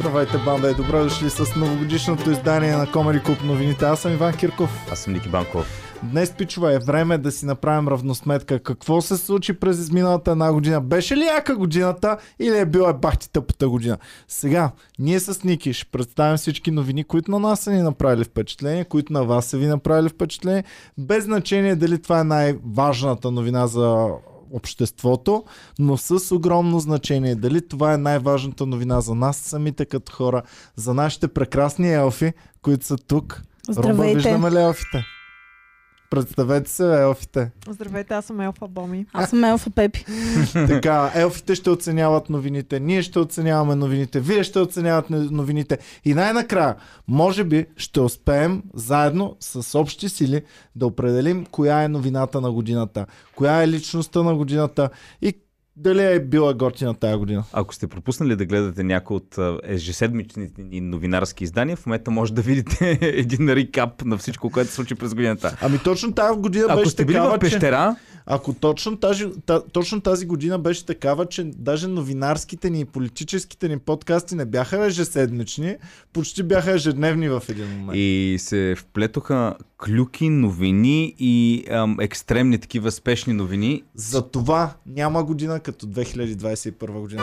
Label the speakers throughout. Speaker 1: Здравейте, банда и добре дошли с новогодишното издание на Комери Клуб новините. Аз съм Иван Кирков.
Speaker 2: Аз съм Ники Банков.
Speaker 1: Днес, пичове, е време да си направим равносметка. Какво се случи през изминалата една година? Беше ли яка годината или е била бахти тъпата година? Сега, ние с Ники ще представим всички новини, които на нас са ни направили впечатление, които на вас са ви направили впечатление. Без значение дали това е най-важната новина за обществото, но с огромно значение. Дали това е най-важната новина за нас самите като хора, за нашите прекрасни елфи, които са тук. Руба,
Speaker 3: Здравейте.
Speaker 1: виждаме ли елфите? Представете се, елфите.
Speaker 4: Здравейте, аз съм Елфа Боми.
Speaker 3: Аз съм Елфа Пепи.
Speaker 1: Така, елфите ще оценяват новините, ние ще оценяваме новините, вие ще оценявате новините. И най-накрая, може би ще успеем заедно с общи сили да определим коя е новината на годината, коя е личността на годината и дали е била готина тая година.
Speaker 2: Ако сте пропуснали да гледате някои от а, ежеседмичните ни новинарски издания, в момента може да видите един рекап на всичко, което се случи през годината.
Speaker 1: Ами точно тази година
Speaker 2: Ако
Speaker 1: беше
Speaker 2: сте били
Speaker 1: такава,
Speaker 2: в
Speaker 1: че...
Speaker 2: пещера,
Speaker 1: Ако точно тази, та, точно тази година беше такава, че даже новинарските ни и политическите ни подкасти не бяха ежеседмични, почти бяха ежедневни в един момент.
Speaker 2: и се вплетоха клюки, новини и ам, екстремни такива спешни новини.
Speaker 1: За това няма година като 2021 година.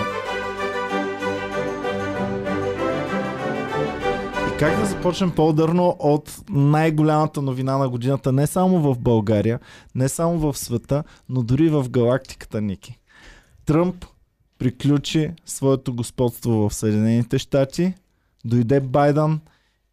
Speaker 1: И Как да започнем по-ударно от най-голямата новина на годината, не само в България, не само в света, но дори и в галактиката, Ники. Тръмп приключи своето господство в Съединените щати, дойде Байден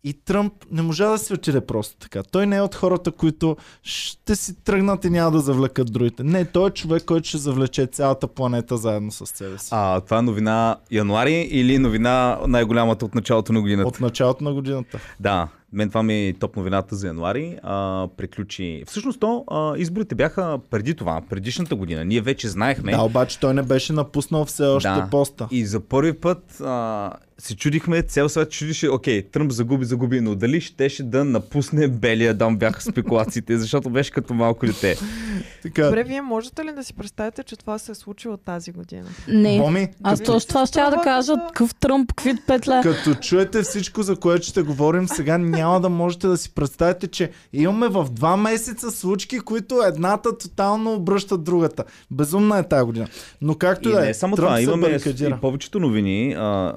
Speaker 1: и Тръмп не можа да си отиде просто така. Той не е от хората, които ще си тръгнат и няма да завлекат другите. Не, той е човек, който ще завлече цялата планета заедно с себе си.
Speaker 2: А това е новина януари или новина най-голямата от началото на годината?
Speaker 1: От началото на годината.
Speaker 2: Да, мен това ми е топ новината за януари. А, приключи. Всъщност, то, а, изборите бяха преди това, предишната година. Ние вече знаехме.
Speaker 1: Да, обаче той не беше напуснал все още
Speaker 2: Да.
Speaker 1: поста.
Speaker 2: И за първи път а, се чудихме, цял свят чудише, окей, Тръмп загуби, загуби, но дали щеше да напусне Белия дом, бяха спекулациите, защото беше като малко дете.
Speaker 1: Така,
Speaker 4: Добре, вие можете ли да си представите, че това се е случило тази година?
Speaker 3: Не.
Speaker 1: Боми,
Speaker 3: Аз
Speaker 1: като,
Speaker 3: точно това ще я да
Speaker 4: Става
Speaker 3: кажа.
Speaker 4: за-
Speaker 3: Какъв тръмп, какви петля.
Speaker 1: като чуете всичко, за което ще говорим сега, няма да можете да си представите, че имаме в два месеца случки, които едната тотално обръщат другата. Безумна е тази година. Но както
Speaker 2: И
Speaker 1: и да
Speaker 2: не
Speaker 1: е,
Speaker 2: само
Speaker 1: Тръмп
Speaker 2: това,
Speaker 1: се
Speaker 2: имаме и
Speaker 1: барикадира.
Speaker 2: повечето новини, а,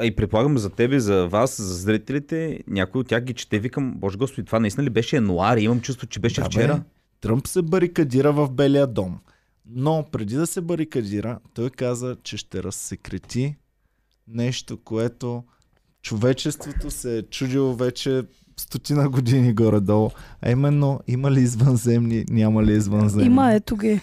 Speaker 2: а и предполагам за тебе, за вас, за зрителите, някой от тях ги чете, викам, боже господи, това наистина ли беше януари, имам чувство, че беше
Speaker 1: Да, бе.
Speaker 2: вчера.
Speaker 1: Тръмп се барикадира в Белия дом. Но преди да се барикадира, той каза, че ще разсекрети нещо, което човечеството се е чудило вече стотина години горе-долу. А именно, има ли извънземни, няма ли извънземни.
Speaker 3: Има, е. ето ги.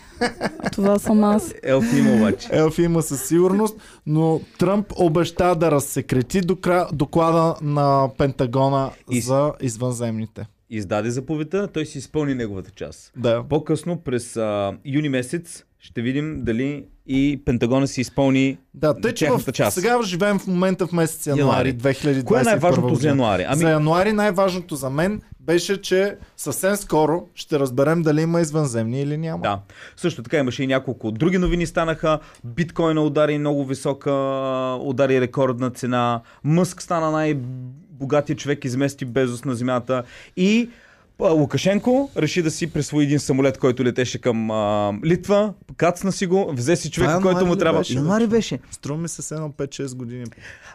Speaker 3: Това съм аз.
Speaker 2: Елф има обаче.
Speaker 1: Елфи има със сигурност, но Тръмп обеща да разсекрети докра- доклада на Пентагона
Speaker 2: И-
Speaker 1: за извънземните.
Speaker 2: Издаде заповедта, той си изпълни неговата част.
Speaker 1: Да.
Speaker 2: По-късно през а, юни месец ще видим дали и Пентагона си изпълни
Speaker 1: Да, тъй, че в...
Speaker 2: Тяхната част.
Speaker 1: сега живеем в момента в месец януари
Speaker 2: Януари.
Speaker 1: 2021
Speaker 2: Кое е най-важното за
Speaker 1: година?
Speaker 2: януари?
Speaker 1: Ами...
Speaker 2: Ами,
Speaker 1: За януари най-важното за мен беше, че съвсем скоро ще разберем дали има извънземни или няма.
Speaker 2: да. Също така имаше и няколко други новини станаха. Биткоина удари много висока, удари рекордна цена. Мъск стана най-богатия човек, измести Безос на земята. И а, Лукашенко реши да си присвои един самолет, който летеше към а, Литва, кацна си го, взе си човека,
Speaker 1: Това
Speaker 2: който
Speaker 1: януари
Speaker 2: му
Speaker 1: ли
Speaker 2: трябва.
Speaker 1: беше, бе?
Speaker 2: беше.
Speaker 1: Струва ми се с едно 5-6 години.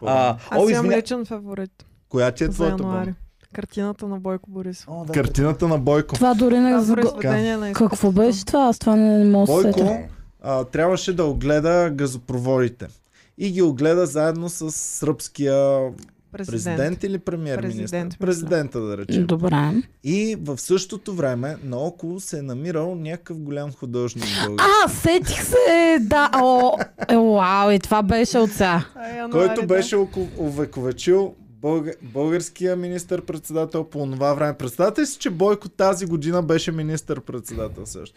Speaker 2: А,
Speaker 4: Аз
Speaker 2: о,
Speaker 4: имам
Speaker 2: извиня...
Speaker 4: личен фаворит
Speaker 1: Коя ти е
Speaker 4: за
Speaker 1: твоята
Speaker 4: януари.
Speaker 1: Боми?
Speaker 4: Картината на Бойко Борисов.
Speaker 2: О, да,
Speaker 1: Картината на Бойко.
Speaker 3: Това дори не
Speaker 4: Аз
Speaker 3: го...
Speaker 4: произведение на изкуството.
Speaker 3: Какво беше това? Аз това не, не мога да се сетя.
Speaker 1: Бойко а, трябваше да огледа газопроводите. И ги огледа заедно с сръбския президент,
Speaker 4: Президент.
Speaker 1: или премьер
Speaker 4: Президент,
Speaker 1: министър
Speaker 4: мисля.
Speaker 1: Президента да речем.
Speaker 3: Добре.
Speaker 1: И в същото време наоколо се е намирал някакъв голям художник. българин.
Speaker 3: А, сетих се! Да, о, е, уау, и това беше от сега.
Speaker 4: А, януари,
Speaker 1: който
Speaker 3: нали,
Speaker 4: да.
Speaker 1: беше око- увековечил бълг... българския министър-председател по това време. Представете си, че Бойко тази година беше министър-председател също.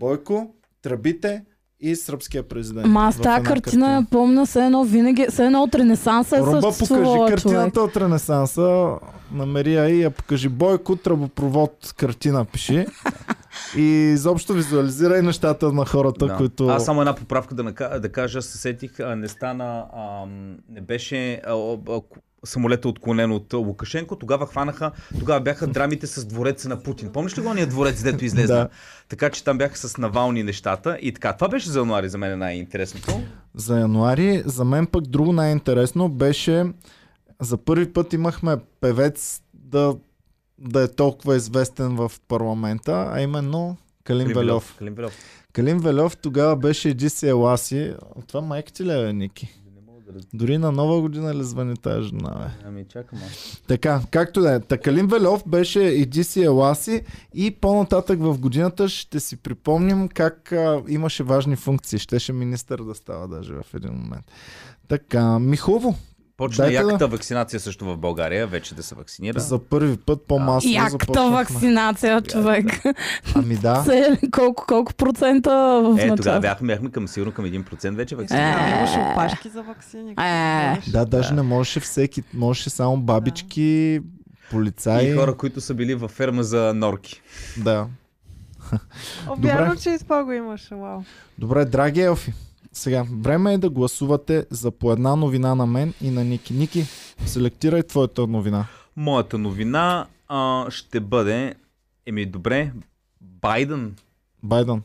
Speaker 1: Бойко, тръбите и сръбския президент.
Speaker 3: Ма аз
Speaker 1: Е, в
Speaker 3: тая
Speaker 1: една
Speaker 3: картина я помня, все едно винаги, все едно от Ренесанса е
Speaker 1: Румба, покажи
Speaker 3: съществувала човек.
Speaker 1: картината от Ренесанса на Мария и я покажи Бойко, тръбопровод, картина пиши. И изобщо визуализирай нещата на хората,
Speaker 2: Да.
Speaker 1: които...
Speaker 2: Аз само една поправка да, нака... да кажа, се сетих, а, не стана, ам, не беше а, об- а, ку- самолета отклонен от а, Лукашенко, тогава хванаха, тогава бяха драмите с двореца на Путин. Помниш ли ония дворец, дето излезе?
Speaker 1: Да.
Speaker 2: Така че там бяха с Навални нещата и така. Това беше за януари за мен най-интересното.
Speaker 1: За януари, за мен пък друго най-интересно беше, за първи път имахме певец да, да е толкова известен в парламента, а именно Калин Велев.
Speaker 2: Клим Велев.
Speaker 1: Калин Велев тогава беше Едиси Еласи. Това майка ти ли е, бе, Ники? Дори на нова година ли звъни тази жена, бе?
Speaker 2: Ами чакам. аз.
Speaker 1: Така, както да е. Та Калин Велев беше Едиси Еласи и по-нататък в годината ще си припомним как а, имаше важни функции. Щеше министър да става даже в един момент. Така, Михово
Speaker 2: Почна
Speaker 1: Дайте да-
Speaker 2: яката вакцинация също в България, вече да се вакцинира.
Speaker 1: за първи път по-масово
Speaker 3: Якта
Speaker 1: започнахме.
Speaker 3: вакцинация, човек.
Speaker 1: Ами да.
Speaker 3: Се- е Колко, колко процента в
Speaker 2: Е, тогава
Speaker 3: началото?
Speaker 2: бяхме, бяхме към сигурно към 1% вече вакцинирани.
Speaker 4: Да,
Speaker 3: Е.
Speaker 4: Имаше опашки за вакцини.
Speaker 3: Е.
Speaker 1: Да, даже не можеше всеки, можеше само бабички, полицаи.
Speaker 2: И хора, които са били във ферма за норки.
Speaker 1: Да.
Speaker 4: Вярно, че и това го имаше, вау.
Speaker 1: Добре, драги елфи, сега време е да гласувате за по една новина на мен и на Ники. Ники, селектирай твоята новина.
Speaker 2: Моята новина а, ще бъде, еми добре, Байден.
Speaker 1: Байден.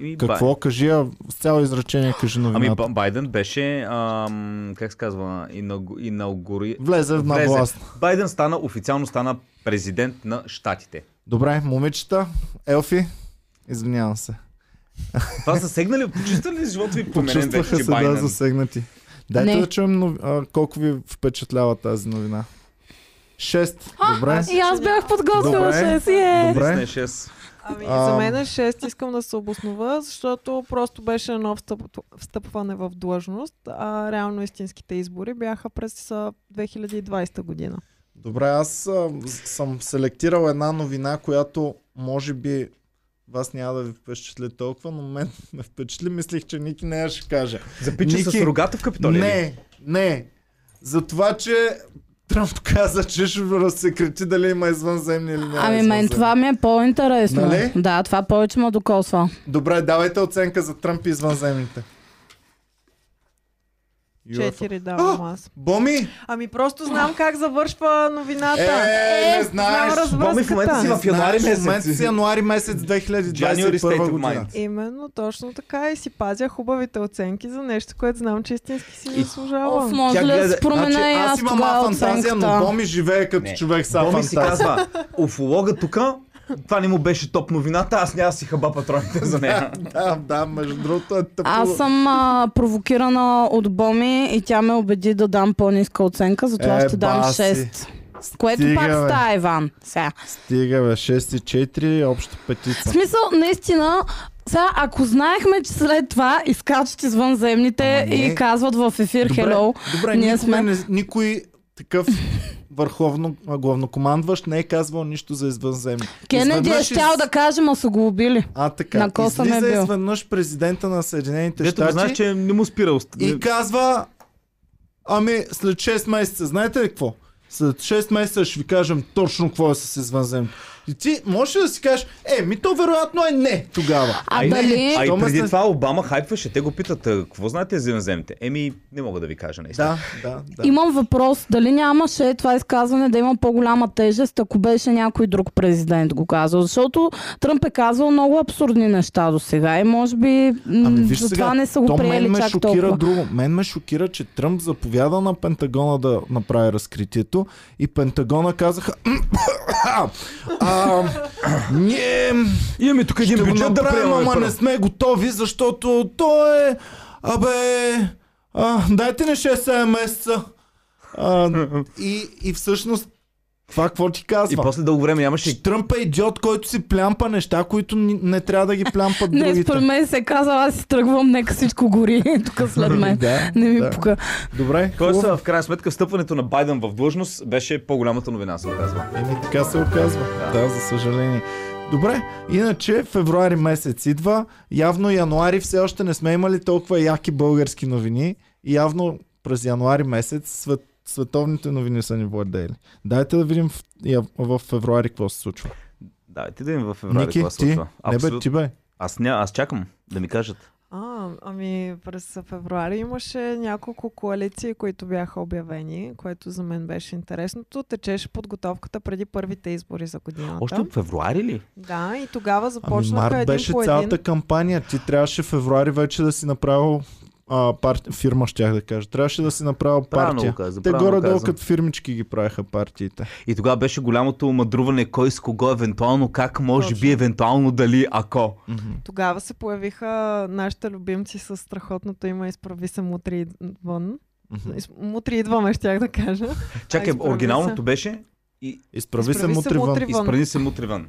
Speaker 2: Еми,
Speaker 1: Какво?
Speaker 2: Бай...
Speaker 1: Кажи я с цяло изречение, кажи
Speaker 2: Ами
Speaker 1: новината.
Speaker 2: Ба- Байден беше, ам, как се казва, инаугу- инаугури...
Speaker 1: Влезе на
Speaker 2: влезе.
Speaker 1: власт.
Speaker 2: Байден стана, официално стана президент на щатите.
Speaker 1: Добре, момичета, Елфи, извинявам се.
Speaker 2: Това засегна ли, почувства ли живота ви променен вече,
Speaker 1: Почувстваха
Speaker 2: че
Speaker 1: се да
Speaker 2: Байден?
Speaker 1: засегнати. Дайте
Speaker 3: Не.
Speaker 1: да чуем нов... а, колко ви впечатлява тази новина. Шест. Добре.
Speaker 3: И аз бях подготвила
Speaker 1: Добре.
Speaker 3: 6 и е.
Speaker 1: Добре.
Speaker 2: Десна е 6.
Speaker 4: Ами,
Speaker 1: А,
Speaker 4: за мен е 6, искам да се обоснова, защото просто беше едно встъп, встъпване в длъжност, а реално истинските избори бяха през а, 2020 година.
Speaker 1: Добре, аз а, с- съм селектирал една новина, която може би вас няма да ви впечатли толкова, но мен ме впечатли. Мислих, че Ники не я ще каже.
Speaker 2: Запича
Speaker 1: Ники-
Speaker 2: с рогата в Капитолия. ли?
Speaker 1: Не, не. За това, че Тръмп каза, че ще разсекрети дали има извънземни или няма
Speaker 3: Ами мен
Speaker 1: извънземни.
Speaker 3: това ми е по-интересно.
Speaker 1: Нали?
Speaker 3: Да, това повече ме докосва.
Speaker 1: Добре, давайте оценка за Тръмп и извънземните. UFO.
Speaker 4: Четири давам аз.
Speaker 1: Боми!
Speaker 4: Ами просто знам как завършва новината.
Speaker 1: Е, не
Speaker 4: знам
Speaker 1: знаеш!
Speaker 4: развръзката.
Speaker 2: Боми в момента си в януари
Speaker 1: Знаеш, В момента
Speaker 2: месец.
Speaker 1: си януари месец
Speaker 2: January state
Speaker 1: 2021
Speaker 2: of
Speaker 1: година.
Speaker 2: mind.
Speaker 4: Именно, точно така и си пазя хубавите оценки за нещо, което знам, че истински си
Speaker 2: И-
Speaker 3: Оф,
Speaker 4: заслужавам.
Speaker 3: може ли
Speaker 2: Тя
Speaker 3: да
Speaker 2: гледа-
Speaker 3: се променя
Speaker 1: Значи,
Speaker 3: и аз
Speaker 1: аз имам а
Speaker 3: тогава
Speaker 1: фантазия,
Speaker 3: оценката?
Speaker 1: но Боми живее като
Speaker 2: Не.
Speaker 1: човек са
Speaker 2: Боми си
Speaker 1: фантазия.
Speaker 2: казва, уфолога тук, това не му беше топ новината, аз няма да си хаба патроните за нея.
Speaker 1: Да, да, между другото е тъпо.
Speaker 3: Аз съм а, провокирана от Боми и тя ме убеди да дам по-ниска оценка, затова
Speaker 1: Е,
Speaker 3: ще дам
Speaker 1: баси.
Speaker 3: 6. Което пак
Speaker 1: бе.
Speaker 3: става, Иван. Сега.
Speaker 1: Стига, бе, 6 и 4, общо петица.
Speaker 3: В смисъл, наистина, сега, ако знаехме, че след това изкачат извънземните
Speaker 1: Ама не.
Speaker 3: и казват в ефир
Speaker 1: Добре,
Speaker 3: Hello,
Speaker 1: Добре,
Speaker 3: Ние
Speaker 1: ние
Speaker 3: сме-
Speaker 1: сме... не, никой такъв върховно а, главнокомандващ не е казвал нищо за извънземни.
Speaker 3: Кенеди е
Speaker 1: Изведнъж из-
Speaker 3: щял да каже, ма са го убили.
Speaker 1: А така,
Speaker 3: На коса не е
Speaker 1: излиза
Speaker 3: бил.
Speaker 1: изведнъж президента на Съединените
Speaker 2: Дето го
Speaker 1: щати
Speaker 2: знаеш, че не му спира уст.
Speaker 1: и казва Ами след 6 месеца, знаете ли какво? След 6 месеца ще ви кажем точно какво е с извънземните. И ти можеш ли да си кажеш, е, ми то вероятно е не тогава.
Speaker 3: А
Speaker 2: и-
Speaker 3: дали-
Speaker 2: А и
Speaker 1: То ме
Speaker 2: преди
Speaker 1: след-
Speaker 2: това Обама хайпваше, те го питат, «А, какво знаете за земземите? Еми, не мога да ви кажа наистина.
Speaker 1: Да, да, да.
Speaker 3: Имам въпрос, дали нямаше това изказване да има по-голяма тежест, ако беше някой друг президент го казал? Защото Тръмп е казал много абсурдни неща до сега и може би м-
Speaker 1: Ами виж
Speaker 3: затова
Speaker 1: сега,
Speaker 3: не са го
Speaker 1: то мен
Speaker 3: приели
Speaker 1: ме
Speaker 3: чак
Speaker 1: шокира
Speaker 3: толкова.
Speaker 1: друго. Мен ме шокира, че Тръмп заповяда на Пентагона да направи разкритието и Пентагона казаха а, ние
Speaker 2: Имаме тук
Speaker 1: ще го направим, ама не сме готови, защото то е абе а, дайте ни 6-7 месеца. А, и, и всъщност това какво ти
Speaker 2: И
Speaker 1: казва?
Speaker 2: после дълго време нямаше...
Speaker 1: Че Тръмп е идиот, който си плямпа неща, които ни- не трябва да ги плямпат
Speaker 3: Не,
Speaker 1: другите.
Speaker 3: според мен се казва, аз си тръгвам, нека всичко гори тук след мен.
Speaker 1: Да,
Speaker 3: не ми
Speaker 1: да.
Speaker 3: пука.
Speaker 1: Добре,
Speaker 2: Тоест,
Speaker 1: хубаво.
Speaker 2: в крайна сметка, встъпването на Байден в длъжност беше по-голямата новина, се оказва.
Speaker 1: Еми така се оказва. Да. за съжаление. Добре, иначе февруари месец идва. Явно януари все още не сме имали толкова яки български новини. И явно през януари месец свет, световните новини са ни владели. Дайте да видим в, я- в февруари какво се случва.
Speaker 2: Давайте да им в феврари
Speaker 1: Ники,
Speaker 2: какво се
Speaker 1: ти?
Speaker 2: случва.
Speaker 1: Не бе,
Speaker 2: Абсолютно.
Speaker 1: ти бе.
Speaker 2: Аз, ня, аз чакам да ми кажат.
Speaker 4: А, ами през февруари имаше няколко коалиции, които бяха обявени, което за мен беше интересното. Течеше подготовката преди първите избори за годината.
Speaker 2: Още от февруари ли?
Speaker 4: Да, и тогава
Speaker 1: Ами
Speaker 4: започнаха
Speaker 1: март
Speaker 4: един
Speaker 1: беше
Speaker 4: по един.
Speaker 1: цялата кампания. Ти трябваше февруари вече да си направил а, пар... фирма, щях да кажа. Трябваше да си направил
Speaker 2: Правилно
Speaker 1: партия.
Speaker 2: го каза,
Speaker 1: Те
Speaker 2: правилно
Speaker 1: горе-долу
Speaker 2: каза.
Speaker 1: като фирмички ги правеха партиите.
Speaker 2: И тогава беше голямото мъдруване кой с кого, евентуално как, може би, евентуално дали, ако.
Speaker 4: Тогава се появиха нашите любимци с страхотното има Изправи се мутри вън. Из- Мутри идваме, щях да кажа.
Speaker 2: Чакай,
Speaker 4: изправи се.
Speaker 2: оригиналното беше и
Speaker 1: Изправи, се,
Speaker 4: Изправи се,
Speaker 1: мутри вън.
Speaker 4: мутри вън.
Speaker 2: изпрани се мутри вън.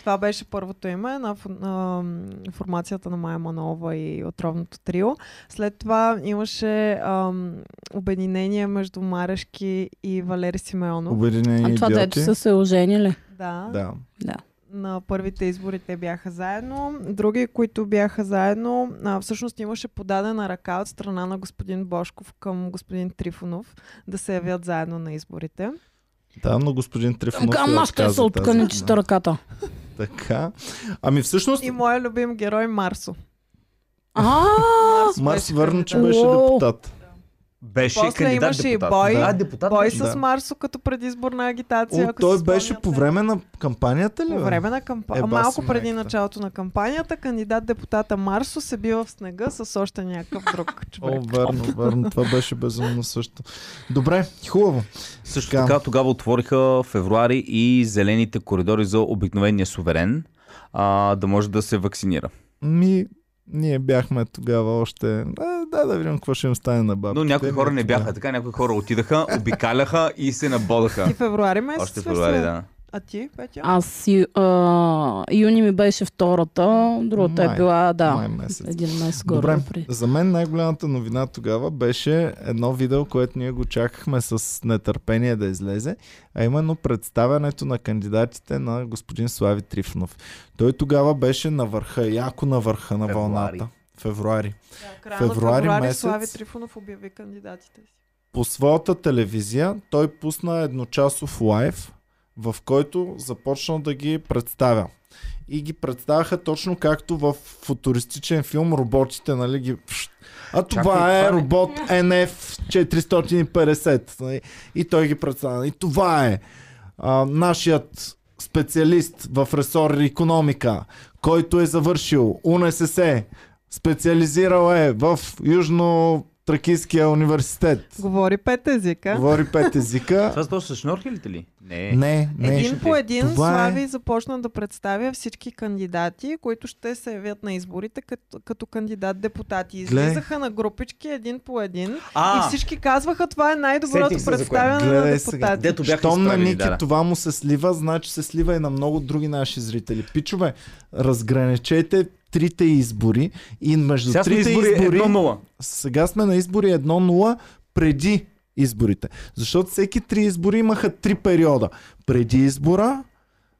Speaker 4: Това беше първото име на, фо- на м, формацията на Майя Манова и Отровното трио. След това имаше ам, обединение между Марешки и Валери Симеонов.
Speaker 1: Обединени
Speaker 3: А това е дето
Speaker 1: Ами, идиоти.
Speaker 3: са се оженили.
Speaker 4: Да,
Speaker 1: Да.
Speaker 4: на първите избори те бяха заедно. Други, които бяха заедно, а, всъщност имаше подадена ръка от страна на господин Бошков към господин Трифонов да се явят заедно на изборите.
Speaker 1: Да, но господин Трифонов я
Speaker 3: Ама ще
Speaker 1: отказа
Speaker 3: са
Speaker 1: тази
Speaker 3: откъни
Speaker 1: година.
Speaker 3: ръката.
Speaker 1: Така. Ами всъщност
Speaker 4: И моя любим герой Марсо.
Speaker 3: А,
Speaker 1: Марс
Speaker 4: беше
Speaker 1: върна, че
Speaker 4: кандидат.
Speaker 1: беше
Speaker 3: Уау.
Speaker 1: депутат.
Speaker 2: Беше
Speaker 4: После
Speaker 2: кандидат
Speaker 4: имаше и
Speaker 2: депутат.
Speaker 4: бой.
Speaker 2: Да, депутат.
Speaker 4: Бой
Speaker 2: беше.
Speaker 4: с
Speaker 1: Да.
Speaker 4: Марсо като предизборна агитация.
Speaker 1: О,
Speaker 4: ако
Speaker 1: той
Speaker 4: си
Speaker 1: беше
Speaker 4: спомняте.
Speaker 1: по време на кампанията ли?
Speaker 4: По
Speaker 1: бе?
Speaker 4: време на кампания,
Speaker 1: Е, баси
Speaker 4: малко преди
Speaker 1: майката.
Speaker 4: началото на кампанията, кандидат депутата Марсо се бива в снега с още някакъв друг
Speaker 1: О,
Speaker 4: човек.
Speaker 1: верно, верно. Това беше безумно също. Добре, хубаво.
Speaker 2: Също
Speaker 1: Така.
Speaker 2: така тогава отвориха февруари и зелените коридори за обикновения суверен, а, да може да се вакцинира.
Speaker 1: Ми, ние бяхме тогава още... А, да, да видим какво ще им стане на бабите.
Speaker 2: Но някои хора не
Speaker 1: Ми,
Speaker 2: бяха така, някои хора отидаха, обикаляха и се
Speaker 4: И
Speaker 2: набодаха.
Speaker 4: февруари месец.
Speaker 2: Още
Speaker 4: ли
Speaker 2: февруари,
Speaker 4: се?
Speaker 2: да.
Speaker 4: А ти, Петя?
Speaker 3: аз ю, а, юни ми беше втората, другата
Speaker 1: Май.
Speaker 3: е била, да.
Speaker 1: Май месец.
Speaker 3: Един месец горе.
Speaker 1: Добре,
Speaker 3: при-
Speaker 1: за мен най-голямата новина тогава беше едно видео, което ние го чакахме с нетърпение да излезе, а именно представянето на кандидатите на господин Слави Трифонов. Той тогава беше на върха, яко на върха на
Speaker 2: Февруари.
Speaker 1: вълната. Февруари.
Speaker 4: Да, края
Speaker 1: февруари
Speaker 4: на февруари
Speaker 1: месец.
Speaker 4: Слави Трифонов обяви кандидатите си.
Speaker 1: по своята телевизия той пусна едночасов лайв, в който започна да ги представя. И ги представяха точно както в футуристичен филм роботите, нали ги... пш. А това
Speaker 2: Чакай,
Speaker 1: е
Speaker 2: това ли?
Speaker 1: робот NF450. нали? И той ги представя. И това е а, нашият специалист в ресор економика, който е завършил УНСС, специализирал е в Южно-Тракийския университет.
Speaker 4: Говори пет езика.
Speaker 1: Говори пет езика.
Speaker 2: Това са точно с шнорхелите ли? Не.
Speaker 1: не, не.
Speaker 4: Един по един
Speaker 1: Това е-
Speaker 4: Слави започна да представя всички кандидати, които ще се явят на изборите като, като кандидат-депутати.
Speaker 1: Гле.
Speaker 4: Излизаха на групички един по един
Speaker 2: А,
Speaker 4: и всички казваха това е най-доброто
Speaker 2: Сетих се за кое.
Speaker 4: представяне на
Speaker 1: Гледай сега.
Speaker 4: депутати.
Speaker 2: дето бяха
Speaker 1: Щом на
Speaker 2: изправени,
Speaker 1: Ники
Speaker 2: да, да.
Speaker 1: това му се слива, значи се слива и на много други наши зрители. Пичове, разграничете трите избори и между
Speaker 2: Сега сме
Speaker 1: трите
Speaker 2: избори
Speaker 1: избори...
Speaker 2: 1-0.
Speaker 1: Сега сме на избори 1-0 преди изборите. Защото всеки три избори имаха три периода. Преди избора,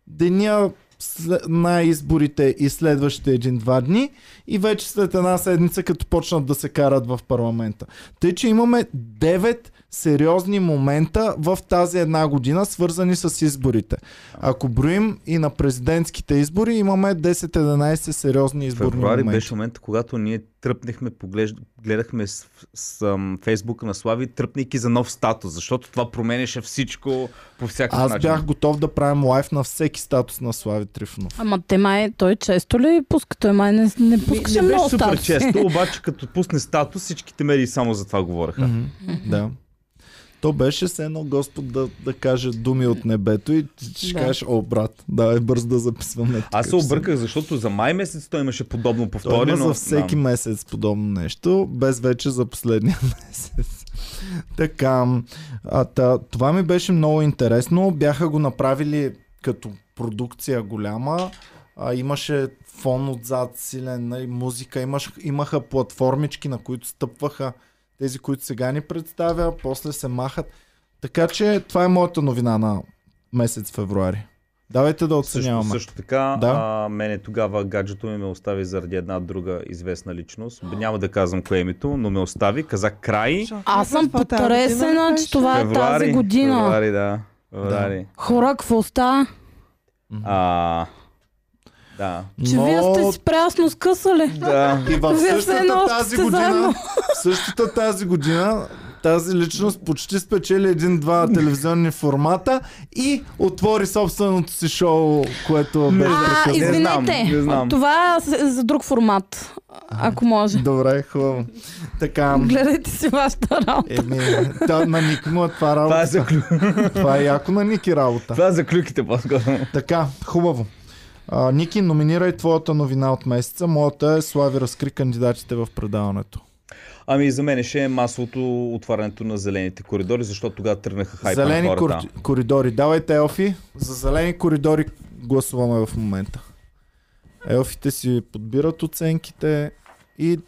Speaker 1: деня след- на изборите и следващите един-два дни и вече след една седмица, като почнат да се карат в парламента. Тъй, че имаме 9 сериозни момента в тази една година, свързани с изборите. Ако броим и на президентските избори, имаме 10-11 сериозни изборни
Speaker 2: Февруари
Speaker 1: моменти.
Speaker 2: беше момента, когато ние тръпнахме, поглеж... гледахме с, с ам, фейсбука на Слави, тръпнейки за нов статус, защото това променеше всичко по всякакъв
Speaker 1: Аз
Speaker 2: начин.
Speaker 1: бях готов да правим лайф на всеки статус на Слави Трифонов.
Speaker 3: Ама те май, той често ли пуска? Той май не, не
Speaker 2: не беше
Speaker 3: пускаше много
Speaker 2: супер
Speaker 3: статуси.
Speaker 2: често, обаче като пусне статус, всичките медии само за това говореха.
Speaker 1: Да. То беше с едно Господ да, да каже думи от небето и ти ще
Speaker 3: Да.
Speaker 1: кажеш, о брат, давай бързо да записваме. тук,
Speaker 2: Аз се
Speaker 1: че съм
Speaker 2: обърках, защото за май месец той имаше подобно
Speaker 1: Той
Speaker 2: повторено.
Speaker 1: има за всеки
Speaker 2: Да.
Speaker 1: месец подобно нещо, без вече за последния месец. така, а, та, това ми беше много интересно. Бяха го направили като продукция голяма. А, имаше фон отзад силен, нали, музика, имаш, имаха платформички, на които стъпваха тези, които сега ни представя, после се махат. Така че това е моята новина на месец февруари. Давайте да
Speaker 2: Също,
Speaker 1: оценяваме.
Speaker 2: също така,
Speaker 1: Да.
Speaker 2: а, мене тогава гаджето ми ме остави заради една друга известна личност. Няма да казвам кое е името, но ме остави. Каза край.
Speaker 4: Шо,
Speaker 3: Аз съм
Speaker 4: това тази година
Speaker 3: потресена,
Speaker 4: беше.
Speaker 3: че това е тази година.
Speaker 2: Февруари, да. Февруари.
Speaker 3: Хора, какво става?
Speaker 2: А, Да.
Speaker 3: Че
Speaker 1: Но-
Speaker 3: вие сте си прясно скъсали.
Speaker 2: Да.
Speaker 1: И в
Speaker 3: Вие все
Speaker 1: същата
Speaker 3: едно още
Speaker 1: тази
Speaker 3: сте
Speaker 1: година,
Speaker 3: заедно.
Speaker 1: в същата тази година, тази личност почти спечели един-два телевизионни формата и отвори собственото си шоу, което беше
Speaker 3: А,
Speaker 1: прекъснато.
Speaker 2: из- знам,
Speaker 3: извинете,
Speaker 2: не знам.
Speaker 3: това е за- за друг формат, ако може.
Speaker 1: Добре, хубаво. Така,
Speaker 3: Гледайте си вашата
Speaker 2: Е,
Speaker 3: работа.
Speaker 1: еми, да, на Ники му е това
Speaker 2: Това е
Speaker 1: работа.
Speaker 2: за, клю...
Speaker 1: Това е яко на Ники работа.
Speaker 2: това е за клюките по-скоро.
Speaker 1: Така, хубаво. А, Ники, номинирай твоята новина от месеца. Моята е Слави разкри кандидатите в предаването.
Speaker 2: Ами за мен ще е масовото отварянето на зелените коридори, защото тогава тръгнаха хайпа на
Speaker 1: зелени
Speaker 2: хората.
Speaker 1: кори... коридори. Давайте Елфи. За зелени коридори гласуваме в момента. Елфите си подбират оценките и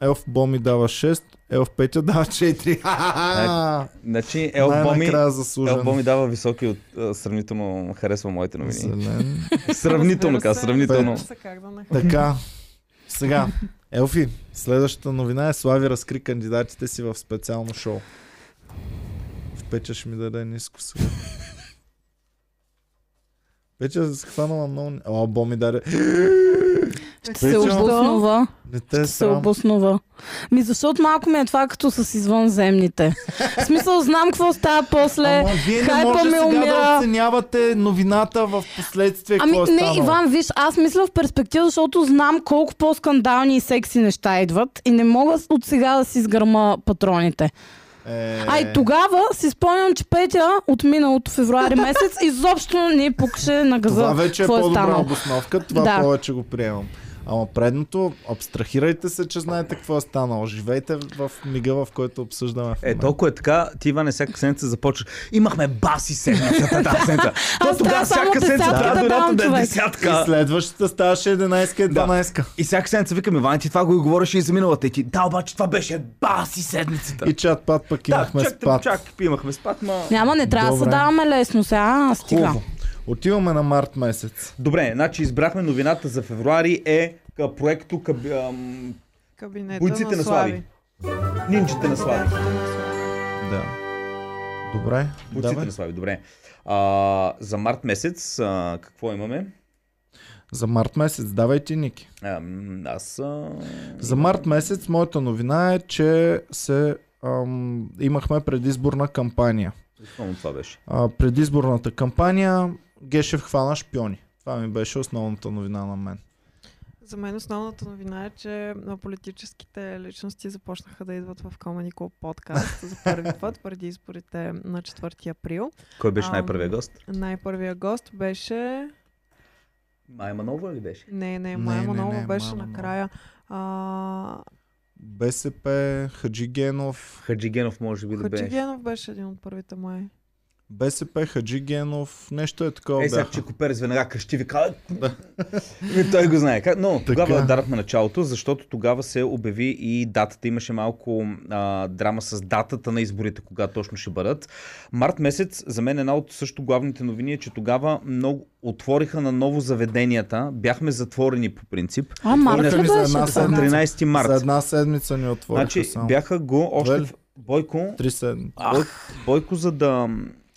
Speaker 1: Елф Боми дава 6, Елф Петя дава
Speaker 2: Е,
Speaker 1: 4.
Speaker 2: Значи Елбоми,
Speaker 1: Най-накрая заслужен.
Speaker 2: Елбоми дава високи от... а, Сравнително харесва моите новини.
Speaker 1: Зелен.
Speaker 2: Сравнително,
Speaker 4: Разбира
Speaker 2: така,
Speaker 4: се,
Speaker 2: сравнително.
Speaker 4: разбира се, как да не.
Speaker 1: Така. Сега, Елфи, следващата новина е Слави разкри кандидатите си в специално шоу. В Петя ще ми даде ниско сега. Петя се хванала много... ни- О, Бо ми даде...
Speaker 3: Ще се
Speaker 1: Вече-
Speaker 3: обоснова.
Speaker 1: Не те е
Speaker 3: се
Speaker 1: срам.
Speaker 3: обоснова. Ми защото малко ми е това като с извънземните. В смисъл знам какво става после.
Speaker 1: Ама вие не
Speaker 3: хайпа
Speaker 1: може
Speaker 3: ми
Speaker 1: сега да
Speaker 3: умира.
Speaker 1: оценявате новината в последствие.
Speaker 3: Ами
Speaker 1: какво е
Speaker 3: не,
Speaker 1: станало.
Speaker 3: Иван, виж, аз мисля в перспектива, защото знам колко по-скандални и секси неща идват и не мога с- от сега да си сгърма патроните.
Speaker 1: Е...
Speaker 3: А и тогава си спомням, че Петя от миналото февруари месец изобщо не пукаше на газа.
Speaker 1: Това вече е
Speaker 3: какво
Speaker 1: по-добра
Speaker 3: станало.
Speaker 1: обосновка, това
Speaker 3: Да.
Speaker 1: повече го приемам. Ама предното, абстрахирайте се, че знаете какво е станало. Живейте в мига, в който обсъждаме. В
Speaker 2: Е,
Speaker 1: момента.
Speaker 2: толкова е така, ти Иване, всяка седмица започва. Имахме баси седмицата, тази седмица. То
Speaker 3: Аз
Speaker 2: тогава
Speaker 3: трябва само
Speaker 2: всяка седмица
Speaker 3: десятки
Speaker 2: трябва
Speaker 3: да
Speaker 2: дората
Speaker 3: давам,
Speaker 2: да е
Speaker 3: човек.
Speaker 1: И
Speaker 2: десятка.
Speaker 1: следващата ставаше 11 и
Speaker 2: Да.
Speaker 1: 12. Да.
Speaker 2: И всяка седмица викаме, Ваня, ти това го говореше и за миналата. И ти, да, обаче това беше баси седмицата.
Speaker 1: И чат пат пък
Speaker 2: да,
Speaker 1: имахме
Speaker 2: чак,
Speaker 1: спад.
Speaker 2: Чак, имахме спад, ма...
Speaker 3: Няма, не трябва да се
Speaker 1: Добре.
Speaker 3: даваме лесно сега. Стига.
Speaker 1: Хубаво. Отиваме на март месец.
Speaker 2: Добре, значи избрахме новината за февруари е къ- проекто къб, ам,
Speaker 4: Кабинета
Speaker 2: Бойците на Слави. Нинджите на Слави.
Speaker 1: Да. Добре.
Speaker 2: Бойците
Speaker 1: давай.
Speaker 2: на Слави, добре. А, за март месец а, какво имаме?
Speaker 1: За март месец, давай ти, Ники.
Speaker 2: Ам, аз... А...
Speaker 1: За март месец моята новина е, че се ам, имахме предизборна кампания.
Speaker 2: Основно това беше.
Speaker 1: А, предизборната кампания Гешев хвана шпиони. Това ми беше основната новина на мен.
Speaker 4: За мен основната новина е, че на политическите личности започнаха да идват в Comedy Club подкаст за първи път, преди изборите на 4 април.
Speaker 2: Кой беше
Speaker 4: Ам.
Speaker 2: най-първият гост?
Speaker 4: Най-първия гост беше...
Speaker 2: Майя Манова ли беше?
Speaker 4: Не, не,
Speaker 1: не,
Speaker 4: Майя Манова
Speaker 1: не,
Speaker 4: беше
Speaker 1: Мая Манолова.
Speaker 4: накрая. А...
Speaker 1: БСП, Хаджигенов,
Speaker 2: Хаджигенов може би да беше.
Speaker 4: Хаджигенов беше един от първите май.
Speaker 1: БСП, Хаджигенов, нещо е такова
Speaker 2: Е, сега
Speaker 1: бяха.
Speaker 2: Чико Перес веднага крещи, вика, да. той го знае. Как? Но тогава
Speaker 1: Така.
Speaker 2: дарахме началото, защото тогава се обяви и датата. Имаше малко а, драма с датата на изборите, кога точно ще бъдат. Март месец, за мен една от също главните новини е, че тогава много отвориха на ново заведенията. Бяхме затворени по принцип.
Speaker 3: А, март
Speaker 1: Отвориха
Speaker 3: ли
Speaker 1: ни за една
Speaker 3: беше?
Speaker 1: седмица.
Speaker 3: тогава?
Speaker 2: 13 март.
Speaker 1: За една седмица ни отвориха
Speaker 2: значи,
Speaker 1: само.
Speaker 2: бяха го още...
Speaker 1: Две ли?
Speaker 2: в- Бойко,
Speaker 1: Три седмици.
Speaker 2: Бой, Бойко, за да,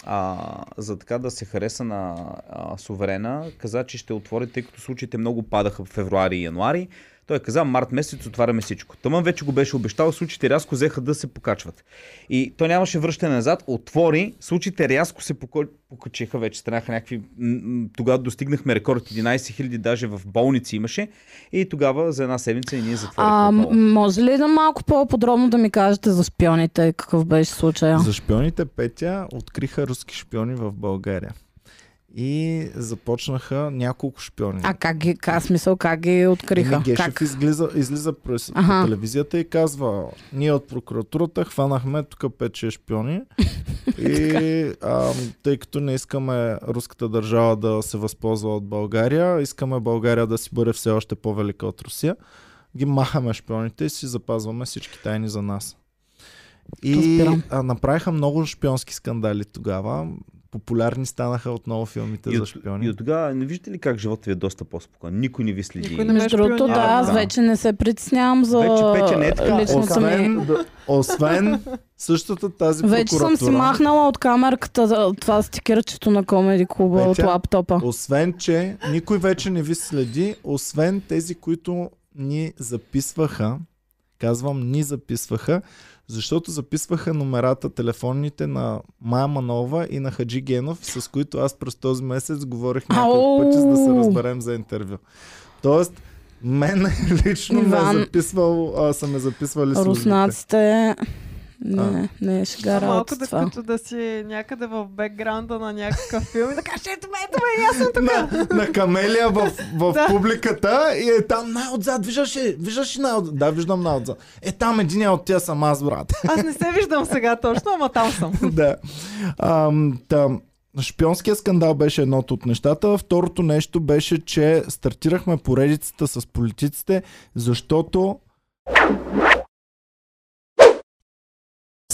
Speaker 2: а, за така да се хареса на а, суверена, каза, че ще отвори, тъй като случаите много падаха в февруари и януари. Той каза, март месец отваряме всичко. Тъмън вече го беше обещал, случаите рязко взеха да се покачват. И той нямаше връщане назад, отвори, случаите рязко се поко- покачиха, вече станаха някакви... м, м, Тогава достигнахме рекорд 11 000, даже в болници имаше. И тогава за една седмица и ние затворихме.
Speaker 3: А, м-
Speaker 2: отново.
Speaker 3: може ли да малко по-подробно да ми кажете за шпионите и какъв беше случая?
Speaker 1: За шпионите Петя откриха руски шпиони в България. И започнаха няколко шпиони.
Speaker 3: А как ги, как смисъл, как ги откриха?
Speaker 1: Еми, Ами, Гешев
Speaker 3: Как?
Speaker 1: излиза, излиза през
Speaker 3: Аха.
Speaker 1: по телевизията и казва, ние от прокуратурата хванахме тук 5-6 шпиони и ам, тъй като не искаме руската държава да се възползва от България, искаме България да си бъде все още по-велика от Русия, ги махаме шпионите и си запазваме всички тайни за нас. И
Speaker 3: Разбирам.
Speaker 1: а, направиха много шпионски скандали тогава. популярни станаха отново филмите
Speaker 2: И
Speaker 1: за
Speaker 2: от, и
Speaker 1: шпиони.
Speaker 2: от тогава, не виждате ли как живота ви е доста по-спокоен? Никой не ви следи.
Speaker 4: Никой не ме е
Speaker 3: Между другото, да,
Speaker 4: шпионира.
Speaker 3: аз
Speaker 1: Да.
Speaker 3: вече не се притеснявам за
Speaker 2: Вече пече не е така.
Speaker 3: личната ми...
Speaker 1: Освен, освен същата тази
Speaker 3: Вече съм си
Speaker 1: прокуратура.
Speaker 3: махнала от камерката за това стикерчето на Комеди Клуба от
Speaker 1: Петя,
Speaker 3: лаптопа.
Speaker 1: Освен, че никой вече не ви следи, освен тези, които ни записваха. Казвам, ни записваха, защото записваха номерата, телефонните на Майя Манова и на Хаджи Генов, с които аз през този месец говорих
Speaker 3: Ау!
Speaker 1: няколко пъти, за да се разберем за интервю. Тоест, мен лично
Speaker 3: Иван.
Speaker 1: ме е записвал, а, са ме записвали службите.
Speaker 3: Руснаците... Не, не е шега
Speaker 4: Малко
Speaker 3: работа
Speaker 4: да
Speaker 3: това.
Speaker 4: като да си някъде в бекграунда на някакъв филм и да кажеш, ето ме, ето ме,
Speaker 1: на, на камелия в, в
Speaker 4: Да.
Speaker 1: публиката и е там най-отзад. Виждаш ли? Виждаш ли най-отзад? Да, виждам най-отзад. Е там един от тях съм аз, брат.
Speaker 4: аз не се виждам сега точно, ама там съм.
Speaker 1: да. Ам, там. Шпионския скандал беше едното от нещата. Второто нещо беше, че стартирахме поредицата с политиците, защото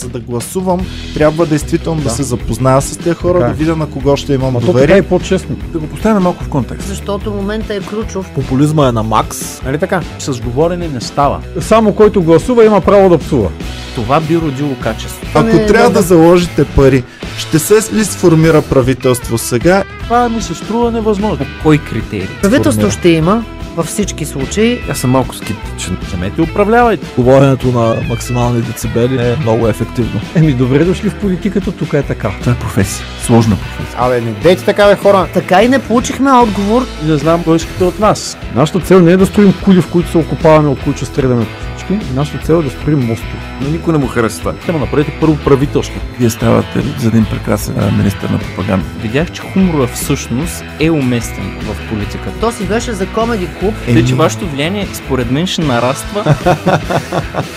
Speaker 1: за да гласувам, трябва действително да, се запозная с тези хора,
Speaker 5: Така
Speaker 1: да
Speaker 5: е.
Speaker 1: видя на кого ще имам
Speaker 5: Ма то така
Speaker 1: доверие.
Speaker 5: е по-честно. Да го поставяме малко в контекст.
Speaker 6: защото момента е ключов.
Speaker 7: Популизма е на макс.
Speaker 5: Нали така?
Speaker 7: С говорене не става.
Speaker 5: Само който гласува има право да псува.
Speaker 7: Това би родило качество.
Speaker 1: Ако
Speaker 6: Не,
Speaker 1: трябва
Speaker 6: да,
Speaker 1: да
Speaker 6: да.
Speaker 1: заложите пари, ще се ли сформира правителство сега?
Speaker 7: Това ми се струва невъзможно. По кой критерий?
Speaker 6: Правителство ще има във всички случаи.
Speaker 7: Аз съм малко скептичен. Вземете и управлявайте.
Speaker 8: Говоренето на максимални децибели е много ефективно.
Speaker 5: Еми добре дошли в политиката, тук е така.
Speaker 7: Това е професия. Сложна професия. Абе, не дейте така, бе, хора.
Speaker 6: Така и не получихме отговор.
Speaker 7: Не знам кой искате от нас.
Speaker 5: Нашата цел не е да строим кули, в които се окупаваме, от които ще стреляме по всички. Нашата цел е да строим мостове.
Speaker 7: Но никой не му харесва това. Тема направете първо правителство.
Speaker 8: Вие ставате за един прекрасен а, министър на пропаганда.
Speaker 9: Видях, че хумора всъщност е уместен в политиката.
Speaker 6: То си беше за комеди клуб.
Speaker 9: Тъй, че вашето влияние според мен ще нараства.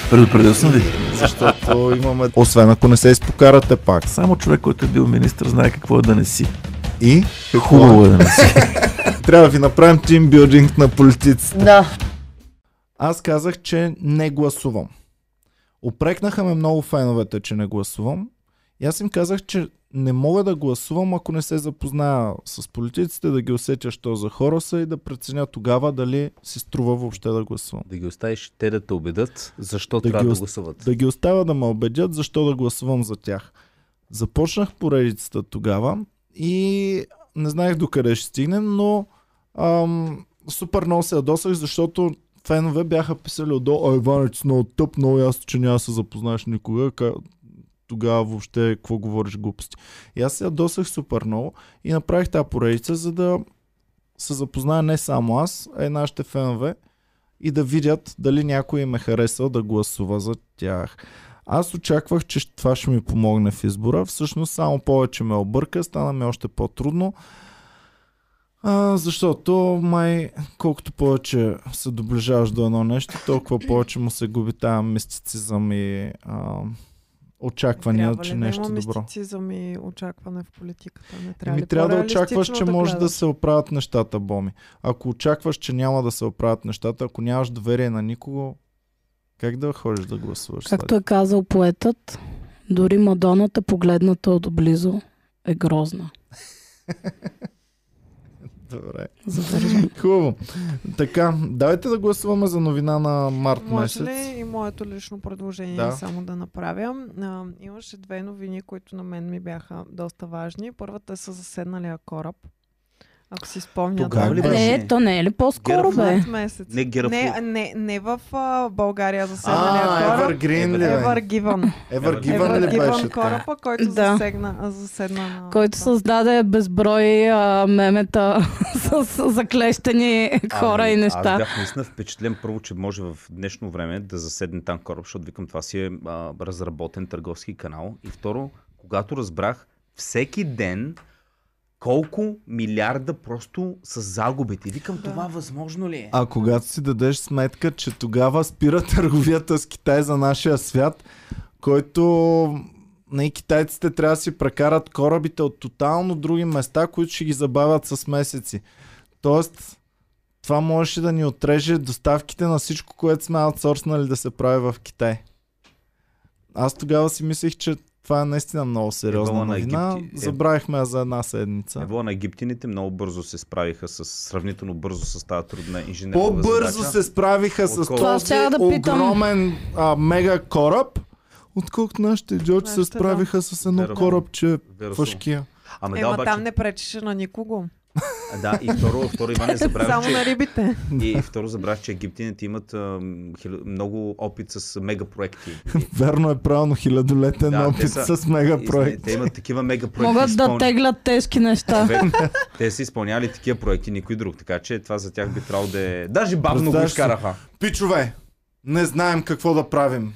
Speaker 8: Предупредил съм ви.
Speaker 1: Защото имаме... Освен ако не се изпокарате пак.
Speaker 8: Само човек, който е бил министър, знае какво е да не си.
Speaker 1: И
Speaker 8: Хубаво е да не си.
Speaker 1: трябва да ви направим тимбилдинг на политиците.
Speaker 6: Да.
Speaker 1: Аз казах, че не гласувам. Опрекнаха ме много феновете, че не гласувам. И аз им казах, че не мога да гласувам, ако не се запозная с политиците, да ги усетя, що за хора са и да преценя тогава дали си струва въобще да гласувам.
Speaker 2: Да ги оставиш те да те убедат, защо
Speaker 1: Да
Speaker 2: трябва
Speaker 1: ги
Speaker 2: да
Speaker 1: ост-
Speaker 2: гласуват.
Speaker 1: да ги оставя да ме убедят защо да гласувам за тях. Започнах поредицата тогава и не знаех до къде ще стигнем, но ам, супер много се ядосах, защото фенове бяха писали отдолу, а Иван, ти си много тъп, много ясно, че няма да се запознаеш никога, ка... тогава въобще какво говориш глупости. И аз се ядосах супер много и направих тази поредица, за да се запозная не само аз, а и нашите фенове и да видят дали някой им е харесал да гласува за тях. Аз очаквах, че щ- това ще ми помогне в избора. Всъщност само повече ме обърка, стана ми още по-трудно. А, защото май колкото повече се доближаваш до едно нещо, толкова повече му се губи тази мистицизъм и а, очаквания,
Speaker 4: Трябва ли
Speaker 1: е че
Speaker 4: да
Speaker 1: нещо
Speaker 4: има
Speaker 1: добро.
Speaker 4: мистицизъм и очакване в политиката? Не трябва
Speaker 1: Еми,
Speaker 4: ли
Speaker 1: Ами трябва да
Speaker 4: по-реалистично
Speaker 1: очакваш, че може да
Speaker 4: гледаш?
Speaker 1: се оправят нещата, Боми. Ако очакваш, че няма да се оправят нещата, ако нямаш доверие на никого, как да ходиш да гласуваш?
Speaker 3: Както е казал поетът, дори Мадоната, погледната отблизо, е грозна.
Speaker 1: след? Добре.
Speaker 3: Задържам.
Speaker 1: Хубаво. Така, давайте да гласуваме за новина на март
Speaker 4: Може
Speaker 1: месец.
Speaker 4: ли и моето лично предложение
Speaker 1: Да.
Speaker 4: да. само да направя? А, имаше две новини, които на мен ми бяха доста важни. Първата е със заседналия кораб. Ако си спомняте.
Speaker 1: Тогава ли беше?
Speaker 3: Е, то не е ли по-скоро,
Speaker 2: Герб.
Speaker 3: бе?
Speaker 4: Март месец.
Speaker 2: Не Герб.
Speaker 4: не, не, не в а, България заседналия
Speaker 1: А,
Speaker 4: кораб.
Speaker 1: Evergreen ли бе?
Speaker 4: Евъргиван.
Speaker 1: Evergiven ли беше?
Speaker 4: Евъргиван кораба, който
Speaker 3: Да.
Speaker 4: засегна, а, заседна на...
Speaker 3: Който
Speaker 4: това.
Speaker 3: създаде безброй а, мемета с, с заклещени хора
Speaker 2: Ами,
Speaker 3: и неща.
Speaker 2: Аз бях наистина впечатлен първо, че може в днешно време да заседне там кораб, защото викам това си е а, разработен търговски канал. И второ, когато разбрах всеки ден колко милиарда просто са загубите. И Викам, това възможно ли е?
Speaker 1: А когато си дадеш сметка, че тогава спира търговията с Китай за нашия свят, който не китайците трябва да си прекарат корабите от тотално други места, които ще ги забавят с месеци. Тоест, това можеше да ни отреже доставките на всичко, което сме аутсорснали да се прави в Китай. Аз тогава си мислех, че Това е наистина много сериозна
Speaker 2: Ебола на
Speaker 1: новина.
Speaker 2: Египти- е-
Speaker 1: Забравихме я за една седмица.
Speaker 2: Ево на египтяните много бързо се справиха с сравнително бързо с тази трудна инженерна
Speaker 1: По-бързо
Speaker 2: задача.
Speaker 1: се справиха с
Speaker 2: Отколко-
Speaker 3: Това
Speaker 1: този
Speaker 3: щях да питам.
Speaker 1: огромен а, мега кораб, отколкото нашите джорджи се
Speaker 4: Нашите, да.
Speaker 1: справиха с едно
Speaker 2: Верно.
Speaker 1: корабче
Speaker 2: Верно.
Speaker 1: фашкия.
Speaker 2: Ама да,
Speaker 4: Ема
Speaker 2: обаче,
Speaker 4: там не пречеше на никого.
Speaker 2: да, и второ, второ Иван не забравя,
Speaker 4: Само на
Speaker 2: че,
Speaker 4: рибите.
Speaker 2: и второ забравя, че египтяните имат ам, хил- много опит с мегапроекти.
Speaker 1: Верно е правилно, хилядолетен
Speaker 2: Да, те
Speaker 1: опит
Speaker 2: са-
Speaker 1: с мега
Speaker 2: И,
Speaker 1: проект.
Speaker 2: те имат такива мегапроекти.
Speaker 3: Могат да
Speaker 2: изпълни-
Speaker 3: теглят тежки неща.
Speaker 2: Човек, те са изпълнявали такива проекти, никой друг. Така че това за тях би трябвало да е... Даже бавно го
Speaker 1: Представяш си?
Speaker 2: изкараха.
Speaker 1: Пичове, не знаем какво да правим.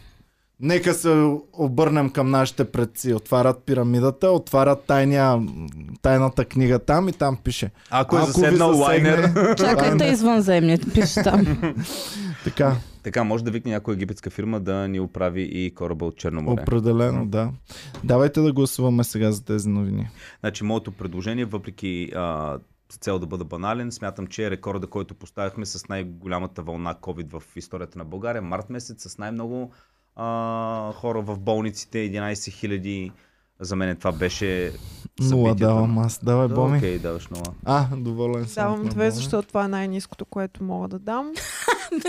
Speaker 1: Нека се обърнем към нашите предци. Отварят пирамидата, отварят тайния, тайната книга там и там пише.
Speaker 2: Ако, е
Speaker 1: ви
Speaker 2: заседнал
Speaker 1: засегне-
Speaker 2: лайнер...
Speaker 1: Ами.
Speaker 3: Чакайте извънземни, пише там.
Speaker 1: Така,
Speaker 2: Така, може да викне някоя египетска фирма да ни оправи и кораба от Черно море.
Speaker 1: определено, да. Давайте да гласуваме сега за тези новини.
Speaker 2: Значи, моето предложение, въпреки а, с цел да бъда банален, смятам, че е рекорда, който поставихме с най-голямата вълна COVID в историята на България, март месец, с най-много а, хора в болниците, 11 000. За мен това беше
Speaker 1: Нула
Speaker 2: събитието.
Speaker 1: давам аз. Давай,
Speaker 2: Да,
Speaker 1: Боми.
Speaker 2: Окей, даваш нула.
Speaker 1: А, доволен съм.
Speaker 4: Давам
Speaker 1: от
Speaker 4: две,
Speaker 1: мен,
Speaker 4: защото това е най-низкото, което мога да дам.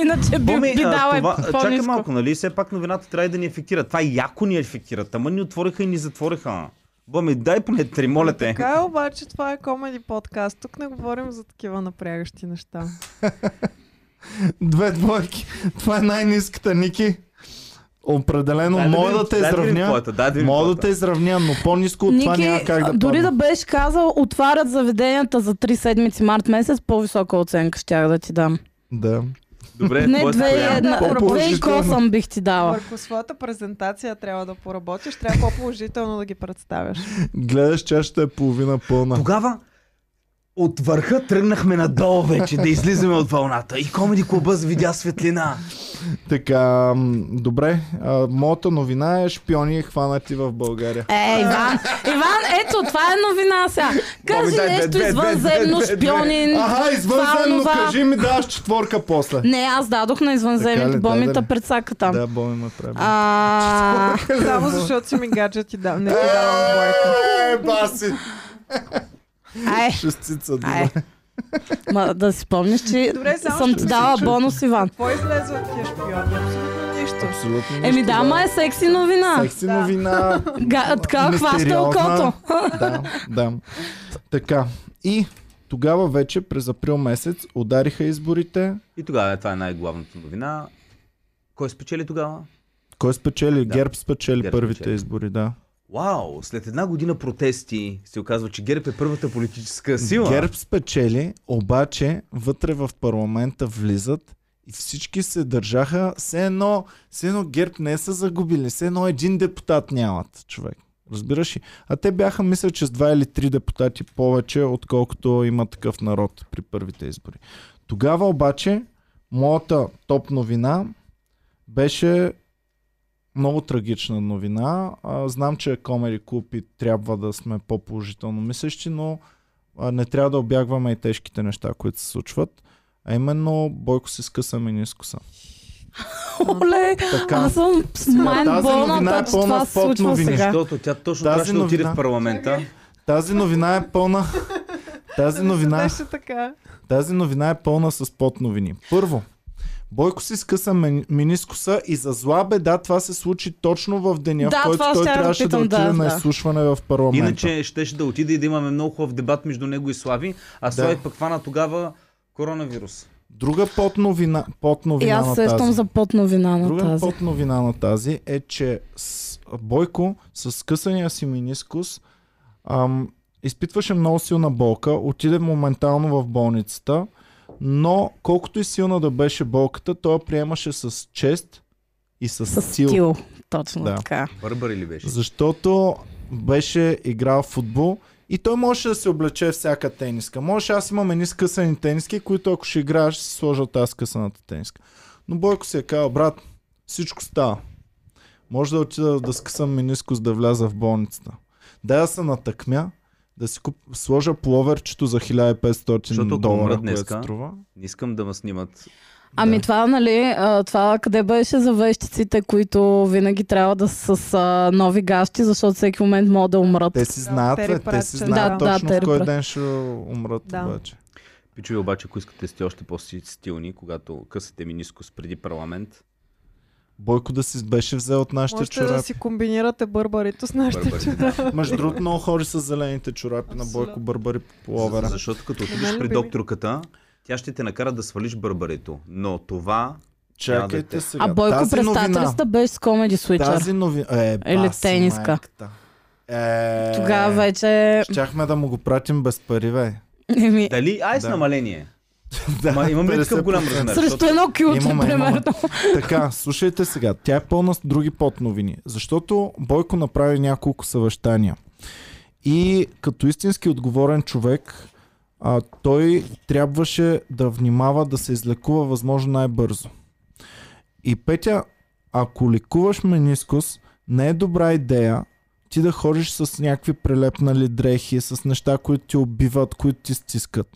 Speaker 3: Иначе би,
Speaker 2: Боми,
Speaker 3: би
Speaker 2: а,
Speaker 3: дала
Speaker 2: това,
Speaker 3: и
Speaker 2: чакай
Speaker 3: по-низко.
Speaker 2: малко, нали? Все пак новината трябва и да ни ефектира. Това яко ни ефектира. Ама ни отвориха и ни затвориха. Боми, дай поне три, моля те.
Speaker 4: Така е, обаче това е комеди подкаст. Тук не говорим за такива напрягащи неща.
Speaker 1: Боми. Две двойки. Това е най-низката, Ники. Определено
Speaker 2: Дай да
Speaker 1: мога
Speaker 2: видим-
Speaker 1: да те
Speaker 2: дай да видим
Speaker 1: изравня.
Speaker 2: твоята, дай да видим е
Speaker 1: Мога да
Speaker 2: твоята.
Speaker 1: те изравня, но по-низко от това
Speaker 3: Ники,
Speaker 1: няма как да
Speaker 3: дори
Speaker 1: падна.
Speaker 3: да беше казал, отварят заведенията за 3 седмици, март месец, по-висока оценка щях да ти дам.
Speaker 1: Да.
Speaker 2: Добре,
Speaker 3: Не,
Speaker 2: Е, твоята коя?
Speaker 3: 2 и
Speaker 1: По-положително.
Speaker 3: 8 бих ти дала.
Speaker 4: Върху своята презентация трябва да поработиш, трябва по-положително да ги представяш.
Speaker 1: Гледаш, чашата е половина пълна.
Speaker 2: Тогава от върха тръгнахме надолу вече, да излизаме от вълната. И Комеди клуба видя светлина.
Speaker 1: Така, м, добре. А, моята новина е шпиони хванати в България.
Speaker 3: Е, Иван, Иван, ето, това е новина сега. Кажи
Speaker 2: дай две,
Speaker 3: нещо
Speaker 2: две, две,
Speaker 3: извънземно,
Speaker 2: две, две, две.
Speaker 3: шпионин,
Speaker 1: Аха, извънземно,
Speaker 3: това, онова.
Speaker 1: кажи ми, даваш четворка после.
Speaker 3: Не, аз дадох на
Speaker 1: Така
Speaker 3: извънземните
Speaker 1: ли, даде
Speaker 3: бомита
Speaker 1: ли?
Speaker 3: пред сака там.
Speaker 1: Да, Боми ме прави.
Speaker 3: А,
Speaker 4: Само защото си ми гаджет и дам, не ти давам двойка.
Speaker 1: Е, баси!
Speaker 3: ай,
Speaker 1: Шестица,
Speaker 3: ай.
Speaker 1: добре.
Speaker 3: Е. Ма, да си спомниш, че
Speaker 4: Добре, само
Speaker 3: съм
Speaker 4: ще
Speaker 3: ти дала бонус, Иван.
Speaker 4: Какво излезе от тия шпиони? Абсолютно нищо.
Speaker 1: Абсолютно.
Speaker 3: Еми
Speaker 1: нищо,
Speaker 3: да, ма е секси новина.
Speaker 1: Секси новина.
Speaker 3: Га, така хваща
Speaker 1: мистериозна.
Speaker 3: окото.
Speaker 1: Да, да. Така. И тогава вече през април месец удариха изборите.
Speaker 2: И тогава това е най-главната новина. Кой спечели тогава?
Speaker 1: Кой спечели?
Speaker 2: Да.
Speaker 1: Герб спечели
Speaker 2: Герб
Speaker 1: първите
Speaker 2: спечели.
Speaker 1: избори, да.
Speaker 2: Вау, след една година протести се оказва, че ГЕРБ е първата политическа сила.
Speaker 1: Герб спечели, обаче вътре в парламента влизат и всички се държаха, все едно, все едно ГЕРБ не са загубили, все едно един депутат нямат, човек. Разбираш ли? А те бяха, мисля, че с два или три депутати повече, отколкото има такъв народ при първите избори. Тогава обаче, моята топ новина беше много трагична новина. А, знам, че е Комери Клуб и трябва да сме по-положително мислещи, но а, не трябва да обягваме и тежките неща, които се случват. А именно Бойко си скъса менискуса.
Speaker 3: Оле,
Speaker 1: Така.
Speaker 3: аз съм с майн
Speaker 1: Тази новина е
Speaker 3: болната, че
Speaker 1: пълна
Speaker 3: това се
Speaker 1: спот
Speaker 3: случва
Speaker 1: новини.
Speaker 3: сега.
Speaker 2: Защото тя точно
Speaker 1: Тази
Speaker 2: трябваше да отиде
Speaker 1: новина-
Speaker 2: в парламента.
Speaker 1: Тази новина е пълна. Тази новина,
Speaker 4: Беше така.
Speaker 1: тази новина е пълна с под новини. Първо, Бойко си скъса мен- менискуса и за зла беда това се случи точно в деня,
Speaker 3: Да,
Speaker 1: в който
Speaker 3: това
Speaker 1: той
Speaker 3: щях да
Speaker 1: трябваше да,
Speaker 3: питам, да,
Speaker 1: отиде на
Speaker 3: да.
Speaker 1: изслушване в парламента.
Speaker 2: Иначе щеше да отиде и да имаме много хубав дебат между него и Слави, а Слави пък хвана тогава коронавирус.
Speaker 1: Друга под новина, под
Speaker 3: И
Speaker 1: новина
Speaker 3: Е, аз
Speaker 1: на тази.
Speaker 3: сещам за под новина на
Speaker 1: Друга е
Speaker 3: тази.
Speaker 1: под новина на тази е, че с Бойко с скъсания си минискус ам, изпитваше много силна болка, отиде моментално в болницата, но колкото и силна да беше болката, той я приемаше с чест и с,
Speaker 3: С
Speaker 1: сил.
Speaker 3: стил. Точно
Speaker 1: Да.
Speaker 3: така.
Speaker 2: Бърбър ли беше?
Speaker 1: Защото беше играл в футбол и той можеше да се облече всяка тениска. Може аз имам едни скъсани тениски, които ако ще играеш, ще си сложа тази скъсаната тениска. Но Бойко си е казал, брат, всичко става. Може да отида да скъсам менискус да вляза в болницата. Дай да се натъкмя, да си куп... сложа пловерчето за 1500
Speaker 2: Защото ако
Speaker 1: долара,
Speaker 2: умра
Speaker 1: което
Speaker 2: днеска-
Speaker 1: струва.
Speaker 2: Не искам да ме снимат.
Speaker 3: Ами това, нали, а, това къде беше за вещиците, които винаги трябва да са с а, нови гащи, защото всеки момент могат да умрат.
Speaker 1: Те си знаят,
Speaker 4: те
Speaker 1: бе, те
Speaker 4: репрат,
Speaker 1: си
Speaker 4: че-
Speaker 1: знаят
Speaker 3: Да, да,
Speaker 1: точно
Speaker 3: те
Speaker 1: в кой
Speaker 3: репрат.
Speaker 1: ден ще умрат
Speaker 4: Да.
Speaker 1: обаче.
Speaker 2: Пичове обаче, ако искате сте още по-стилни, когато късате минискус преди парламент,
Speaker 1: Бойко да си беше взел от нашите
Speaker 4: Можете да
Speaker 1: чорапи.
Speaker 4: си комбинирате бърбарито с нашите
Speaker 2: Бърбарите, да.
Speaker 4: чуда.
Speaker 1: Между другото, много хора са зелените чорапи на Бойко
Speaker 4: Абсолютно.
Speaker 1: Бърбари по пловера.
Speaker 2: защото като
Speaker 4: мен
Speaker 2: отидеш при
Speaker 4: любими.
Speaker 2: докторката, тя ще те накара да свалиш бърбарето. Но това
Speaker 1: Чакайте сега.
Speaker 3: А Бойко
Speaker 1: тази
Speaker 3: през
Speaker 1: новина,
Speaker 3: театралиста беше с Comedy Switcher.
Speaker 1: Тази новина... Е,
Speaker 3: Или
Speaker 1: баси,
Speaker 3: тениска.
Speaker 1: майката. Е,
Speaker 3: Тогава е- вече...
Speaker 1: Щяхме да му го пратим без пари, бе.
Speaker 3: Еми,
Speaker 2: Дали? Ай с
Speaker 1: Да.
Speaker 2: намаление.
Speaker 1: Да,
Speaker 2: Ма имам ли такъв
Speaker 1: 50%.
Speaker 2: голям размер?
Speaker 3: срещу
Speaker 2: Защото-
Speaker 3: едно кюлче,
Speaker 1: Имаме,
Speaker 3: примерно.
Speaker 1: Така, слушайте сега. Тя е пълна с други подновини. Защото Бойко направи няколко съвещания. И като истински отговорен човек, а, той трябваше да внимава да се излекува възможно най-бързо. И Петя, ако лекуваш менискус, не е добра идея ти да ходиш с някакви прелепнали дрехи, с неща, които ти убиват, които ти стискат.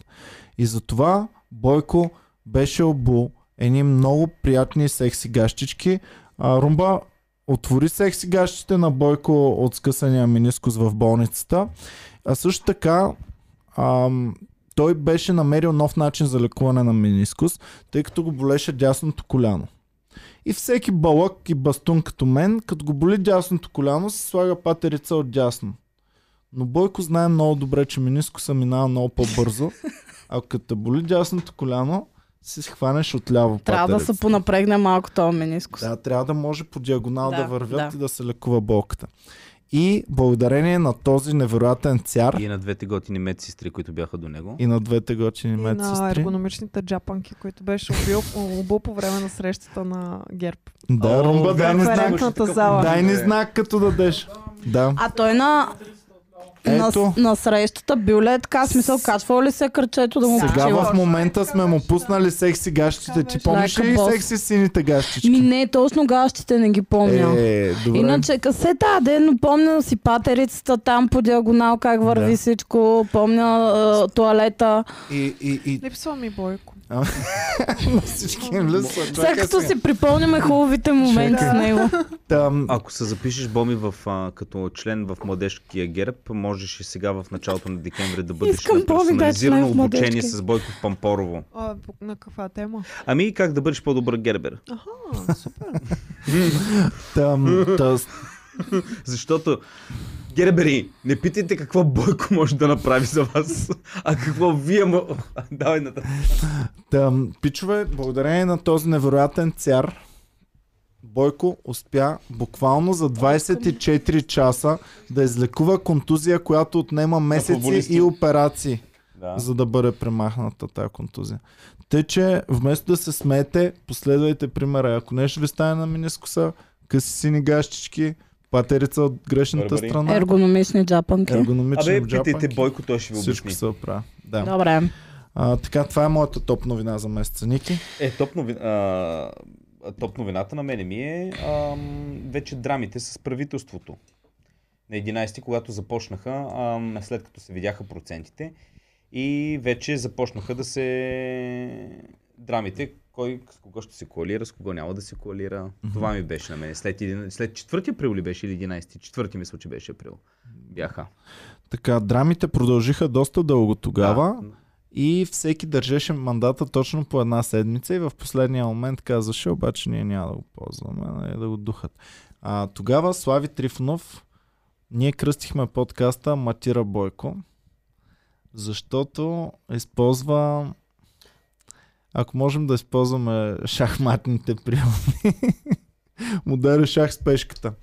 Speaker 1: И затова Бойко беше обул едни много приятни секси гащички. А, Румба отвори секси гащите на Бойко от скъсания менискус в болницата. А също така ам, той беше намерил нов начин за лекуване на менискус, тъй като го болеше дясното коляно. И всеки бълък и бастун като мен, като го боли дясното коляно, се слага патерица от дясно. Но Бойко знае много добре, че менискуса минава много по-бързо. Ако като те боли дясното коляно, се схванеш от ляво
Speaker 3: Трябва да се понапрегне малко този менискус.
Speaker 1: да, трябва да може по диагонал да, да
Speaker 3: Да,
Speaker 1: вървят
Speaker 3: да.
Speaker 1: да. и да се лекува болката. И благодарение на този невероятен цяр и,
Speaker 2: И на двете готини медсестри, които бяха до него.
Speaker 1: и на двете готини
Speaker 4: И на
Speaker 1: медсестри.
Speaker 4: ергономичните джапанки, които беше убил, убил по време на срещата на ГЕРБ.
Speaker 1: Да,
Speaker 2: О,
Speaker 1: Румба, дай ни знак.
Speaker 4: Референтната зала.
Speaker 1: Дай ни знак, като дадеш. Да.
Speaker 3: А той на... На,
Speaker 1: Ето.
Speaker 3: на срещата бил ли е така, в смисъл, качвало ли се кръчето да му
Speaker 1: Сега
Speaker 3: почива?
Speaker 1: в момента сме му пуснали секси гащите. Ти помниш ли
Speaker 3: Лайка бос.
Speaker 1: секси сините
Speaker 3: Ми
Speaker 1: гащички?
Speaker 3: не, точно гащите не ги помня.
Speaker 1: Е, добре.
Speaker 3: Иначе касета, да, но помня си патерицата там по диагонал, как върви
Speaker 1: Да.
Speaker 3: да. всичко, помня а, туалета.
Speaker 1: И, и, и
Speaker 4: Липсва ми Бойко.
Speaker 1: на всички им ли са?
Speaker 3: Сега
Speaker 1: Чакай
Speaker 3: като
Speaker 1: сега.
Speaker 3: си припомняме хубавите моменти с него.
Speaker 1: Там,
Speaker 2: Ако се запишеш, Боми, в, а, като член в младежкия герб, можеш и сега в началото на декември да бъдеш
Speaker 3: Искам
Speaker 2: на
Speaker 3: Боми да е член в
Speaker 2: персонализирано обучение
Speaker 3: младежкия.
Speaker 2: с Бойко Пампорово.
Speaker 4: А, по- на каква тема?
Speaker 2: Ами как да бъдеш по-добър гербер?
Speaker 4: Аха, супер.
Speaker 1: там, та,
Speaker 2: Защото гербери, не питайте какво Бойко може да направи за вас, а какво вие му... А, Давай нататък.
Speaker 1: Та, пичове, благодарение на този невероятен цяр, Бойко успя буквално за 24 часа да излекува контузия, която отнема месеци
Speaker 2: футболисти.
Speaker 1: и операции,
Speaker 2: Да.
Speaker 1: за да бъде премахната тази контузия. Тъй, че вместо да се смеете, последвайте примера. Ако нещо ви стане на минискуса, къси сини гащички, патерица от грешната
Speaker 2: Барбари.
Speaker 1: страна,
Speaker 3: Ергономични джапанки.
Speaker 1: ергономични
Speaker 2: Абе,
Speaker 1: джапанки,
Speaker 2: питайте Бойко, той ще ви
Speaker 1: всичко
Speaker 2: обясни.
Speaker 1: се оправя. Да.
Speaker 3: Добре.
Speaker 1: А, така, това е моята топ новина за месеца, Ники.
Speaker 2: Е, топ, нови... а... топ новината на мене ми е ам... вече драмите с правителството. На 11-ти, когато започнаха, ам... след като се видяха процентите и вече започнаха да се драмите, кой с кого ще се коалира, с кого няма да се коалира. Това ми беше на мен. След, 11... след 4 април ли беше или 11? 4 мисля, че беше април. Бяха.
Speaker 1: Така, драмите продължиха доста дълго тогава да.
Speaker 2: Да.
Speaker 1: и всеки държеше мандата точно по една седмица и в последния момент казваше, обаче ние няма да го ползваме, нали, да го духат. А, тогава Слави Трифонов, ние кръстихме подкаста Матира Бойко, защото използва... Ако можем да използваме шахматните приеми, му даря шах с пешката.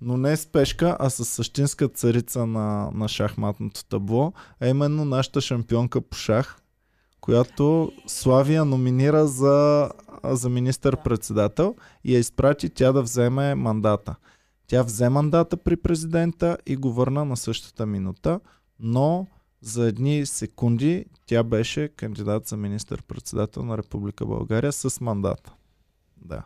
Speaker 1: Но не с пешка, а с същинска царица на, на шахматното табло, а именно нашата шампионка по шах, която Славия номинира за, за министър-председател и я изпрати тя да вземе мандата. Тя взе мандата при президента и го върна на същата минута, но за едни секунди тя беше кандидат за министър-председател на Република България с мандата. Да.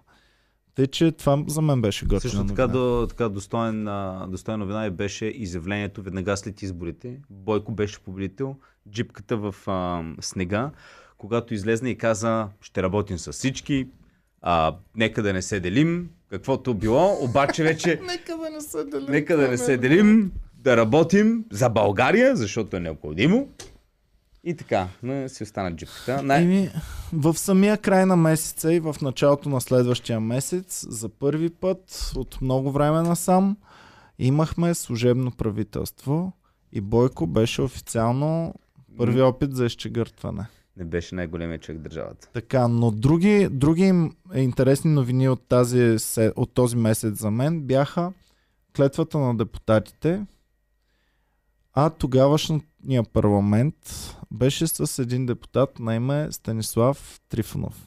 Speaker 1: Тъй, че това за мен беше готино.
Speaker 2: Също така, до, така достоен, а, достойна новина и беше изявлението веднага след изборите. Бойко беше победител, джипката в а, снега, когато излезна и каза, ще работим с всички, а, нека да не се делим, каквото било, обаче вече
Speaker 1: Нека да не се делим. е
Speaker 2: нека да не се делим, да работим за България, защото е необходимо. И така, но си останат джипката. Най-
Speaker 1: Еми, в самия край на месеца и в началото на следващия месец, за първи път от много време насам, имахме служебно правителство и Бойко беше официално първи опит за изчегъртване.
Speaker 2: Не беше най-големия човек в държавата.
Speaker 1: Така, но други, други им интересни новини от, тази, се- от този месец за мен бяха клетвата на депутатите, а тогавашния парламент беше с един депутат на име Станислав Трифонов.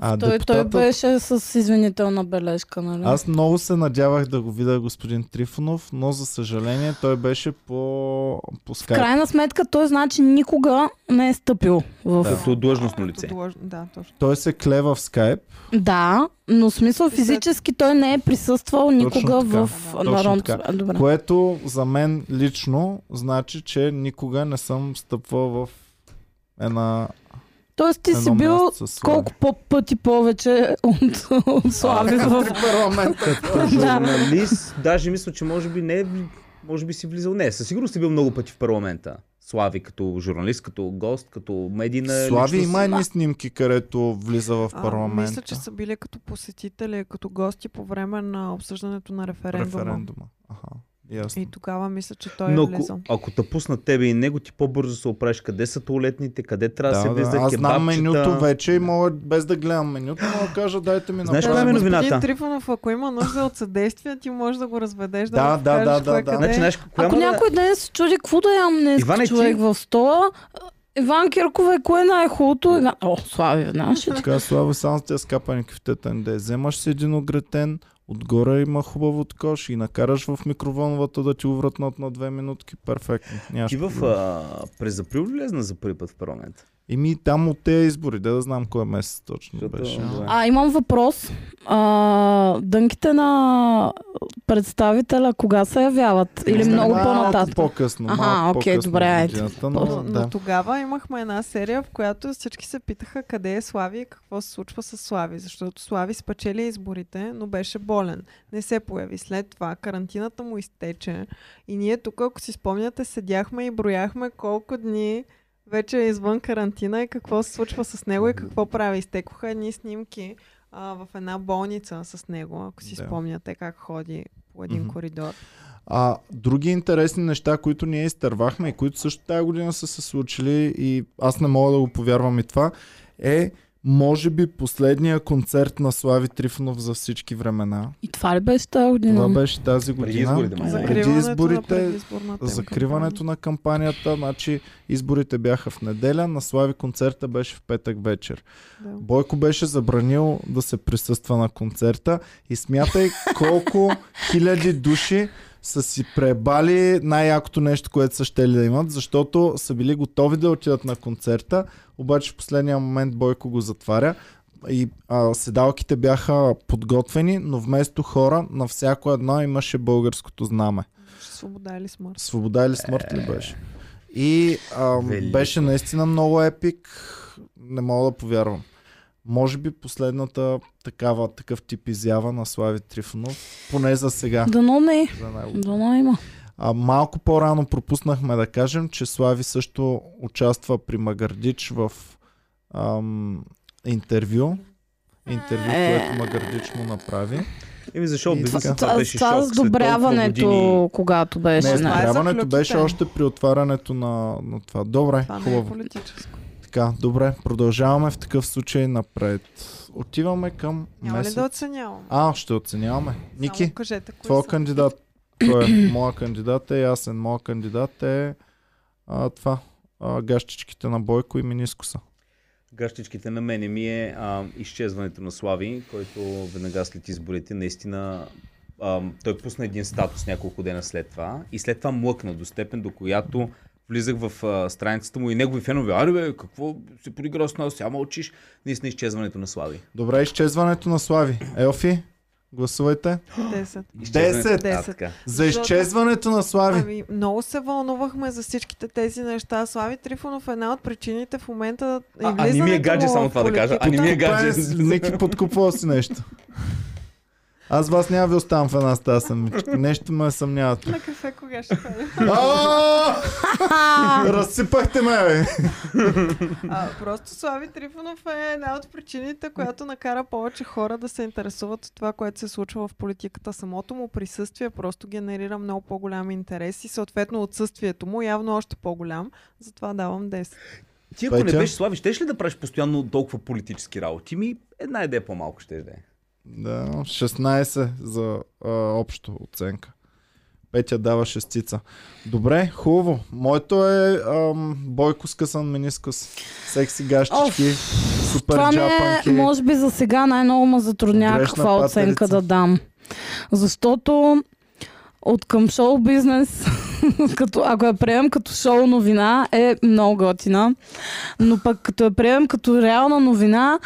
Speaker 1: А
Speaker 3: А, той, той
Speaker 1: депутата-
Speaker 3: беше с извинителна бележка, нали?
Speaker 1: Аз много се надявах да го видя господин Трифонов, но за съжаление той беше по, по
Speaker 3: В
Speaker 1: скайп.
Speaker 3: крайна сметка той значи никога не е стъпил в... Да,
Speaker 2: Като длъжностно лице.
Speaker 4: Като длъж- Да, точно.
Speaker 1: Той се клева в скайп.
Speaker 3: да но в смисъл физически той не е присъствал никога
Speaker 1: така.
Speaker 3: в
Speaker 1: Точно
Speaker 3: Народното
Speaker 1: така.
Speaker 3: събрание. Добре.
Speaker 1: Което за мен лично значи, че никога не съм стъпвал в една...
Speaker 3: Тоест ти
Speaker 1: едно
Speaker 3: си бил
Speaker 1: място с
Speaker 3: колко по-пъти повече от, от Слави в...
Speaker 1: парламента.
Speaker 2: Като
Speaker 3: Да.
Speaker 2: журналист, даже мисля, че може би не е вли- може би си влизал. Не, със сигурност си бил много пъти в парламента. Слави като журналист, като гост, като медийна
Speaker 1: Слави
Speaker 2: личност.
Speaker 1: има едни снимки, където влиза в
Speaker 4: А,
Speaker 1: парламента.
Speaker 4: мисля, че са били като посетители, като гости по време на обсъждането на референдума.
Speaker 1: референдума. Аха, ясно.
Speaker 4: И тогава мисля, че той
Speaker 2: Но
Speaker 4: е
Speaker 2: ако,
Speaker 4: влизал.
Speaker 2: ако те пуснат тебе и него, ти по-бързо се оправиш къде са туалетните, къде трябва да, се влиза,
Speaker 1: аз знам
Speaker 2: кебабчета.
Speaker 1: менюто вече и мога, без да гледам менюто, мога да кажа, дайте ми
Speaker 2: Знаеш
Speaker 1: направо
Speaker 2: коя ми е
Speaker 1: меню.
Speaker 2: новината?
Speaker 4: Господин Трифонов, ако има нужда от съдействие, ти можеш да го разведеш, да,
Speaker 1: Да,
Speaker 4: му
Speaker 1: да,
Speaker 4: покажеш
Speaker 1: да, да,
Speaker 4: кой
Speaker 1: да.
Speaker 4: къде е.
Speaker 2: Значи, знаеш, коя
Speaker 3: Ако
Speaker 2: му е-
Speaker 3: някой ден се чуди, какво да ям днес
Speaker 2: Иване,
Speaker 3: Иване,
Speaker 2: ти-
Speaker 3: човек в стола, Иван Киркове, кое е най-хубавото? Иван... О, Слави, знаеш ли?
Speaker 1: Така, Слави, само с тези скапани кафетета не да я вземаш си един огретен, отгоре има хубаво кош и накараш в микроволновата да ти увратнат на две минутки. Перфектно. Нямаш
Speaker 2: Ти в,
Speaker 1: проблем.
Speaker 2: а, през април ли влезна за първи път в парламента.
Speaker 1: Еми там от тези избори, да да знам кой месец точно
Speaker 2: Защото-
Speaker 1: беше.
Speaker 2: Да.
Speaker 3: А, имам въпрос. А, дънките на представителя кога се явяват? Или много
Speaker 1: Малко
Speaker 3: по-нататък?
Speaker 1: По-късно.
Speaker 3: Аха,
Speaker 1: малко
Speaker 3: окей,
Speaker 1: по-късно
Speaker 3: добре,
Speaker 1: в
Speaker 3: айде.
Speaker 1: годината,
Speaker 4: Но,
Speaker 1: но,
Speaker 4: но
Speaker 1: да.
Speaker 4: тогава имахме една серия, в която всички се питаха къде е Слави и какво се случва с Слави, защото Слави спечели изборите, но беше болен. Не се появи. След това карантината му изтече и ние тук, ако си спомняте, седяхме и брояхме колко дни вече е извън карантина и какво се случва с него и какво прави. Изтекоха едни снимки а, в една болница с него, ако си
Speaker 1: Да.
Speaker 4: спомняте как ходи по един
Speaker 1: Мгм.
Speaker 4: коридор.
Speaker 1: А, други интересни неща, които ние изтървахме и които също тази година са се случили и аз не мога да го повярвам и това, е може би последния концерт на Слави Трифонов за всички времена.
Speaker 3: И това ли беше тази година?
Speaker 1: Това беше тази
Speaker 2: Преди
Speaker 1: година.
Speaker 2: изборите, май.
Speaker 3: Закриването
Speaker 1: Преди
Speaker 4: на
Speaker 1: изборите,
Speaker 4: предизборната им
Speaker 1: закриването на кампанията, значи изборите бяха в неделя, на Слави концерта беше в петък вечер.
Speaker 4: кампания. Да.
Speaker 1: Бойко беше забранил да се присъства на концерта и смятай колко хиляди души са си пребали най-якото нещо, което са щели да имат, защото са били готови да отидат на концерта, обаче в последния момент Бойко го затваря и а, седалките бяха подготвени, но вместо хора на всяко едно имаше българското знаме.
Speaker 4: Свобода или смърт.
Speaker 1: Свобода или смърт ли беше? И а,
Speaker 2: велико.
Speaker 1: беше наистина много епик. Не мога да повярвам. Може би последната такава, такъв тип изява на Слави Трифонов, поне за сега.
Speaker 3: Дано не е.
Speaker 1: За него.
Speaker 3: Дано има.
Speaker 1: А, малко по-рано пропуснахме да кажем, че Слави също участва при Магардич в ам, интервю. Интервю,
Speaker 3: Е.
Speaker 1: което Магардич му направи.
Speaker 2: Еми защо
Speaker 1: И
Speaker 2: бизнес
Speaker 1: така.
Speaker 2: това
Speaker 3: Това,
Speaker 2: беше
Speaker 3: това
Speaker 2: шок
Speaker 3: с
Speaker 2: след толкова години.
Speaker 3: добряването, когато беше.
Speaker 1: Не,
Speaker 4: това е за
Speaker 1: знаряването
Speaker 4: ключите.
Speaker 1: беше още при отварянето на, на това. Добре,
Speaker 4: Това не е
Speaker 1: хубаво.
Speaker 4: политическо.
Speaker 1: Така, добре, продължаваме в такъв случай напред. Отиваме към
Speaker 4: Няма ли
Speaker 1: месец.
Speaker 4: да оценявам?
Speaker 1: А, ще оценяваме. Ники,
Speaker 4: Само кажете, кои
Speaker 1: твой
Speaker 4: са.
Speaker 1: кандидат. Кой е? Моя кандидат е ясен. Моя кандидат е а, това. А, гащичките на Бойко и Минискуса.
Speaker 2: Гащичките на мене ми е а, изчезването на Слави, който веднага след изборите наистина а, той пусна един статус няколко дена след това и след това млъкна до степен, до която влизах в а, страницата му и негови фенове, аре бе, какво се подигра с нас, сега мълчиш, наистина изчезването на Слави.
Speaker 1: Добре, изчезването на Слави. Елфи, Гласувайте.
Speaker 4: 10.
Speaker 1: Десет.
Speaker 2: е
Speaker 4: Десет.
Speaker 10: А, така.
Speaker 1: За
Speaker 4: Защото-
Speaker 1: изчезването на Слави.
Speaker 4: Ами, много се вълнувахме за всичките тези неща. Слави Трифонов е една от причините в момента и
Speaker 10: А- а не ми е гадже,
Speaker 4: влизането му
Speaker 10: само
Speaker 4: в
Speaker 10: това да кажа. А не ми е гадже.
Speaker 1: Ники подкупва си нещо. Аз вас няма ви оставам в една стая съм. Нещо ме съмняват.
Speaker 4: На кафе кога ще ходим?
Speaker 1: А! Разсипахте ме, бе.
Speaker 4: А, просто Слави Трифонов е една от причините, която накара повече хора да се интересуват от това, което се случва в политиката. Самото му присъствие просто генерира много по-голям интерес и съответно отсъствието му явно още по-голям. Затова давам 10.
Speaker 2: Ти ако не
Speaker 1: Петя?
Speaker 2: беше Слави, щеш ли да правиш постоянно толкова политически работи? Ми една идея по-малко ще да е.
Speaker 1: Да, 16 за а, общо оценка. Петя дава шестица. Добре, хубаво. Моето е ам, бойко скъсан менискус. Секси гащички, супер
Speaker 3: Това ми
Speaker 1: джапанки.
Speaker 3: е, може би за сега най-много ме затруднява
Speaker 1: Грешна
Speaker 3: каква оценка
Speaker 1: патерица.
Speaker 3: да дам. Защото от към шоу бизнес, като, ако я приемем като шоу новина, е много готина. Но пък като я приемем като реална новина,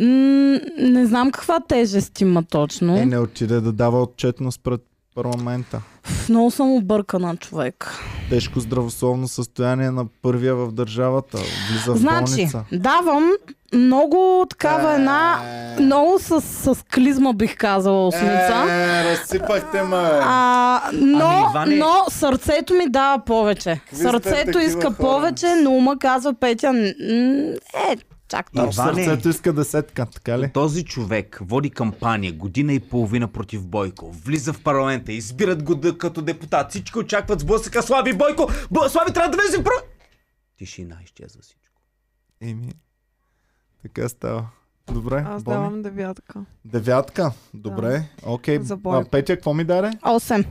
Speaker 3: м- не знам каква тежест има точно.
Speaker 1: Е, не отиде да дава отчетност пред парламента.
Speaker 3: Пф, Много съм объркана човек.
Speaker 1: Тежко здравословно състояние на първия в държавата. Влиза в
Speaker 3: Значи,
Speaker 1: болница. Е.
Speaker 3: давам много такава една, много с, с клизма бих казала осмица.
Speaker 1: Е, разсипахте ме.
Speaker 3: А, но,
Speaker 2: Ами, Иване-
Speaker 3: но сърцето ми дава повече.
Speaker 1: сте
Speaker 3: сърцето
Speaker 1: такива
Speaker 3: иска
Speaker 1: хора?
Speaker 3: повече, но ума казва Петя, м, е, чак
Speaker 1: Но в
Speaker 3: толкова.
Speaker 2: Иване.
Speaker 1: сърцето иска десетка, така ли?
Speaker 2: Този човек води кампания година и половина против Бойко. Влиза в парламента, избират го да- като депутат. Всички очакват сблъсъка Слави Бойко. Бо, Слави трябва да влезе в про... Тишина, изчезва всичко.
Speaker 1: Еми, така става.
Speaker 10: Е,
Speaker 1: Добре,
Speaker 4: Аз
Speaker 1: Боми.
Speaker 4: давам девятка.
Speaker 1: Девятка. Добре. Окей.
Speaker 4: За
Speaker 1: А,
Speaker 4: Бойко.
Speaker 1: Петя, какво ми даде?
Speaker 3: 8.
Speaker 4: Осем.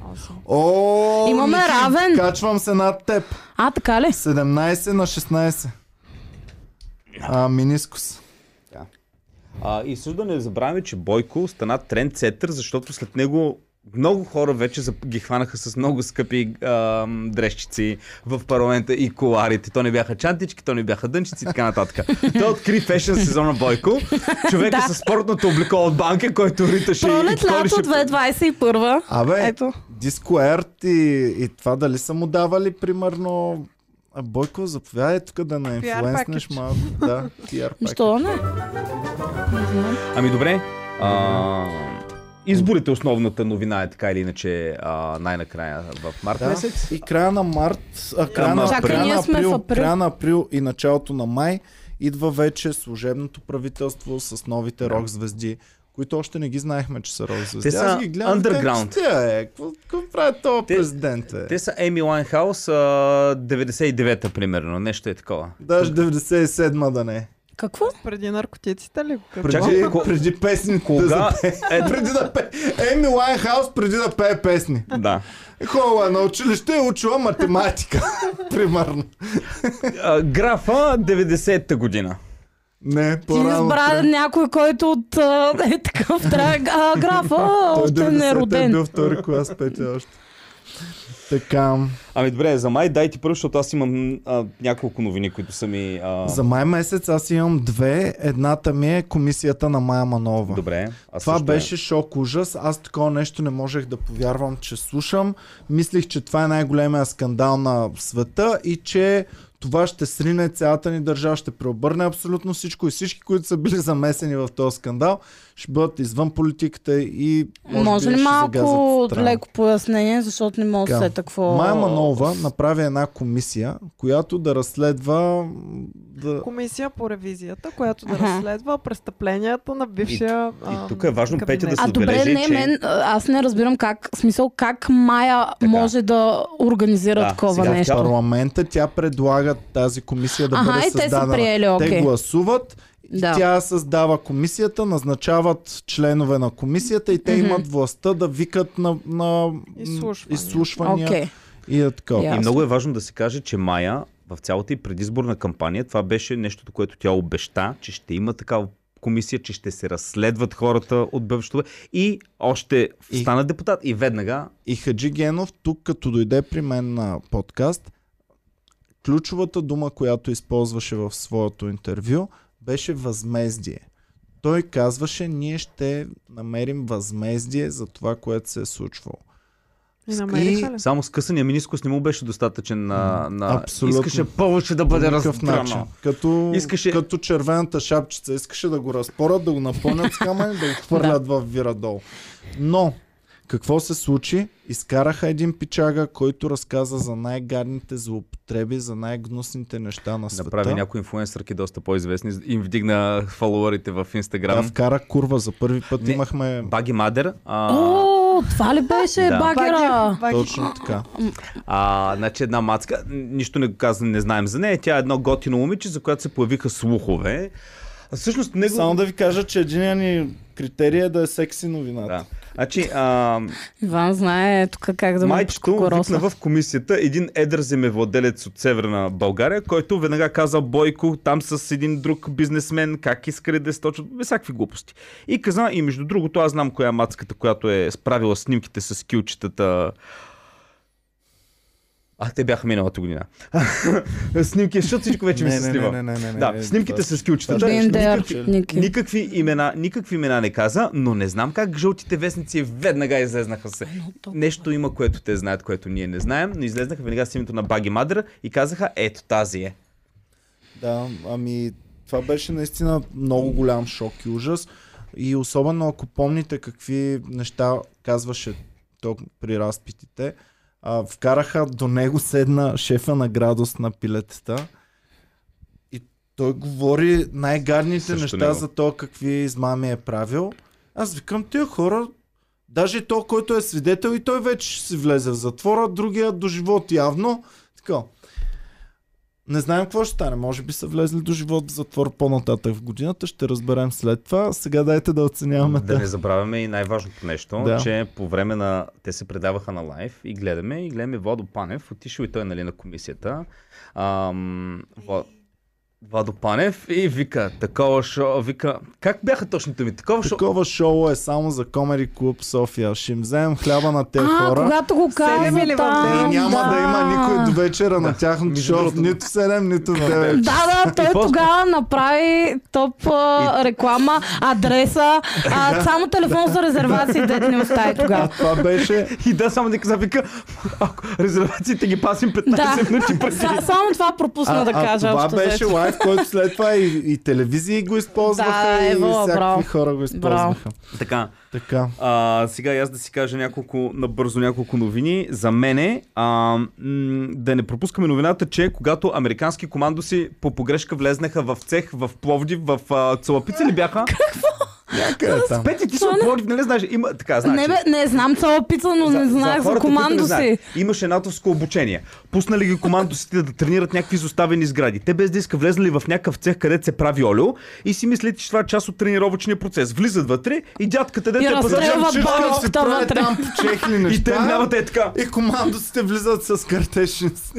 Speaker 1: О,
Speaker 3: Имаме
Speaker 1: Ники,
Speaker 3: равен.
Speaker 1: Качвам се над теб.
Speaker 3: А, така ли?
Speaker 1: 17 на 16. А, минискус.
Speaker 2: А, и също да не забравяме, че Бойко стана трендсетър, защото след него много хора вече зап- ги хванаха с много скъпи а, дрещици в парламента и коларите. То не бяха чантички, то не бяха дънчици и така нататък. Той откри фешен сезона Бойко. Човека
Speaker 3: Да.
Speaker 2: с спортното облекло от банка, който риташе и
Speaker 3: Пролет, лято
Speaker 2: колеше.
Speaker 3: 2021.
Speaker 1: Абе,
Speaker 3: Ето.
Speaker 1: Диско Ерт и, и това дали са му давали, примерно... А, Бойко, заповядай тук да не инфлуенснеш
Speaker 4: пакет.
Speaker 1: малко. Да, PR пакет.
Speaker 3: Що не? Не знам.
Speaker 2: Ами добре. А, изборите основната новина е така или иначе а, най-накрая в март
Speaker 1: Да.
Speaker 2: месец.
Speaker 1: И края на март, а, края, на,
Speaker 2: Чакай,
Speaker 1: края,
Speaker 3: ние
Speaker 1: на
Speaker 3: сме в
Speaker 1: април,
Speaker 3: април.
Speaker 1: края на април и началото на май идва вече служебното правителство с новите рок звезди, които още не ги знаехме, че са рок звезди.
Speaker 2: Те
Speaker 1: Аз
Speaker 2: са
Speaker 1: ги гледам. и викам,
Speaker 2: underground.
Speaker 1: «Че Тя е, какво, какво прави този
Speaker 2: Те-
Speaker 1: президент? Е?
Speaker 2: Те са Amy Winehouse а, 99-та примерно, нещо е такова.
Speaker 1: Даже 97-ма да не. е.
Speaker 3: Какво?
Speaker 4: Преди наркотиците ли? Какво?
Speaker 2: Чакай,
Speaker 1: Преди,
Speaker 2: ко-
Speaker 1: преди песните
Speaker 2: Кога?
Speaker 1: да пее.
Speaker 2: Е,
Speaker 1: Преди да пее. Еми Лайнхаус преди да пее песни.
Speaker 2: да.
Speaker 1: Хубава на училище е учила математика. Примерно.
Speaker 2: А, графа 90-та година.
Speaker 1: Не,
Speaker 3: Ти
Speaker 1: по-рано.
Speaker 3: избра някой, който от а, е такъв траг, а, графа
Speaker 1: Той
Speaker 3: още не
Speaker 1: 90-та
Speaker 3: е
Speaker 1: е
Speaker 3: роден.
Speaker 1: бил втори клас, петя още. Така.
Speaker 2: Ами добре, за май дайте първо, защото аз имам а, няколко новини, които са ми... А...
Speaker 1: За май месец аз имам две. Едната ми е комисията на Майя Манова.
Speaker 2: Добре. Аз
Speaker 1: Това
Speaker 2: също
Speaker 1: беше шок ужас. Аз такова нещо не можех да повярвам, че слушам. Мислих, че това е най-големия скандал на света и че това ще срине цялата ни държава, ще преобърне абсолютно всичко и всички, които са били замесени в този скандал, ще бъдат извън политиката и може,
Speaker 3: Може
Speaker 1: би
Speaker 3: ли
Speaker 1: ще
Speaker 3: малко
Speaker 1: загазят страна.
Speaker 3: леко пояснение, защото не мога
Speaker 1: Така.
Speaker 3: да се е какво...
Speaker 1: Майя Манова направи една комисия, която да разследва м, да,
Speaker 4: Комисия по ревизията, която да
Speaker 3: Аха.
Speaker 4: разследва престъпленията на бившия
Speaker 2: и тук е важно
Speaker 4: ам,
Speaker 2: Петя да
Speaker 4: кабинет.
Speaker 2: се
Speaker 3: А добре,
Speaker 2: отбележи,
Speaker 3: не,
Speaker 2: че-
Speaker 3: мен, а, аз не разбирам как, в смисъл, как Майя може да организира
Speaker 2: Да,
Speaker 3: такова
Speaker 2: сега
Speaker 3: нещо.
Speaker 2: тя-
Speaker 1: парламента, тя предлага тази комисия да
Speaker 3: Аха,
Speaker 1: бъде
Speaker 3: и те са
Speaker 1: създадена.
Speaker 3: приели,
Speaker 1: Те
Speaker 3: окей.
Speaker 1: гласуват, да.
Speaker 3: Да.
Speaker 1: тя създава комисията, назначават членове на комисията и те
Speaker 3: Мгм.
Speaker 1: имат властта да викат на, на
Speaker 4: Изслушвания.
Speaker 1: изслушвания
Speaker 3: Окей.
Speaker 1: и е така.
Speaker 3: Я.
Speaker 2: И
Speaker 3: Ясно.
Speaker 2: много е важно да се каже, че Майя в цялата и предизборна кампания, това беше нещото, което тя обеща, че ще има такава комисия, че ще се разследват хората от бившото и още
Speaker 1: И-
Speaker 2: стана депутат и веднага
Speaker 1: И Хаджи Генов тук, като дойде при мен на подкаст, ключовата дума, която използваше в своето интервю, беше възмездие. Той казваше, ние ще намерим възмездие за това, което се е случвало.
Speaker 4: И намериха ли?
Speaker 2: Само скъсания минискус не му беше достатъчен на... на...
Speaker 1: Абсолютно.
Speaker 2: Искаше повече да
Speaker 1: По
Speaker 2: бъде
Speaker 1: никакъв начин.
Speaker 2: раздрано.
Speaker 1: Като,
Speaker 2: Искаше-
Speaker 1: като червената шапчица. Искаше да го разпорят, да го напълнят с камъни, да го хвърлят в Вирадол. Но, какво се случи? Изкараха един пичага, който разказа за най-гадните злоупотреби, за най-гнусните неща на света.
Speaker 2: Направи някои инфуенсърки доста по-известни. Им вдигна фолуарите в
Speaker 1: Да,
Speaker 2: Инстаграм.
Speaker 1: вкара курва. За първи път
Speaker 2: Не.
Speaker 1: имахме...
Speaker 2: Баги Мадер. А,
Speaker 3: О, това ли беше
Speaker 2: Да.
Speaker 3: багера?
Speaker 1: Точно така.
Speaker 2: а, значи една мацка, нищо не каза, не знаем за нея. Тя е едно готино момиче, за която се появиха слухове. А всъщност него...
Speaker 1: Само да ви кажа, че един ни критерий е да е секси новината.
Speaker 2: Да. Значи, а,
Speaker 3: Иван знае тук как да му
Speaker 2: майчето
Speaker 3: подкокоросна.
Speaker 2: викна в комисията един едър земевладелец от Северна България, който веднага каза Бойко там с един друг бизнесмен, как искали да сточат, без всякакви глупости. И каза, и между другото, аз знам коя е мацката, която е справила снимките с килчетата а, те бяха миналата година. Снимки, защото всичко вече Е, ми
Speaker 1: Не,
Speaker 2: се
Speaker 1: не,
Speaker 2: слива.
Speaker 1: не, не, не, не, не, е
Speaker 2: да, снимките
Speaker 1: да.
Speaker 2: с килчетата.
Speaker 3: Бендер,
Speaker 2: Никакви-
Speaker 3: Ники.
Speaker 2: Никакви имена, никакви имена не каза, но не знам как жълтите вестници веднага излезнаха се. Нещо има, което те знаят, което ние не знаем, но излезнаха веднага с името на Баги Мадър и казаха, ето тази е.
Speaker 1: Да, ами това беше наистина много голям шок и ужас. И особено ако помните какви неща казваше то при разпитите, а, вкараха до него седна шефа на градус на пилетата. И той говори най-гадните
Speaker 2: Срещу
Speaker 1: неща
Speaker 2: него.
Speaker 1: за то какви измами е правил. Аз викам, тия хора, даже и то, който е свидетел, и той вече ще си влезе в затвора, другия до живот явно. Така. Не знаем какво ще стане. Може би са влезли до живот в затвор по-нататък в годината. Ще разберем след това. Сега дайте да оценяваме.
Speaker 2: Да не забравяме и най-важното нещо,
Speaker 1: Да.
Speaker 2: че по време на... Те се предаваха на лайв и гледаме, и гледаме Владо Панев, отишъл и той нали, на комисията. Ам... Вла- Владо Панев и вика, такова шо, вика, как бяха точните ми, такова шо,
Speaker 1: Такова шоу е само за Комери Клуб София. Ще им вземем хляба на те
Speaker 3: А,
Speaker 1: е хора.
Speaker 3: когато го каза
Speaker 4: или в
Speaker 3: там,
Speaker 4: девет?
Speaker 1: И няма да. има никой до вечера на тяхното
Speaker 2: Между
Speaker 1: шоу.
Speaker 2: другото-
Speaker 1: Нито в 7, нито в 9.
Speaker 3: Да, да, той
Speaker 2: после-
Speaker 3: тогава направи топ а, реклама, адреса, а, само телефон за резервации, дете не остави
Speaker 1: А
Speaker 3: тогава.
Speaker 1: това беше...
Speaker 2: И да, само нека завика, ако резервациите ги пасим 15
Speaker 3: Да.
Speaker 2: минути преди.
Speaker 3: Са, само това пропусна
Speaker 1: А,
Speaker 3: да
Speaker 1: а
Speaker 3: кажа.
Speaker 1: това
Speaker 3: общо
Speaker 1: беше
Speaker 3: взето.
Speaker 1: лайф, който след това и, и телевизии го използваха,
Speaker 3: Да,
Speaker 1: и
Speaker 3: ево,
Speaker 1: всякакви
Speaker 3: браво.
Speaker 1: хора го използваха.
Speaker 2: Така,
Speaker 1: Така.
Speaker 2: а, сега и аз да си кажа няколко, набързо няколко новини. За мене, а, м- да не пропускаме новината, че когато американски командоси по погрешка влезнаха в цех, в Пловдив, в а, Цалапица ли бяха?
Speaker 1: Някъде там.
Speaker 2: Пети, ти си от Пловдив, нали знаеш? Има, така, знаеш.
Speaker 3: Не, бе, не знам цяла пица, но не знаех за,
Speaker 2: хората, които не
Speaker 3: командо си.
Speaker 2: знаят. Имаше натовско обучение. Пуснали ги командосите да тренират някакви изоставени сгради. Те без диска влезнали в някакъв цех, където се прави олио и си мислят, че това е част от тренировъчния процес. Влизат вътре и дядката дете
Speaker 3: И
Speaker 2: е пазар.
Speaker 3: разстрелват
Speaker 1: Жълчичка си
Speaker 3: бабката
Speaker 1: прави
Speaker 3: вътре.
Speaker 1: там по чехли неща.
Speaker 2: И те минават е така.
Speaker 1: И командосите влизат с картешници.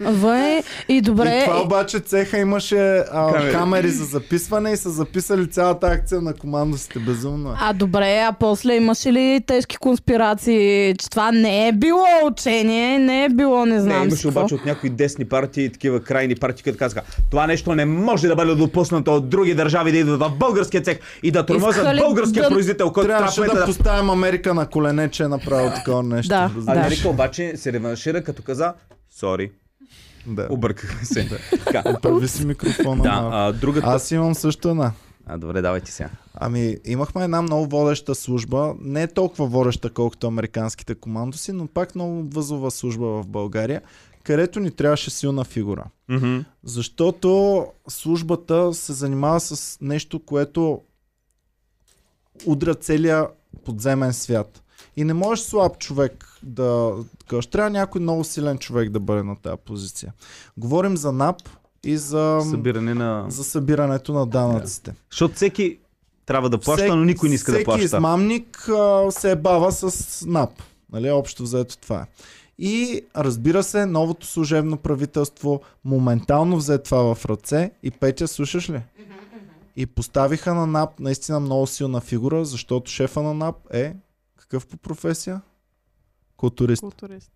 Speaker 3: Въй, и добре.
Speaker 1: И това обаче цеха имаше а, камери.
Speaker 2: Камери.
Speaker 1: за записване и са записали цялата акция на командосите. Безумно е.
Speaker 3: А добре, а после имаше ли тежки конспирации, че това не е било учение, не е било не знам
Speaker 2: Не,
Speaker 3: си
Speaker 2: имаше
Speaker 3: какво.
Speaker 2: обаче от някои десни партии и такива крайни партии, които казаха, това нещо не може да бъде допуснато от други държави да идват в българския цех и да тормозят
Speaker 3: Искали
Speaker 2: българския
Speaker 3: да-
Speaker 2: производител, който трябва
Speaker 1: Трябваше
Speaker 2: в момента
Speaker 1: да
Speaker 2: да
Speaker 1: поставим Америка на колене, че е направил такова нещо.
Speaker 3: Да,
Speaker 1: Безумно.
Speaker 3: да.
Speaker 2: Америка обаче се реваншира, като каза, сори,
Speaker 1: да.
Speaker 2: объркахме се. Така.
Speaker 1: Първи си микрофона.
Speaker 2: Да,
Speaker 1: малко.
Speaker 2: а, другата...
Speaker 1: Аз имам също една.
Speaker 2: А, добре, давайте сега.
Speaker 1: Ами, имахме една много водеща служба, не е толкова водеща, колкото американските командоси, но пак много възова служба в България, където ни трябваше силна фигура.
Speaker 2: Mm-hmm.
Speaker 1: Защото службата се занимава с нещо, което удра целия подземен свят. И не можеш слаб човек да кажеш. Трябва някой много силен човек да бъде на тази позиция. Говорим за НАП и за,
Speaker 2: Събиране на...
Speaker 1: за събирането на данъците.
Speaker 2: Защото всеки трябва да плаща,
Speaker 1: Всек-
Speaker 2: но никой не иска да плаща.
Speaker 1: Всеки измамник а, се е бава с НАП. Нали, общо взето това е. И разбира се, новото служебно правителство моментално взе това в ръце и Петя, слушаш ли? И поставиха на НАП наистина много силна фигура, защото шефа на НАП е какъв по професия? Културист.
Speaker 4: Културист.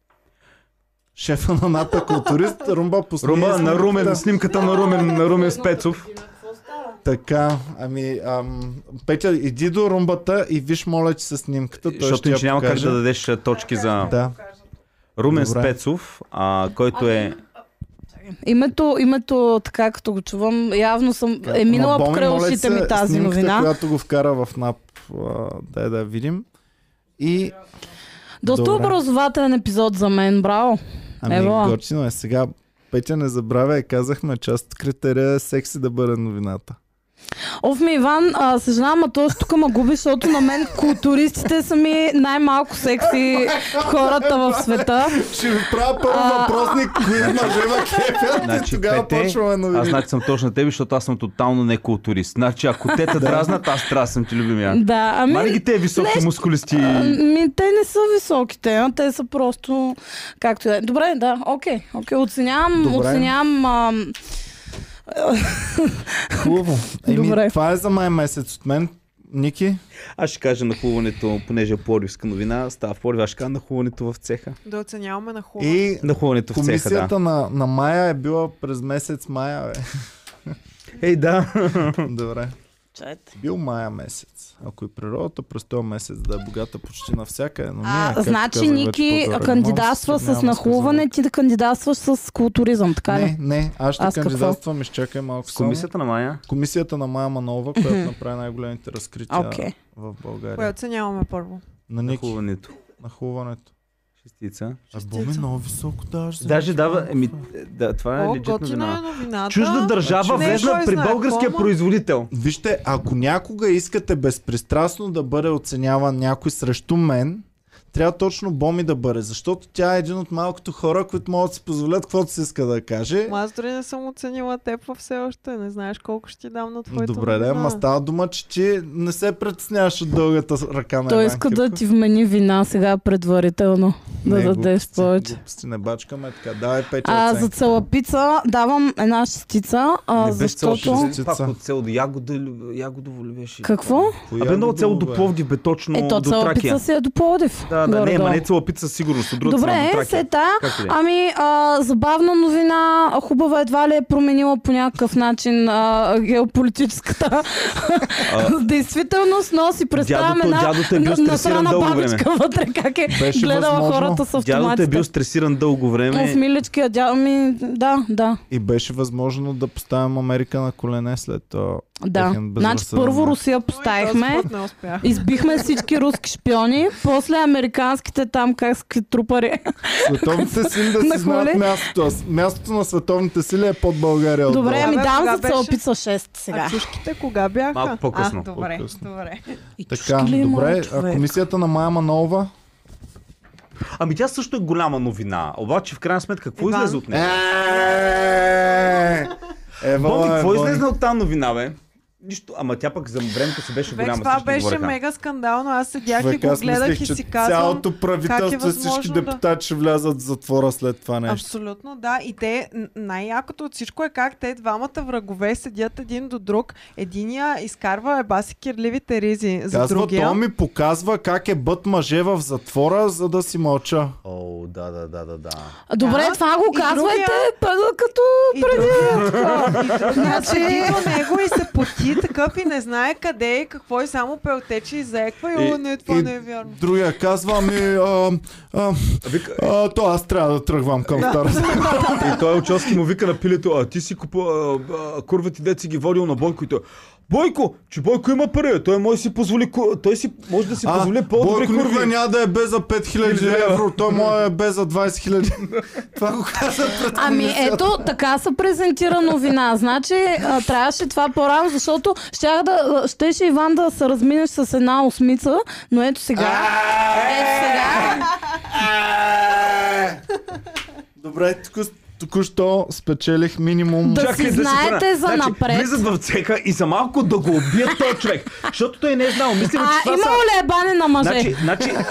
Speaker 1: Шефа на НАП е културист. Румба, пусни
Speaker 2: Рума,
Speaker 1: снимката.
Speaker 2: на Румен, снимката на Румен, на Румен Спецов.
Speaker 1: Така, ами, ам, Петя, иди до румбата и виж, моля, че с снимката. Той
Speaker 2: Защото
Speaker 1: ще я
Speaker 2: иначе няма как
Speaker 1: покаже.
Speaker 2: да дадеш а, точки за
Speaker 1: Да.
Speaker 2: Румен
Speaker 1: Добре.
Speaker 2: Спецов, а, който е...
Speaker 3: Името, името, така като го чувам, явно съм е
Speaker 1: Ама,
Speaker 3: минала
Speaker 1: Боми,
Speaker 3: покрай
Speaker 1: моля
Speaker 3: ушите
Speaker 1: се,
Speaker 3: ми тази
Speaker 1: снимката,
Speaker 3: новина.
Speaker 1: която го вкара в НАП, а, дай да я видим. И,
Speaker 3: Доста
Speaker 1: Добре.
Speaker 3: образователен епизод за мен, браво.
Speaker 1: ами,
Speaker 3: Ева.
Speaker 1: готино е сега. Петя, не забравяй, казахме, част от критерия е секси да бъде новината.
Speaker 3: Оф ми, Иван, а, съжалявам, а то още тук ме губи, защото на мен културистите са ми най-малко секси хората в света.
Speaker 1: Ще ви правя първо
Speaker 3: А.
Speaker 1: въпросник, кои мъже ма кефят и
Speaker 2: Значи,
Speaker 1: тогава
Speaker 2: Пете,
Speaker 1: почваме
Speaker 2: Аз
Speaker 1: новините.
Speaker 2: значи съм точно на тебе, защото аз съм тотално некултурист. Значи ако те те дразнат, аз трябва да съм ти любимия.
Speaker 3: Да, ами...
Speaker 2: Мари ги те високи мускулисти.
Speaker 3: а,
Speaker 1: ами-
Speaker 3: Ми, те не са високите, а те са просто както и да е. Добре, да, окей, окей, оценявам,
Speaker 1: Добре.
Speaker 3: оценявам а,
Speaker 1: Хубаво. Еми,
Speaker 3: Добре.
Speaker 1: това е за май месец от мен. Ники,
Speaker 2: Аз ще кажа на хубаването, понеже е пловдивска новина, става в Пловдив, аз ще кажа на хубаването в цеха.
Speaker 4: Да оценяваме на хубаво.
Speaker 1: и
Speaker 2: На хубаването в цеха, да.
Speaker 1: комисията на, на Мая е била през месец Мая, бе.
Speaker 2: Ей, да.
Speaker 1: Добре.
Speaker 3: Чайте.
Speaker 1: Бил мая месец. Ако и природата през този месец да е богата почти навсякъде, но ние,
Speaker 2: Ами,
Speaker 3: А,
Speaker 1: както
Speaker 3: значи
Speaker 1: казах вече
Speaker 3: Ники
Speaker 1: по-горе,
Speaker 3: кандидатства
Speaker 1: нямам
Speaker 3: с
Speaker 1: сказано.
Speaker 3: нахлуване, ти да кандидатстваш с културизъм, така ли?
Speaker 1: Не, не, аз ще
Speaker 3: Аз какво?
Speaker 1: кандидатствам, изчакай малко само.
Speaker 2: Комисията на Мая.
Speaker 1: Комисията на Мая Манова, която направи най-големите разкрития
Speaker 3: Окей.
Speaker 1: в
Speaker 4: Кое
Speaker 1: България.
Speaker 4: оценяваме първо?
Speaker 1: На
Speaker 2: На
Speaker 1: Ники,
Speaker 2: хубаването.
Speaker 1: нахлуването.
Speaker 2: Шестица.
Speaker 1: Боми, много високо даваш. за
Speaker 2: Даже
Speaker 1: Ники.
Speaker 2: дава... Еми, да, това е
Speaker 4: О,
Speaker 2: легитна
Speaker 4: готина е
Speaker 2: новина.
Speaker 4: новината.
Speaker 2: Чужда държава
Speaker 4: Не,
Speaker 2: влезна
Speaker 4: кой
Speaker 2: при
Speaker 4: знае
Speaker 2: българския
Speaker 4: какво, ма?
Speaker 2: производител.
Speaker 1: Вижте, ако някога искате безпристрастно да бъде оценяван някой срещу мен, трябва точно Боми да бъде, защото тя е един от малкото хора, които могат да си позволят каквото си иска да каже.
Speaker 4: Ма аз дори не съм оценила теб все още. Не знаеш колко ще ти дам на твоето
Speaker 1: Добре, да, ма става дума, че ти не се притесняваш от дългата с- ръка на
Speaker 3: Той
Speaker 1: Иван
Speaker 3: иска
Speaker 1: Кирков.
Speaker 3: да ти вмени вина сега предварително, да
Speaker 1: Не,
Speaker 3: дадеш
Speaker 1: глупости,
Speaker 3: повече.
Speaker 1: Глупости, не бачкаме така. Давай пече
Speaker 3: А, за
Speaker 1: оценка.
Speaker 3: целапица давам една шестица, а,
Speaker 2: Не бе цел,
Speaker 3: защото...
Speaker 1: шестица.
Speaker 2: ще- Пак от цел до Ягода, Ягодово ли беше?
Speaker 3: Какво?
Speaker 1: Коя е
Speaker 2: Абе, много цел
Speaker 1: го
Speaker 2: до
Speaker 1: бе?
Speaker 2: Пловдив, бе точно
Speaker 3: Е, то
Speaker 2: до Тракия.
Speaker 3: целапица си е до Пловдив.
Speaker 2: Да, да, не,
Speaker 3: горе-долу.
Speaker 2: ма не цел пица със сигурност, от друга страна до
Speaker 3: Добре,
Speaker 2: Тракия.
Speaker 3: се тая.
Speaker 2: Как ли? е?
Speaker 3: Ами, а, забавна новина, а, хубава едва ли е променила по някакъв начин а, геополитическата действителност, но си представяме
Speaker 2: Дядото,
Speaker 3: една
Speaker 2: дядото е бил
Speaker 3: на-
Speaker 2: стресиран
Speaker 3: насрана
Speaker 2: дълго време.
Speaker 3: бабичка вътре, как е
Speaker 1: Беше
Speaker 3: гледала
Speaker 1: възможно.
Speaker 3: хората с
Speaker 2: Дядото
Speaker 3: автоматите.
Speaker 2: е бил стресиран дълго
Speaker 3: Оф,
Speaker 2: време.
Speaker 3: миличкия дядо ми, ами, да, да,
Speaker 1: И беше възможно да поставим Америка на колене след това.
Speaker 3: да.
Speaker 1: Техен
Speaker 3: Значи
Speaker 1: безразсъден
Speaker 3: първо
Speaker 1: мъж.
Speaker 3: Русия
Speaker 4: Но и този
Speaker 3: поставихме,
Speaker 4: път Не успях.
Speaker 3: избихме всички руски шпиони, после американските там как ски трупари.
Speaker 1: Е, Световните сили да си
Speaker 3: На
Speaker 1: знаят
Speaker 3: коле.
Speaker 1: мястото. Аз- Мястото на световните сили е под България. отдолу.
Speaker 3: Добре, ами
Speaker 4: Абе,
Speaker 3: дам
Speaker 4: кога
Speaker 3: за
Speaker 4: беше?
Speaker 3: целопица 6 сега.
Speaker 4: А чушките кога бяха?
Speaker 2: Малко по-късно.
Speaker 4: А, добре,
Speaker 1: По-късно.
Speaker 4: добре.
Speaker 3: И
Speaker 1: Така,
Speaker 3: чушки ли има,
Speaker 1: добре. А
Speaker 3: човек?
Speaker 1: комисията на Майя Манова.
Speaker 2: Ами тя също е голяма новина. Обаче, в крайна сметка, какво
Speaker 4: Иван?
Speaker 2: излезе от нея?
Speaker 1: Е,
Speaker 2: Боби,
Speaker 1: Ева,
Speaker 2: какво
Speaker 1: Ева.
Speaker 2: излезе от тази новина, бе? Нищо, ама тя пък за времето си беше
Speaker 4: Човек,
Speaker 2: голяма.
Speaker 4: това
Speaker 2: всички
Speaker 4: беше
Speaker 2: говореха.
Speaker 4: мега скандално. Аз седях
Speaker 1: Човек,
Speaker 4: и го
Speaker 1: аз
Speaker 4: гледах
Speaker 1: мислех,
Speaker 4: и
Speaker 1: че
Speaker 4: си казвам... е
Speaker 1: Цялото правителство, и всички
Speaker 4: възможно да-
Speaker 1: депутати ще влязат в затвора след това нещо.
Speaker 4: Абсолютно, да. И те, н- най-якото от всичко е как те двамата врагове седят един до друг. Единия изкарва ебаси кирливите ризи за
Speaker 1: Казва,
Speaker 4: другия.
Speaker 1: то ми показва как е бът мъже в затвора, за да си мълча.
Speaker 2: О, да, да, да, да, да.
Speaker 3: Добре,
Speaker 4: Да.
Speaker 3: това го
Speaker 4: И
Speaker 3: казвайте, пъл- като...
Speaker 4: И другия, значи, до него и се поти такъв и не знае къде е, какво и само пелтече и заеква и,
Speaker 2: И-
Speaker 4: о, не, това
Speaker 1: и-
Speaker 4: не е вярно.
Speaker 1: Другия казва, ами, а, а,
Speaker 2: Вика,
Speaker 1: а, то аз трябва да тръгвам към Стара Загора.
Speaker 2: и той участник му вика на пилето, а ти си купа, а, а, курва ти дет си ги водил на Бойко и той, Бойко, че Бойко има пари, той може си позволи, ку- той си може да си
Speaker 1: А,
Speaker 2: позволи по-добри
Speaker 1: Бойко никога
Speaker 2: курви.
Speaker 1: няма да е без за 5000
Speaker 2: лева.
Speaker 1: евро, той му е без за 20 000. Това го каза пред
Speaker 3: Ами
Speaker 1: комисията.
Speaker 3: ето, така се презентира новина. Значи а, трябваше това по-рано, защото щях да, щеше Иван да се разминеш с една осмица, но ето сега. Ето сега.
Speaker 1: Добре, току- току-що спечелих минимум.
Speaker 3: Да
Speaker 2: Чакай
Speaker 3: си
Speaker 2: се
Speaker 3: знаете
Speaker 2: върна.
Speaker 3: за напред.
Speaker 2: Значи, Влизат в цеха и за малко да го убият този човек. Защото той не е знал. Мисля, че
Speaker 3: А,
Speaker 2: това са...
Speaker 3: имало ли е бане на мъже?
Speaker 2: Значи,
Speaker 3: Значи,
Speaker 2: значи,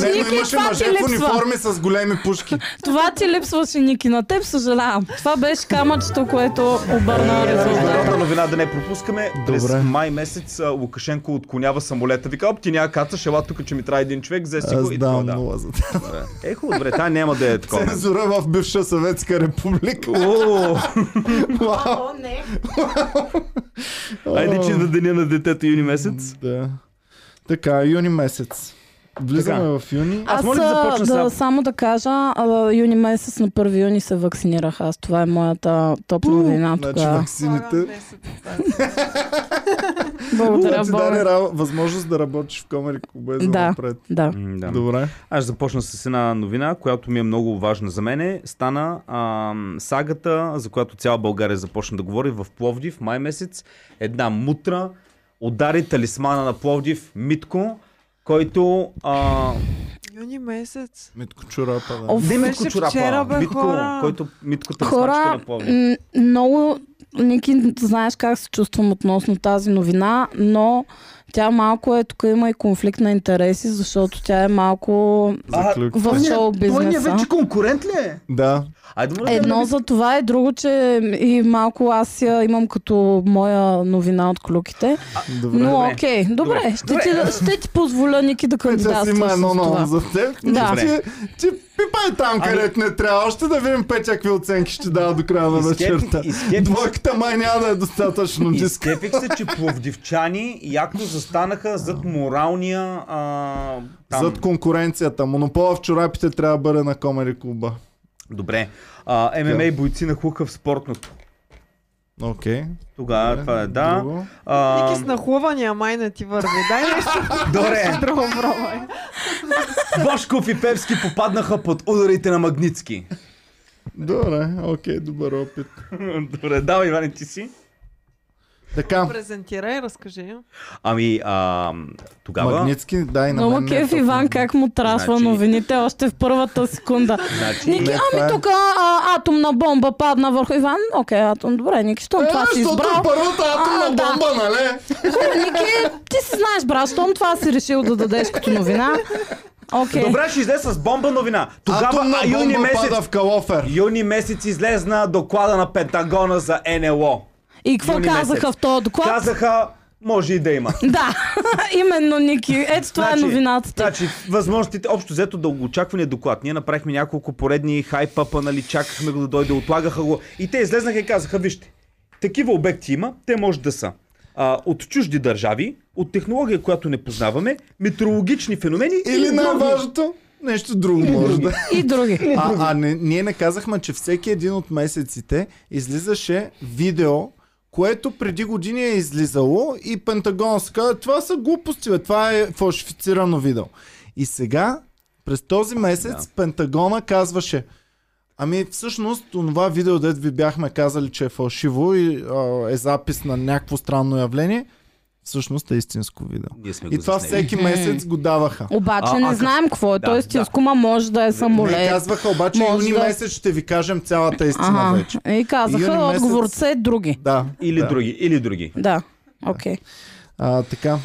Speaker 2: а,
Speaker 3: Ники, това ти
Speaker 1: в
Speaker 3: липсва.
Speaker 1: униформи с големи пушки.
Speaker 3: Това ти липсваше, Ники. На теб съжалявам. Това беше камъчето, което обърна резултата.
Speaker 2: Международна новина да не пропускаме.
Speaker 1: Добре.
Speaker 2: През май месец а, Лукашенко отклонява самолета. Вика, оп, ти няма кацаш, ела тук, че ми трябва един човек, взе си го
Speaker 1: Аз
Speaker 2: и това
Speaker 1: давам
Speaker 2: да.
Speaker 1: нула за
Speaker 2: Е, хубаво, добре, тая няма да е такова.
Speaker 1: цензура в бивша Съветска република.
Speaker 2: О,
Speaker 1: Вау.
Speaker 2: Айде, че на деня на детето юни месец.
Speaker 1: Да. Така, юни месец. Влизаме в юни.
Speaker 2: Аз моля да
Speaker 3: а,
Speaker 2: започна
Speaker 3: да,
Speaker 2: сам.
Speaker 3: само да кажа, а, юни месец на 1 юни се вакцинирах аз. Това е моята топ новина
Speaker 1: Значи
Speaker 3: тогава.
Speaker 4: е
Speaker 1: вакцините.
Speaker 3: Благодаря,
Speaker 1: Ти
Speaker 2: значи
Speaker 1: даде
Speaker 3: Бог.
Speaker 1: ра- възможност да работиш в Комери Клуба и за
Speaker 3: Да.
Speaker 1: напред.
Speaker 3: Да.
Speaker 2: М, Да.
Speaker 1: Добре.
Speaker 2: Аз започна с една новина, която ми е много важна за мене. Стана ам, сагата, за която цяла България започна да говори в Пловдив, май месец. Една мутра удари талисмана на Пловдив, Митко, който... А,
Speaker 4: Юни месец.
Speaker 1: Митко Чурапа, да.
Speaker 3: Оф,
Speaker 2: не
Speaker 4: беше
Speaker 2: Митко Чорапа,
Speaker 4: вчера, бе,
Speaker 2: Митко,
Speaker 4: хора.
Speaker 2: който Митко талисманчика
Speaker 3: Хора,
Speaker 2: на Пловдив.
Speaker 3: м, много, Ники, знаеш как се чувствам относно тази новина, но тя малко е, тук има и конфликт на интереси, защото тя е малко
Speaker 2: А,
Speaker 1: Заклюк.
Speaker 3: в
Speaker 8: Той
Speaker 3: шоу
Speaker 8: ни е
Speaker 3: бизнеса.
Speaker 8: вече конкурент ли е?
Speaker 1: Да.
Speaker 2: Айде му да
Speaker 3: Едно
Speaker 2: дадем-
Speaker 3: за това е, друго, че и малко аз я имам като моя новина от клюките.
Speaker 1: Добре.
Speaker 3: Но
Speaker 2: добре.
Speaker 3: окей, добре,
Speaker 2: Добре.
Speaker 3: ще, Ти, ще ти позволя Ники да
Speaker 1: Петя си
Speaker 3: кандидатства
Speaker 1: има
Speaker 3: с
Speaker 1: едно ново
Speaker 3: това.
Speaker 1: за теб.
Speaker 3: Да.
Speaker 1: Ти, ти пипай там,
Speaker 2: Ами-
Speaker 1: където не трябва. Още да видим Петя какви оценки ще дава до края на
Speaker 2: Изкепих-
Speaker 1: вечерта.
Speaker 2: изкепих-
Speaker 1: Двойката май няма да е достатъчно диск.
Speaker 2: Изкепих се, че пловдивчани яко застанаха зад моралния... А, там.
Speaker 1: Зад конкуренцията. Монопола в чорапите трябва да бъде на Комери Клуба.
Speaker 2: Добре. А, ММА бойци нахлуха в спортното.
Speaker 1: Окей. Okay.
Speaker 2: Тогава това е, да. А,
Speaker 4: Ники с нахлувания май не ти върви. Дай нещо
Speaker 2: Добре.
Speaker 4: друго пробвай.
Speaker 2: Бошков и Певски попаднаха под ударите на Магницки.
Speaker 1: Добре, окей, добър опит.
Speaker 2: Добре, давай, Иване, ти си.
Speaker 1: Така,
Speaker 4: Презентирай, разкажи.
Speaker 2: Ами, а, тогава...
Speaker 1: Магницки, дай на
Speaker 3: Много
Speaker 1: мен ми е
Speaker 3: кеф
Speaker 1: топ.
Speaker 3: Иван как му трасва
Speaker 2: Значи-
Speaker 3: новините още в първата секунда.
Speaker 2: Значи,
Speaker 3: Ники,
Speaker 1: Не, това е.
Speaker 3: ами тук а, атомна бомба падна върху Иван. Окей, атом, добре, Ники, щом
Speaker 1: Е,
Speaker 3: това си
Speaker 1: защото
Speaker 3: избрал.
Speaker 1: първата атомна
Speaker 3: А, да.
Speaker 1: бомба, нали?
Speaker 3: Хубаво, Ники, ти си знаеш, брат, щом това си решил да дадеш като новина. Окей.
Speaker 2: Добре, ще излезе с бомба новина. Тогава,
Speaker 1: Атомна
Speaker 2: а, юни
Speaker 1: бомба
Speaker 2: месец...
Speaker 1: пада в калофер.
Speaker 2: Юни месец излезна доклада на Пентагона за НЛО.
Speaker 3: И какво
Speaker 2: юни
Speaker 3: казаха
Speaker 2: месец.
Speaker 3: в този доклад?
Speaker 2: Казаха, може и да има.
Speaker 3: Да, именно, Ники. Ето това е новината. ти.
Speaker 2: Значи, възможностите, общо взето дългоочаквания доклад. Ние направихме няколко поредни хайпапа, нали, чакахме го да дойде, отлагаха го. И те излезнаха и казаха, вижте, такива обекти има, те може да са. А, от чужди държави, от технология, която не познаваме, метеорологични феномени
Speaker 1: Или
Speaker 2: други.
Speaker 1: най-важното, нещо друго може да.
Speaker 3: И други.
Speaker 1: А, а не, ние не казахме, че всеки един от месеците излизаше видео, което преди години е излизало и Пентагон се каза, това са глупости, бе, това е фалшифицирано видео. И сега, през този месец, Пентагона казваше, Ами всъщност, това видео, дето ви бяхме казали, че е фалшиво и а, е запис на някакво странно явление, всъщност е истинско видео.
Speaker 2: Ние сме
Speaker 1: И
Speaker 2: го
Speaker 1: това
Speaker 2: заснели.
Speaker 1: всеки месец го даваха.
Speaker 3: Обаче
Speaker 2: А, а,
Speaker 3: не знаем какво е.
Speaker 2: да,
Speaker 3: Той е
Speaker 2: да.
Speaker 3: истинско, ма може да е
Speaker 1: Не,
Speaker 3: самолет.
Speaker 1: казваха обаче
Speaker 3: Може
Speaker 1: юни
Speaker 3: да е.
Speaker 1: месец ще ви кажем цялата истина
Speaker 3: Ага.
Speaker 1: вече.
Speaker 3: И
Speaker 1: Юни
Speaker 3: казаха,
Speaker 1: месец-
Speaker 3: отговорът са е други.
Speaker 1: Да.
Speaker 2: Или
Speaker 1: да.
Speaker 2: други, или други.
Speaker 3: Да. Окей.
Speaker 1: А, така.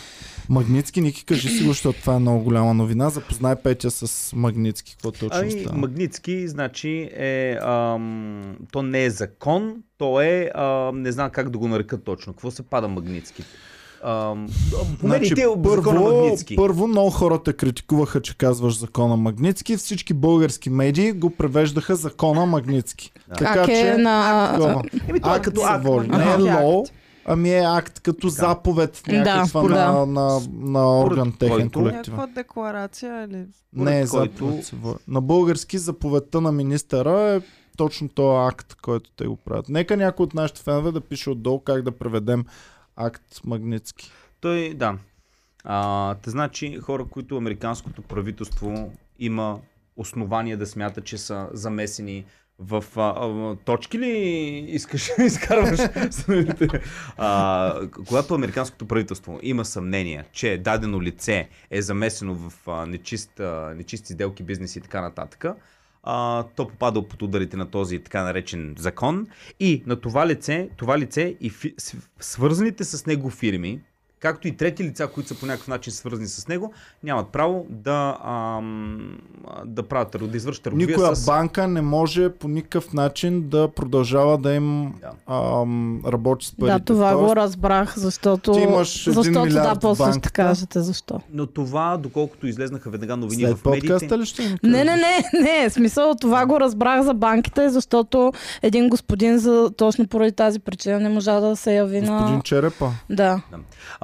Speaker 1: Магнитски, Ники, кажи си го, защото това е много голяма новина. Запознай Петя с Магнитски, какво точно
Speaker 2: Ами,
Speaker 1: става.
Speaker 2: Магницки, значи, е, ам, то не е закон, то е, ам, не знам как да го нарека точно. Какво се пада Магницки? Ам, померите закона
Speaker 1: Значи, първо,
Speaker 2: Магницки.
Speaker 1: първо много хората критикуваха, че казваш закона Магнитски. Всички български медии го превеждаха закона Магнитски. Така
Speaker 3: Как е
Speaker 1: че...
Speaker 3: на... Ами,
Speaker 1: такова.
Speaker 2: Еми, то е
Speaker 1: акт
Speaker 2: като
Speaker 1: се
Speaker 2: акт,
Speaker 1: води.
Speaker 4: Магнитски.
Speaker 1: Не е
Speaker 4: Ага.
Speaker 1: лоу, ами е акт като заповед
Speaker 3: Да,
Speaker 1: някаква
Speaker 3: да.
Speaker 1: на, на, на орган
Speaker 2: Според
Speaker 1: техен
Speaker 2: който-
Speaker 1: колективен.
Speaker 4: Някаква декларация или...
Speaker 1: Не е
Speaker 2: Според който-
Speaker 1: заповед. се води. На български заповедта на министъра е точно този акт, който те го правят. Нека някой от нашите фенове да пише отдолу как да преведем акт Магницки.
Speaker 2: Той, да. А, те значи хора, които американското правителство има основание да смята, че са замесени в а, а, точки ли искаш изкарваш самите? а, когато американското правителство има съмнение, че дадено лице е замесено в а, нечист, а, нечисти сделки, бизнес и така нататък, а, то попада под ударите на този така наречен закон и на това лице, това лице и фи, с- свързаните с него фирми, както и трети лица, които са по някакъв начин свързани с него, нямат право да, ам, а, да правят, търг- да извършат търговия
Speaker 1: Никоя
Speaker 2: с...
Speaker 1: банка не може по никакъв начин да продължава да им
Speaker 2: Да.
Speaker 1: ам, работи с парите.
Speaker 3: Да, това
Speaker 1: Тоест,
Speaker 3: го разбрах, защото...
Speaker 1: Ти имаш един
Speaker 3: защото да,
Speaker 1: милиард в
Speaker 3: после ще
Speaker 1: банката.
Speaker 3: кажете защо.
Speaker 2: Но това, доколкото излезнаха веднага новини
Speaker 1: След
Speaker 2: в медиите...
Speaker 1: подкаста ли ще им
Speaker 3: Не, не, не, не. Смисъл това го разбрах за банките, защото един господин за, точно поради тази причина не можа да се яви
Speaker 1: Господин
Speaker 3: на...
Speaker 1: Черепа.
Speaker 3: Да.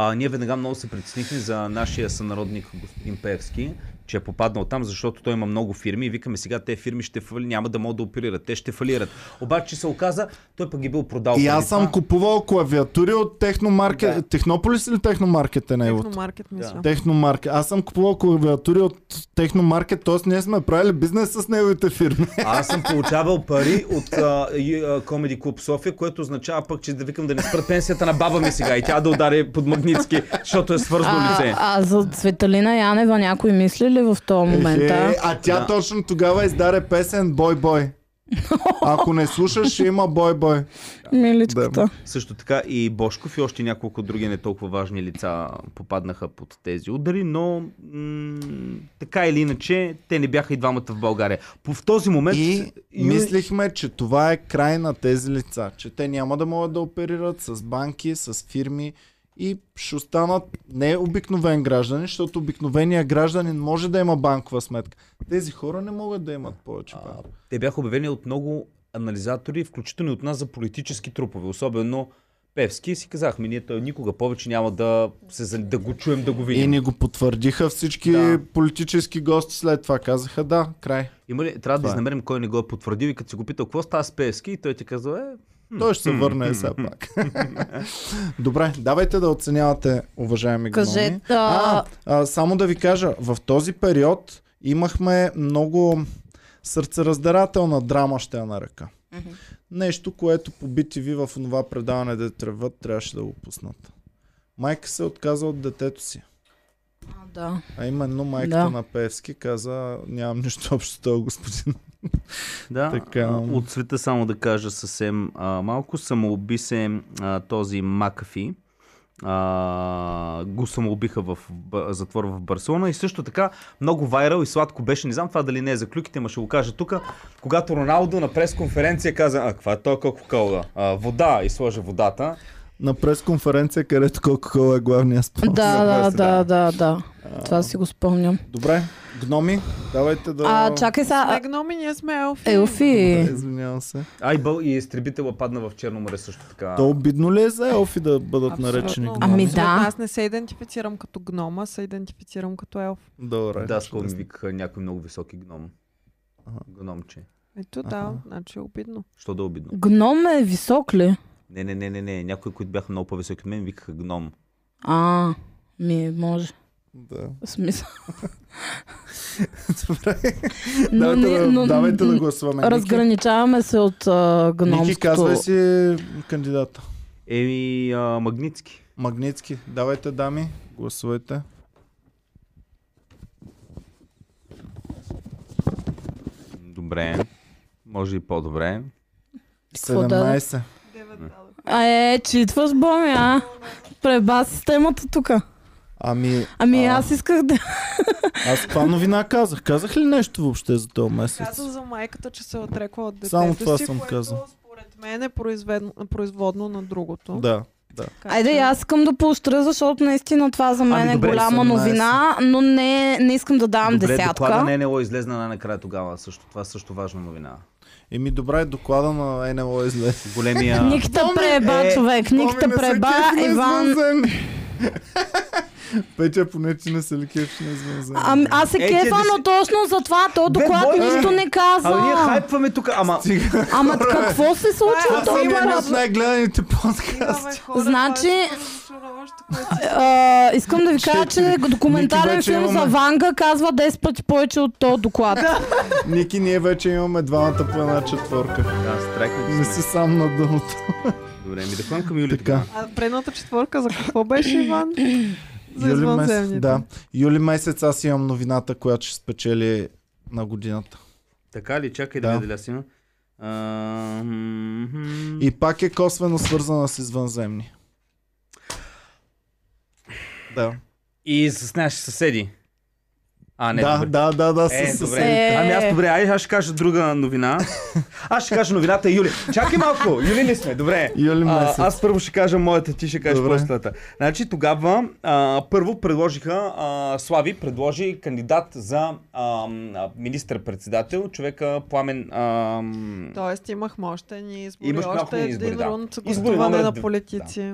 Speaker 2: А, ние веднага много се притеснихме за нашия сънародник господин Певски, че е попаднал там, защото той има много фирми и викаме сега те фирми ще фали, няма да могат да оперират, те ще фалират. Обаче се оказа, той пък ги бил продал.
Speaker 1: И
Speaker 2: преди
Speaker 1: аз съм
Speaker 2: това.
Speaker 1: купувал клавиатури от Техномаркет.
Speaker 2: Да.
Speaker 1: Технополис или Техномаркет е неговото?
Speaker 4: Техномаркет, мисля.
Speaker 1: Техномаркет. Аз съм купувал клавиатури от Техномаркет, т.е. ние сме правили бизнес с неговите фирми.
Speaker 2: А аз съм получавал пари от а, и, а, Comedy Club София, което означава пък, че да викам да не спра пенсията на баба ми сега и тя да удари под магнитски, защото е свързано
Speaker 3: А,
Speaker 2: лице.
Speaker 3: а за Цветалина Янева някой мисли ли в този момент? а?
Speaker 1: Е, а тя
Speaker 2: Да.
Speaker 1: точно тогава издаде песен Бой Бой. Ако не слушаш, ще има Бой Бой.
Speaker 3: Миличката.
Speaker 2: Също така и Бошков и още няколко други не толкова важни лица попаднаха под тези удари, но м- така или иначе те не бяха и двамата в България. По в този момент...
Speaker 1: И
Speaker 2: Ю-
Speaker 1: мислихме, че това е край на тези лица, че те няма да могат да оперират с банки, с фирми и ще останат не обикновен гражданин, защото обикновения гражданин може да има банкова сметка. Тези хора не могат да имат повече
Speaker 2: А,
Speaker 1: банк.
Speaker 2: те бяха обявени от много анализатори, включително и от нас за политически трупове, особено Певски и си казахме, ние той никога повече няма да, се, за- да го чуем, да го
Speaker 1: И
Speaker 2: видим.
Speaker 1: ни го потвърдиха всички
Speaker 2: Да.
Speaker 1: да. политически гости след това. Казаха да, край.
Speaker 2: Има ли, трябва да
Speaker 1: Това е.
Speaker 2: изнамерим кой не го е потвърдил и като си го питал, какво става с Певски, и той ти казва, е,
Speaker 1: Той ще се върне сега пак. Добре, давайте да оценявате, уважаеми гноми.
Speaker 3: Кажете,
Speaker 1: А, а, само да ви кажа, в този период имахме много сърцераздарателна драма, ще я нарека. Нещо, което по BTV в това предаване да тръгват, трябваше да го пуснат. Майка се отказа от детето си.
Speaker 3: да.
Speaker 1: А именно майката
Speaker 3: Да.
Speaker 1: на Певски каза, нямам нищо общо с този господин.
Speaker 2: Да,
Speaker 1: Така.
Speaker 2: така... от света само да кажа съвсем а, малко. Самоуби се а, този Макафи. А, го самоубиха в Б- затвор в Барселона и също така много вайрал и сладко беше. Не знам това дали не е за клюките, ма ще го кажа тук. Когато Роналдо на пресконференция каза, а каква е то кока-кола? А, вода и сложи водата.
Speaker 1: На пресконференция, където колко хора е главният спонсор.
Speaker 3: Да, да,
Speaker 2: Съгласен,
Speaker 3: да, да, да. Това си го спомням.
Speaker 1: Добре, гноми, давайте да...
Speaker 3: А, чакай
Speaker 4: Не
Speaker 3: сега.
Speaker 4: Е, гноми, ние сме елфи.
Speaker 3: Елфи.
Speaker 1: Извинявам се.
Speaker 2: А и, бъл, и изтребителя падна в Черно море също така.
Speaker 1: То обидно ли е за елфи да бъдат
Speaker 4: Абсолютно.
Speaker 1: наречени гноми?
Speaker 3: Ами да.
Speaker 4: Аз не се идентифицирам като гнома, се идентифицирам като елф.
Speaker 1: Добре.
Speaker 2: Да, скоро ми
Speaker 1: чудесно.
Speaker 2: викаха някой много високи гном.
Speaker 1: Ага.
Speaker 2: Гномче.
Speaker 4: Ето да, значи е обидно.
Speaker 2: Що да е обидно?
Speaker 3: Гном е висок ли?
Speaker 2: Не, не, не, не, не. Някои, които бяха много по-високи от мен, викаха гном.
Speaker 3: А, ми може.
Speaker 1: Да.
Speaker 3: В смисъл.
Speaker 1: Добре.
Speaker 3: Но
Speaker 1: давайте,
Speaker 3: не-
Speaker 1: да,
Speaker 3: но-
Speaker 1: давайте да гласуваме.
Speaker 3: Разграничаваме се от а,
Speaker 1: Ники, Ники, казвай
Speaker 3: гномското.
Speaker 1: си кандидата.
Speaker 2: Еми, а, магнитски.
Speaker 1: Магницки, давайте, дами, гласувайте.
Speaker 2: Добре. Може и по-добре.
Speaker 3: Какво да да?
Speaker 1: 17.
Speaker 3: А е, читваш, Боми, а? Преба системата тук.
Speaker 1: Ами,
Speaker 3: Ами
Speaker 1: А.
Speaker 3: аз исках да...
Speaker 1: аз каква новина казах? Казах ли нещо въобще за този месец?
Speaker 4: Каза за майката, че се е отрекла от детето
Speaker 1: Само това
Speaker 4: си,
Speaker 1: съм
Speaker 4: което
Speaker 1: казал.
Speaker 4: според мен е произведно- производно на другото.
Speaker 1: Да.
Speaker 4: Така
Speaker 3: Айде,
Speaker 4: че-
Speaker 3: и аз искам да поощря, защото наистина това за мен
Speaker 2: Ами,
Speaker 3: е
Speaker 2: добре,
Speaker 3: голяма
Speaker 1: 18.
Speaker 3: новина, но не, не искам да давам
Speaker 2: добре,
Speaker 3: десятка.
Speaker 2: доклада
Speaker 1: е-
Speaker 2: на НЛО излезна най-накрая тогава. Също, това е също важна новина.
Speaker 1: Еми, добре, доклада на НЛО излезе.
Speaker 2: Големия...
Speaker 3: Никита преба,
Speaker 2: е,
Speaker 3: човек. Никита преба, Иван.
Speaker 1: е Петя, поне ти не се ли е кефиш на извънземни.
Speaker 3: А, аз се
Speaker 2: Е, ти
Speaker 3: кефа,
Speaker 2: да
Speaker 3: но точно за това. То
Speaker 2: Бе,
Speaker 3: доклад
Speaker 2: бой,
Speaker 3: нищо не
Speaker 2: Абе, ние
Speaker 3: казва.
Speaker 2: хайпваме тук, ама...
Speaker 3: Ама какво се случва?
Speaker 4: Това
Speaker 1: Това
Speaker 3: То
Speaker 1: е
Speaker 4: има
Speaker 1: един
Speaker 4: раз-
Speaker 1: от най-гледаните
Speaker 4: Имаме
Speaker 1: подкасти.
Speaker 4: хора,
Speaker 3: Значи-
Speaker 4: това е супер разочароващо, което си-
Speaker 3: А, искам да ви кажа, че
Speaker 1: Четири. Ники
Speaker 3: документален
Speaker 1: вече
Speaker 3: филм за
Speaker 1: имаме.
Speaker 3: Ванга казва 10 пъти повече от този доклад.
Speaker 1: Ники, ние вече имаме двамата по една четворка.
Speaker 2: Да, страйкнати
Speaker 1: Не
Speaker 2: сме.
Speaker 1: си сам на дъното.
Speaker 2: Добре, ми да ходим към Юли.
Speaker 1: Така.
Speaker 4: А предната четворка за какво беше, Иван? За
Speaker 1: Юли месец,
Speaker 4: извънземните.
Speaker 1: да. Юли месец аз имам новината, която ще спечели на годината.
Speaker 2: Така ли? Чакай
Speaker 1: Да.
Speaker 2: да, видя дали аз имам. А, м-м.
Speaker 1: И пак е косвено свързана с извънземни. Да.
Speaker 2: И с наши съседи. А, не,
Speaker 1: да,
Speaker 2: добре.
Speaker 1: да, да, да,
Speaker 2: Е,
Speaker 1: със
Speaker 2: добре.
Speaker 1: съседи.
Speaker 2: Ами аз добре, ай, аз ще кажа друга новина. Аз ще кажа новината Юли. Чакай малко, Юли ли сме? Добре.
Speaker 1: Юли
Speaker 2: А,
Speaker 1: месец.
Speaker 2: аз първо ще кажа моята, ти ще кажеш
Speaker 1: Добре.
Speaker 2: простата. Значи тогава а, първо предложиха, а, Слави предложи кандидат за а, министър-председател, човека Пламен... А,
Speaker 4: Тоест имахме още ни избори,
Speaker 2: Имаш малко
Speaker 4: още
Speaker 2: ни избори,
Speaker 4: един
Speaker 2: да.
Speaker 4: рунд с
Speaker 2: Избори
Speaker 4: гостуване
Speaker 2: номер
Speaker 4: на
Speaker 2: д-
Speaker 4: политици.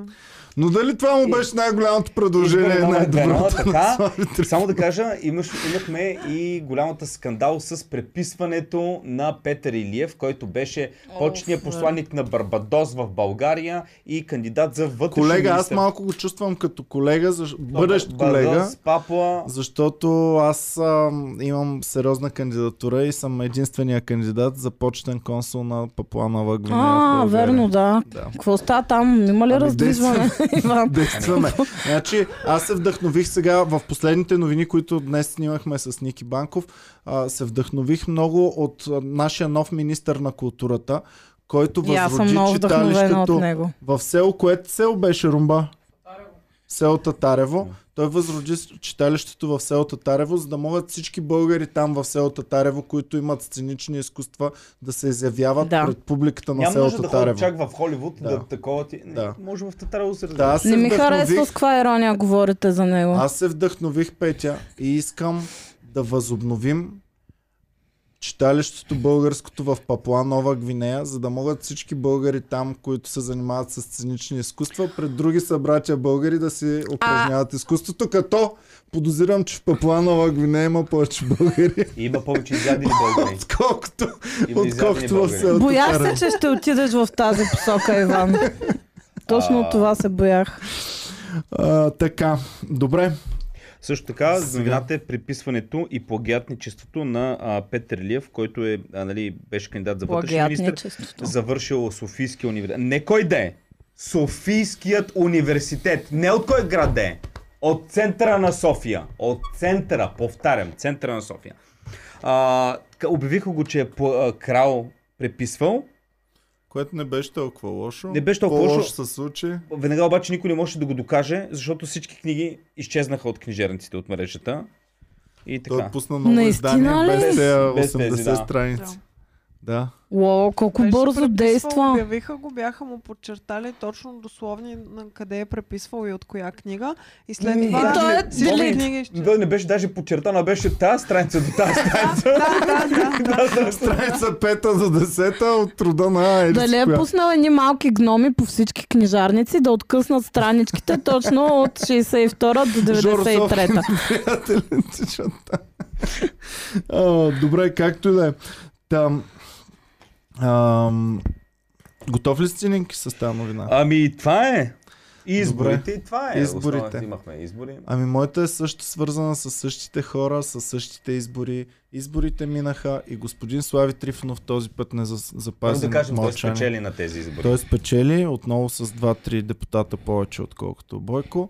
Speaker 1: Но дали това му беше най-голямото предложение,
Speaker 2: Избор номер едно,
Speaker 1: най-доброто на
Speaker 2: така.
Speaker 1: Слави Трифонов?
Speaker 2: Само да кажа, имаш, имахме и голямата скандал с преписването на Петър Илиев, който беше почетният посланник на Барбадос в България и кандидат за вътрешен
Speaker 1: Колега, аз
Speaker 2: министър.
Speaker 1: малко го чувствам като колега, защ... бъдещ
Speaker 2: Барбадос,
Speaker 1: колега.
Speaker 2: Папуа.
Speaker 1: Защото аз а, имам сериозна кандидатура и съм единствения кандидат за почетен консул на Папуа Нова Гвинея. в
Speaker 3: А,
Speaker 1: България.
Speaker 3: верно, да.
Speaker 1: Да.
Speaker 3: Какво става там? Има ли
Speaker 1: Ами,
Speaker 3: раздвижване, Иван?
Speaker 1: Действаме. Значи, аз се вдъхнових сега в последните новини, които днес снимахме с Ники Банков. А, се вдъхнових много от а, нашия нов министър на културата, който
Speaker 3: И аз съм
Speaker 1: възроди
Speaker 3: много вдъхновена от
Speaker 1: читалището
Speaker 3: него.
Speaker 1: в село, което село беше Румба? Село Татарево. Той възроди с- читалището в село Татарево, за да могат всички българи там в село Татарево, които имат сценични изкуства, да се изявяват
Speaker 3: Да.
Speaker 1: пред публиката на
Speaker 2: Няма
Speaker 1: село
Speaker 2: нужда да ходя
Speaker 1: Татарево.
Speaker 2: чак в Холивуд да,
Speaker 1: Да.
Speaker 2: такова ти... Не,
Speaker 1: Да.
Speaker 2: Може в Татарево се
Speaker 1: Да,
Speaker 2: разбира.
Speaker 1: аз се
Speaker 3: Не ми
Speaker 1: вдъхнових.
Speaker 3: харесва с каква ирония говорите за него.
Speaker 1: Аз се вдъхнових, Петя, и искам да възобновим читалището българското в Папуа Нова Гвинея, за да могат всички българи там, които се занимават с сценични изкуства, пред други събратя българи да си упражняват изкуството, като подозирам, че в Папуа Нова Гвинея има повече българи,
Speaker 2: Има повече изядени българи.
Speaker 1: отколкото,
Speaker 2: Има изядени
Speaker 1: отколкото в
Speaker 2: българи.
Speaker 1: селото.
Speaker 3: Боях се,
Speaker 1: Тараво.
Speaker 3: че ще отидеш в тази посока, Иван. Точно от това се боях.
Speaker 1: А, така, добре.
Speaker 2: Също така,
Speaker 1: Сега.
Speaker 2: новината е приписването и плагиатничеството на а, Петър Лиев, който е, а, нали, беше кандидат за вътрешен министр,
Speaker 3: Плагиатничеството.
Speaker 2: завършил Софийския университет. Не кой да е. Софийският университет. Не от кой град да е. От центъра на София. От центъра, повтарям, центъра на София. А, ка- обявиха го, че е пла- а, крал преписвал.
Speaker 1: Което не беше толкова лошо.
Speaker 2: Не беше толкова лошо.
Speaker 1: По-лошо се случи.
Speaker 2: Веднага обаче никой не можеше да го докаже, защото всички книги изчезнаха от книжерниците от мрежата. И така.
Speaker 1: Той е пусна ново
Speaker 3: Наистина
Speaker 1: издание
Speaker 3: ли?
Speaker 1: без тези
Speaker 2: Без
Speaker 1: 80
Speaker 2: тези, да.
Speaker 1: страници. Да.
Speaker 3: Уау, колко
Speaker 4: Беше
Speaker 3: бързо
Speaker 4: преписвал,
Speaker 3: действа.
Speaker 4: Обявиха го, бяха му подчертали точно дословни на къде е преписвал и от коя книга. И след
Speaker 3: Ми,
Speaker 4: това...
Speaker 3: и той е
Speaker 4: всички
Speaker 3: delete.
Speaker 4: книги ще-
Speaker 2: Да, не беше даже подчертана, беше тази страница до тази страница.
Speaker 1: Страница пета за десета от труда на Ерис.
Speaker 3: Дали е пуснал едни малки гноми по всички книжарници да откъснат страничките точно от 62 до 93-та.
Speaker 1: Добре, както и да е. Там... ам, Готов ли сте Нинки с тази новина?
Speaker 2: Ами, това е. И изборите,
Speaker 1: Добре.
Speaker 2: и това е.
Speaker 1: Изборите.
Speaker 2: Основната имахме избори.
Speaker 1: Ами моята е също свързана с същите хора, с същите избори. Изборите минаха и господин Слави Трифонов този път не за-
Speaker 2: Първо
Speaker 1: запази
Speaker 2: да кажем, кой
Speaker 1: мълчание.
Speaker 2: спечели на тези избори.
Speaker 1: Той спечели отново с 2-3 депутата повече, отколкото Бойко.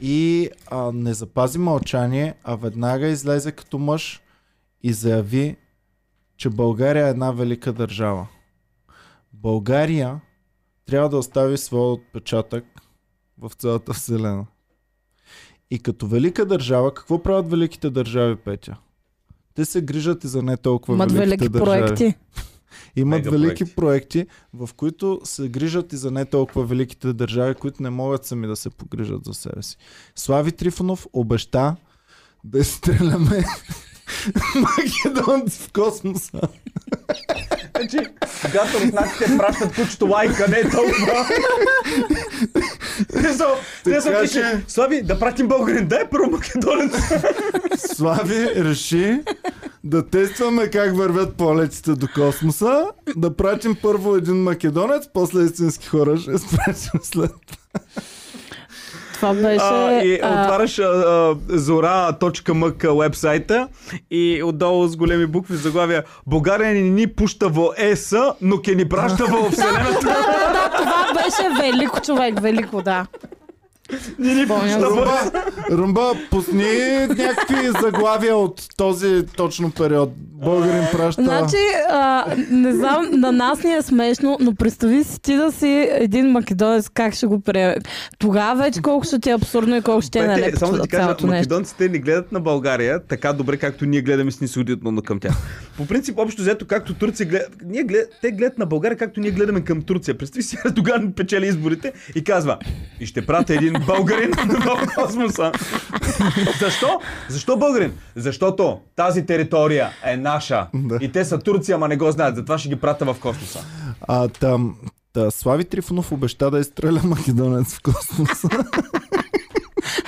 Speaker 1: И а, не запази мълчание, а веднага излезе като мъж и заяви, че България е една велика държава. България трябва да остави своя отпечатък в цялата вселена. И като велика държава, какво правят великите държави, Петя? Те се грижат и за не толкова
Speaker 3: Имат
Speaker 1: великите
Speaker 3: велики
Speaker 1: държави.
Speaker 3: проекти.
Speaker 1: Имат
Speaker 2: Мегапроекти.
Speaker 1: велики проекти, в които се грижат и за не толкова великите държави, които не могат сами да се погрижат за себе си. Слави Трифонов обеща да изстреляме македонци в космоса.
Speaker 2: Значи, когато руснаците пращат кучето лайка, не е толкова. Те са, те са
Speaker 1: Така
Speaker 2: пише,
Speaker 1: че-
Speaker 2: Слави, да пратим българин, дай първо македонец.
Speaker 1: Слави реши да тестваме как вървят полетите до космоса, да пратим първо един македонец, после истински хора ще изпратим след.
Speaker 3: Това беше... а,
Speaker 2: zora.mk вебсайта и отдолу с големи букви заглавия България не ни пуща в ЕС, но ке ни праща в Вселената.
Speaker 3: Да, да, да, това беше велико човек, велико, да. Спомням си.
Speaker 1: Румба, Румба, пусни някакви заглавия от този точно период. Българин праща...
Speaker 3: Значи, а, не знам, на нас ни е смешно, но представи си ти да си един македонец, как ще го приеме. Тогава вече колко ще ти е абсурдно и колко ще ти е
Speaker 2: Пете,
Speaker 3: нелепо
Speaker 2: само да ти кажа,
Speaker 3: цялото нещо.
Speaker 2: македонците не гледат на България така добре, както ние гледаме снисходително към тях. По принцип, общо взето, както Турция гледа, ние глед, те гледат на България, както ние гледаме към Турция. Представи си, Ердоган печели изборите и казва, и ще пратя един българин в космоса. Защо? Защо българин? Защото тази територия е наша.
Speaker 1: Да.
Speaker 2: И те са Турция, ма не го знаят. Затова ще ги пратя в космоса.
Speaker 1: А, там, та, Слави Трифонов обеща да изстреля македонец в космоса.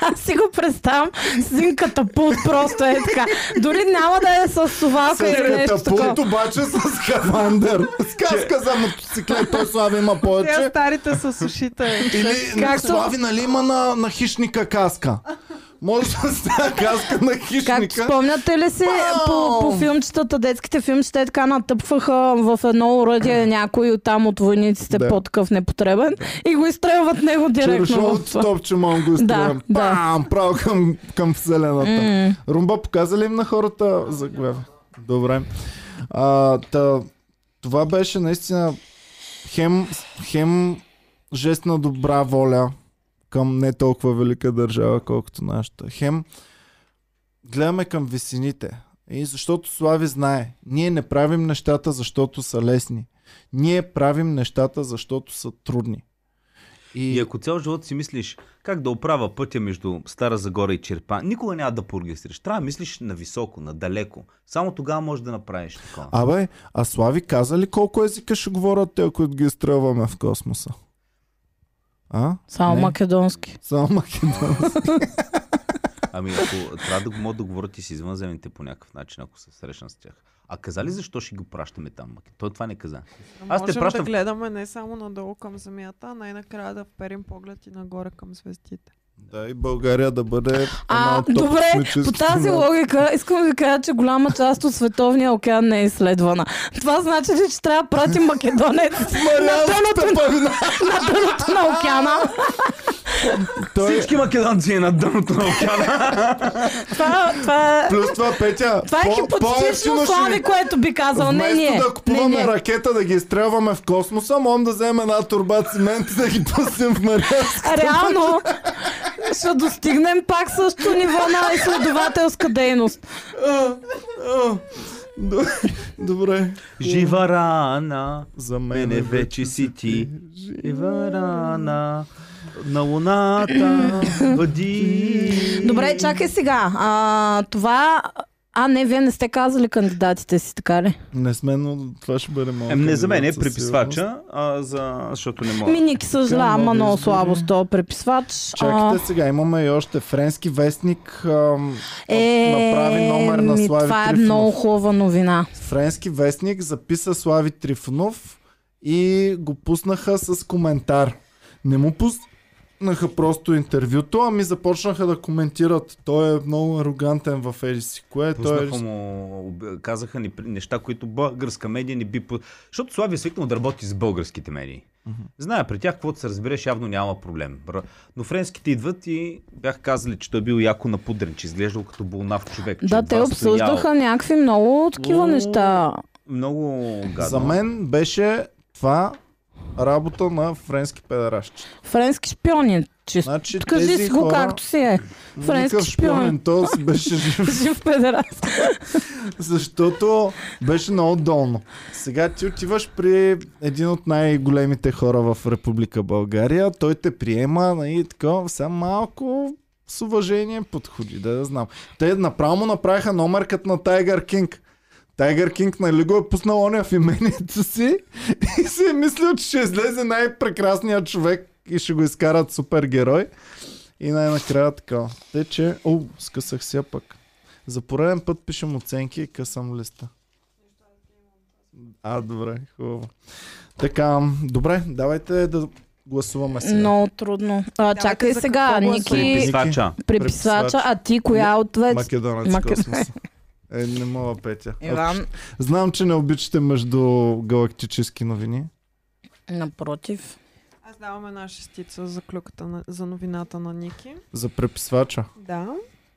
Speaker 3: Аз си го представям с един катапулт, просто е така. Дори няма да е с совалка или нещо такова.
Speaker 1: Катапулт обаче с скавандър. Сказка за мотоциклет, той Слави има
Speaker 4: Тя
Speaker 1: повече.
Speaker 4: старите с ушите.
Speaker 1: Или на
Speaker 3: Както-
Speaker 1: Слави, нали има на, на хищника каска? Може да стане каска на
Speaker 3: Както
Speaker 1: хищника.
Speaker 3: спомняте ли си по, по
Speaker 1: Бам!
Speaker 3: филмчетата, детските филмчета е така натъпваха в едно уръдие някой от там от войниците
Speaker 1: Да.
Speaker 3: по-такъв непотребен и го изстрелват него директно в
Speaker 1: Черешовото
Speaker 3: това.
Speaker 1: топче мам го изстрелям.
Speaker 3: Да, да.
Speaker 1: Пам, право към, към вселената.
Speaker 3: М.
Speaker 1: Румба, показа ли им на хората за Добре. А, та, това беше наистина хем, хем жест на добра воля към не толкова велика държава, колкото нашата. Хем гледаме към висините. И защото Слави знае, ние не правим нещата, защото са лесни. Ние правим нещата, защото са трудни.
Speaker 2: И ако цял живот си мислиш как да оправя пътя между Стара Загора и Черпан, никога няма да прогресираш. Трябва да мислиш на високо, на далеко. Само тогава можеш да направиш такова.
Speaker 1: Абе, а Слави каза ли колко езика ще говорят те, ако ги изстрелваме в космоса? А?
Speaker 3: Само
Speaker 1: Не.
Speaker 3: македонски.
Speaker 1: Само македонски.
Speaker 2: Ами ако трябва да го могат да говорят и с извънземните по някакъв начин, ако се срещна с тях. А каза ли защо ще го пращаме там? Маки? Той това не каза. Аз те
Speaker 4: Можем
Speaker 2: пращам-
Speaker 4: да гледаме не само надолу към земята, а най-накрая да вперим поглед и нагоре към звездите.
Speaker 1: Да, и България да бъде една
Speaker 3: А,
Speaker 1: от топ
Speaker 3: добре, по
Speaker 1: космическите
Speaker 3: тази
Speaker 1: науки.
Speaker 3: логика искам да ви кажа, че голяма част от световния океан не е изследвана. Това значи ли, че трябва да пратим македонец на дъното
Speaker 1: Пъгна.
Speaker 3: на, дъното на океана?
Speaker 1: Той,
Speaker 2: Всички македонци е на дъното на океана.
Speaker 3: Това, това е...
Speaker 1: плюс това, Петя,
Speaker 3: Това е
Speaker 1: по-
Speaker 3: хипотетично
Speaker 1: по-евтино ще ни-
Speaker 3: слави, което би казал. Не,
Speaker 1: Вместо
Speaker 3: ние.
Speaker 1: да
Speaker 3: не,
Speaker 1: купуваме
Speaker 3: ние.
Speaker 1: ракета да ги изстрелваме в космоса, можем да вземем една турба цимент и да ги пуснем в Марианска.
Speaker 3: Реално ще достигнем пак също ниво на изследователска дейност.
Speaker 1: Добре.
Speaker 2: Жива рана,
Speaker 1: За мен е
Speaker 2: мене вече си ти. Жива рана, на луната, бъди.
Speaker 3: Добре, чакай сега. А, това... А, не, вие не сте казали кандидатите си, така ли?
Speaker 1: Не сме, но това ще бъде малко.
Speaker 2: Ем, не за мен, е приписвача, а за... защото не мога.
Speaker 3: Миники съжалявам,
Speaker 1: много
Speaker 3: ама много
Speaker 1: избори.
Speaker 3: слабо с този преписвач.
Speaker 1: Чакайте сега, имаме и още френски вестник. Ам,
Speaker 3: а, е,
Speaker 1: направи номер на
Speaker 3: ми,
Speaker 1: Слави
Speaker 3: това е
Speaker 1: Трифонов.
Speaker 3: много хубава новина.
Speaker 1: френски вестник записа Слави Трифонов и го пуснаха с коментар. Не му пуснаха просто интервюто, ами започнаха да коментират. Той е много арогантен в Едиси. Кое е той?
Speaker 2: Пуснаха му, об- казаха ни при- неща, които българска медия не би... пу- Защото Слави е свикнал да работи с българските медии. Знае, при тях каквото се разбереш, явно няма проблем. Р- Но френските идват и бях казали, че той бил яко напудрен, че изглеждал като болнав човек. че
Speaker 3: Да,
Speaker 2: едва
Speaker 3: те обсъждаха
Speaker 2: стоял.
Speaker 3: някакви много такива
Speaker 2: О,
Speaker 3: неща.
Speaker 2: Много гадно.
Speaker 1: За мен беше това работа на френски педеращи.
Speaker 3: Френски шпиони, чисто.
Speaker 1: Значи
Speaker 3: Кажи
Speaker 1: тези
Speaker 3: си го
Speaker 1: хора-
Speaker 3: както си е. Френски
Speaker 1: Никакъв
Speaker 3: шпион.
Speaker 1: Той си беше жив.
Speaker 3: Жив педерас.
Speaker 1: Защото беше много долно. Сега ти отиваш при един от най-големите хора в Република България. Той те приема нали, и така, сега малко с уважение подходи, да, да знам. Те направо му направиха номер като на Тайгър Кинг. Тайгър Кинг нали го е пуснал оня в имението си и си е мислил, че ще излезе най-прекрасният човек и ще го изкарат супергерой. И най-накрая така. Те, че... О, скъсах си я пък. За пореден път пишем оценки и късам листа. А, добре, хубаво. Така, добре, давайте да гласуваме сега.
Speaker 3: Много трудно. А,
Speaker 4: Давайте
Speaker 3: чакай
Speaker 4: за
Speaker 3: сега,
Speaker 4: какво
Speaker 3: Ники,
Speaker 1: гласуваме?
Speaker 2: Приписвача.
Speaker 3: преписвача, а ти коя от двете?
Speaker 1: Македонец
Speaker 3: Макед-
Speaker 1: космос. Е, не мога, Петя.
Speaker 3: Иван,
Speaker 1: Знам, че не обичате между галактически новини.
Speaker 3: напротив.
Speaker 4: Аз Аз давам една шестица за клюката на, за новината на Ники.
Speaker 1: За преписвача.
Speaker 4: Да.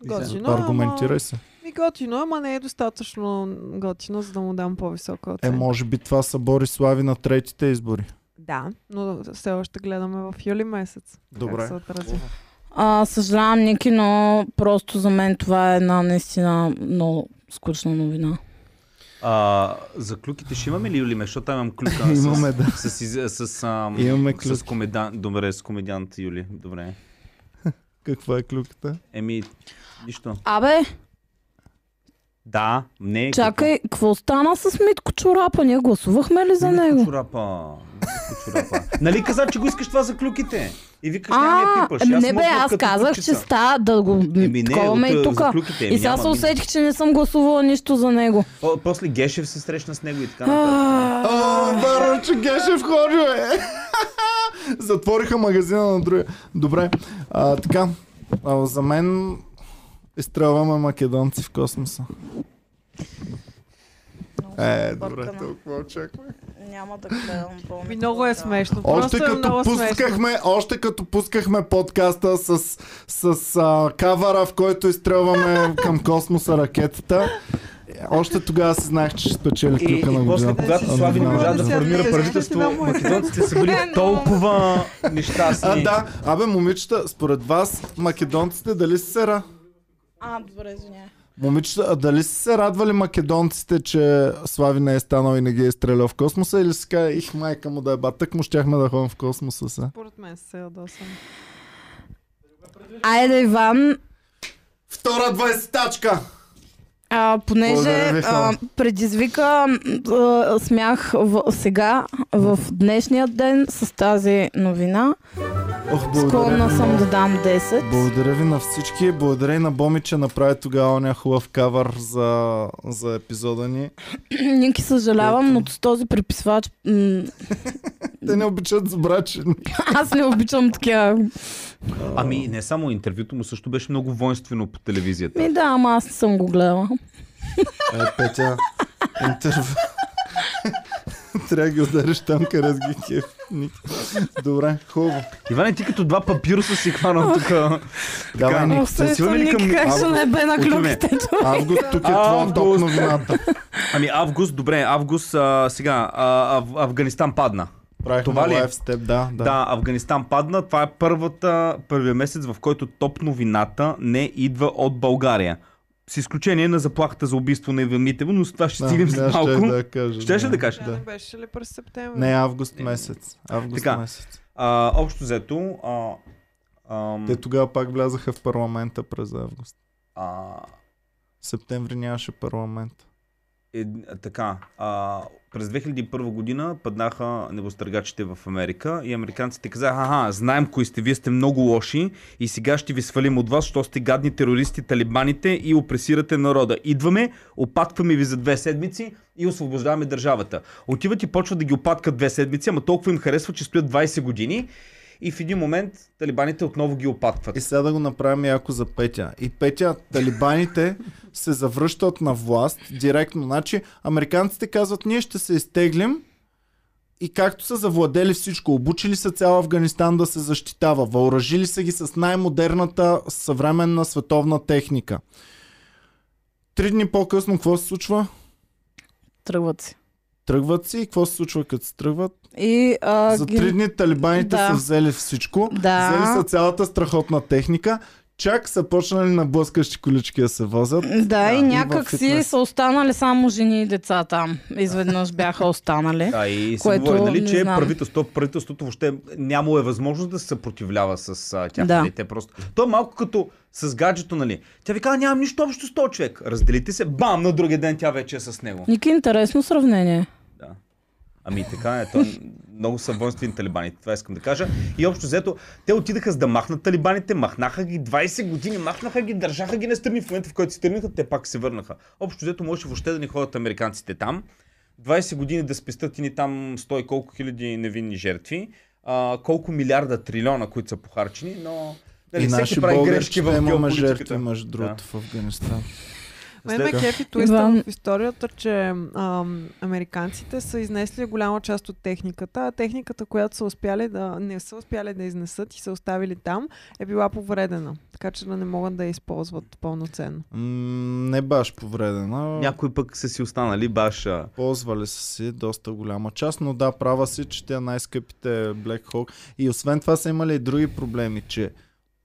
Speaker 1: Да,
Speaker 4: Готино.
Speaker 1: Аргументирай се.
Speaker 4: Ама, ми готино, ама не е достатъчно готино, за да му дам по-висока
Speaker 1: Е,
Speaker 4: оценка.
Speaker 1: може би това са Борислави на третите избори.
Speaker 4: Да, но все още гледаме в юли месец.
Speaker 1: Добре.
Speaker 4: Как се отрази.
Speaker 3: А, съжалявам, Ники, но просто за мен това е една наистина много скучна новина.
Speaker 2: А, за клюките ще имаме ли Юли Меш? Защото там имам клюка с,
Speaker 1: Имаме, да.
Speaker 2: с, с, с, с, ам,
Speaker 1: Имаме
Speaker 2: с
Speaker 1: клюки.
Speaker 2: комедан, добре, с комедиант Юли. Добре.
Speaker 1: Каква е клюката?
Speaker 2: Еми, нищо.
Speaker 3: Абе,
Speaker 2: Да, не.
Speaker 3: чакай, какво стана с Митко Чорапа? Ние гласувахме ли за
Speaker 2: Митко
Speaker 3: него?
Speaker 2: Чорапа. Митко Чорапа. е нали каза, че го искаш това за клюките? И викаш, няма ми я
Speaker 3: А, ами
Speaker 2: пипаш.
Speaker 3: не бе,
Speaker 2: мокна
Speaker 3: аз
Speaker 2: като
Speaker 3: казах, че
Speaker 2: кучица.
Speaker 3: ста да го
Speaker 2: Еми не,
Speaker 3: таковаме
Speaker 2: от,
Speaker 3: и
Speaker 2: а,
Speaker 3: тук.
Speaker 2: за клюките, еми
Speaker 3: И сега
Speaker 2: няма,
Speaker 3: се
Speaker 2: ми-
Speaker 3: усетих, че не съм гласувала нищо за него.
Speaker 2: О, после Гешев се срещна с него и така. нататък.
Speaker 3: А,
Speaker 1: Вярвам, че Гешев ходил е. Затвориха магазина на другия. Добре. А, така. А, за мен изстрелваме македонци в космоса. Е, добре,
Speaker 3: сбъркана.
Speaker 1: толкова очаквах.
Speaker 3: Няма да гледам
Speaker 4: Ми много е смешно.
Speaker 1: Още
Speaker 4: Просто е
Speaker 1: като,
Speaker 4: много смешно.
Speaker 1: пускахме, още като пускахме подкаста с, с а, кавара, в който изстрелваме към космоса ракетата, е, още тогава си знаех, че ще спечели
Speaker 2: И, и
Speaker 1: клюка на Ами,
Speaker 2: после,
Speaker 1: годината.
Speaker 2: когато
Speaker 1: А,
Speaker 2: Слави не
Speaker 1: на
Speaker 2: можа да
Speaker 1: годината.
Speaker 2: формира
Speaker 4: Е,
Speaker 2: правителство,
Speaker 4: да, да, да.
Speaker 2: македонците са
Speaker 3: Е,
Speaker 2: били толкова нещастни.
Speaker 1: А, да. Абе, момичета, според вас, македонците дали са се ра...
Speaker 3: А, добре, извиняй.
Speaker 1: Момичета, а дали са се радвали македонците, че Слави не е станал и не ги е стрелял в космоса или си каза, их майка му да е ба, тък му щяхме да ходим в космоса сега.
Speaker 4: Според мен се ядосам.
Speaker 3: Айде, Иван,
Speaker 1: Втора 20 тачка!
Speaker 3: А,
Speaker 1: Благодаря ви,
Speaker 3: понеже а,
Speaker 1: Слава.
Speaker 3: предизвика м, а, смях в, сега, в днешния ден, с тази новина,
Speaker 1: Ох,
Speaker 3: склонна
Speaker 1: ви
Speaker 3: съм
Speaker 1: много.
Speaker 3: да дам 10.
Speaker 1: Благодаря ви на всички. Благодаря и на Боми, че направи тогава оня хубав кавър за, за епизода ни.
Speaker 3: Ники съжалявам, но
Speaker 1: Което?
Speaker 3: с този приписвач... м,
Speaker 1: Те не обичат забрачени.
Speaker 3: Аз не обичам такива...
Speaker 2: Ами не само интервюто му също беше много воинствено по телевизията.
Speaker 3: Ми да, ама аз не съм го гледала.
Speaker 1: Е, Петя, интервю. Трябва да ги удариш там, където ги кеф. Ник. Добре, хубаво.
Speaker 2: Иване, ти като два папируса си хванал тук.
Speaker 1: Давай, Ник.
Speaker 3: Ох, се
Speaker 2: силен
Speaker 3: съм
Speaker 2: ли към
Speaker 3: Ники, как ще
Speaker 1: август?
Speaker 3: не бе на
Speaker 2: Отиваме.
Speaker 3: клюките.
Speaker 1: Август, тук е твоя топ
Speaker 2: Август.
Speaker 1: новината.
Speaker 2: Ами август, добре, август а, сега. А, Аф- Афганистан падна.
Speaker 1: Правихме
Speaker 2: Това ли е?
Speaker 1: лайв степ, да. да.
Speaker 2: Да. Афганистан падна. Това е първата, първия месец, в който топ новината не идва от България. С изключение на заплахата за убийство на Иван Митево, но с това ще
Speaker 1: Да,
Speaker 2: стигнем
Speaker 1: да,
Speaker 2: след
Speaker 1: щях
Speaker 2: малко.
Speaker 1: Да кажа,
Speaker 2: Щеше да кажеш?
Speaker 4: Тя не беше ли през септември?
Speaker 1: Не, август месец. Август
Speaker 2: Така.
Speaker 1: месец.
Speaker 2: А, общо взето, а, ам,
Speaker 1: Те тогава пак влязаха в парламента през август.
Speaker 2: а,
Speaker 1: Септември нямаше парламент.
Speaker 2: е, така, а, през 2001 година паднаха небостъргачите в Америка и американците казаха, аха, знаем кои сте, вие сте много лоши и сега ще ви свалим от вас, защото сте гадни терористи, талибаните и опресирате народа. Идваме, опаткваме ви за две седмици и освобождаваме държавата. Отиват и почват да ги опаткат две седмици, ама толкова им харесва, че стоят 20 години и в един момент талибаните отново ги опаткват.
Speaker 1: И сега да го направим яко за Петя. И Петя, талибаните се завръщат на власт директно. Значи, американците казват, ние ще се изтеглим и както са завладели всичко, обучили са цял Афганистан да се защитава, въоръжили са ги с най-модерната съвременна световна техника. Три дни по-късно какво се случва?
Speaker 3: Тръгват си.
Speaker 1: Тръгват си и какво се случва като се тръгват?
Speaker 3: И, а,
Speaker 1: За
Speaker 3: ги-
Speaker 1: три дни талибаните
Speaker 3: Да.
Speaker 1: са взели всичко.
Speaker 3: Да.
Speaker 1: Взели са цялата страхотна техника. Чак са почнали на блъскащи колички да се возят.
Speaker 3: Да, и
Speaker 1: в
Speaker 3: някак си
Speaker 1: фитнес.
Speaker 3: са останали само жени и деца там. Изведнъж бяха останали.
Speaker 2: А и се
Speaker 3: Което
Speaker 2: говори, нали,
Speaker 3: не
Speaker 2: че
Speaker 3: знам.
Speaker 2: правителството, правителството въобще нямало е възможност да се съпротивлява с а, тях.
Speaker 3: Да.
Speaker 2: Нали? Те просто... То е малко като с гаджето, нали? Тя ви казва, нямам нищо общо с този човек. Разделите се, бам, на другия ден тя вече е с него.
Speaker 3: Ники, интересно сравнение.
Speaker 2: Да. Ами така е, то много са воинствени талибаните, това искам да кажа. И общо взето, те отидаха за да махнат талибаните, махнаха ги 20 години, махнаха ги, държаха ги на страни, в момента в който се тръгнаха, те пак се върнаха. Общо взето може въобще да не ходят американците там. 20 години да спестат и ни там 100 и колко хиляди невинни жертви, а, колко милиарда, трилиона, които са похарчени, но...
Speaker 1: И
Speaker 2: Нали, всеки
Speaker 1: наши
Speaker 2: прави
Speaker 1: български
Speaker 2: грешки в
Speaker 1: имаме
Speaker 2: геополитиката.
Speaker 1: жертви, между другото, в Афганистан.
Speaker 4: Мен ме
Speaker 2: След-
Speaker 4: кефи туиста
Speaker 3: Иван.
Speaker 4: в историята, че ам, американците са изнесли голяма част от техниката, а техниката, която са успяли да не са успяли да изнесат и са оставили там, е била повредена. Така че да не могат да я използват пълноценно.
Speaker 1: М, не баш повредена.
Speaker 2: Някои пък са си останали баш. а,
Speaker 1: Ползвали са си доста голяма част, но да, права си, че тя най-скъпите Black Hawk. И освен това са имали и други проблеми, че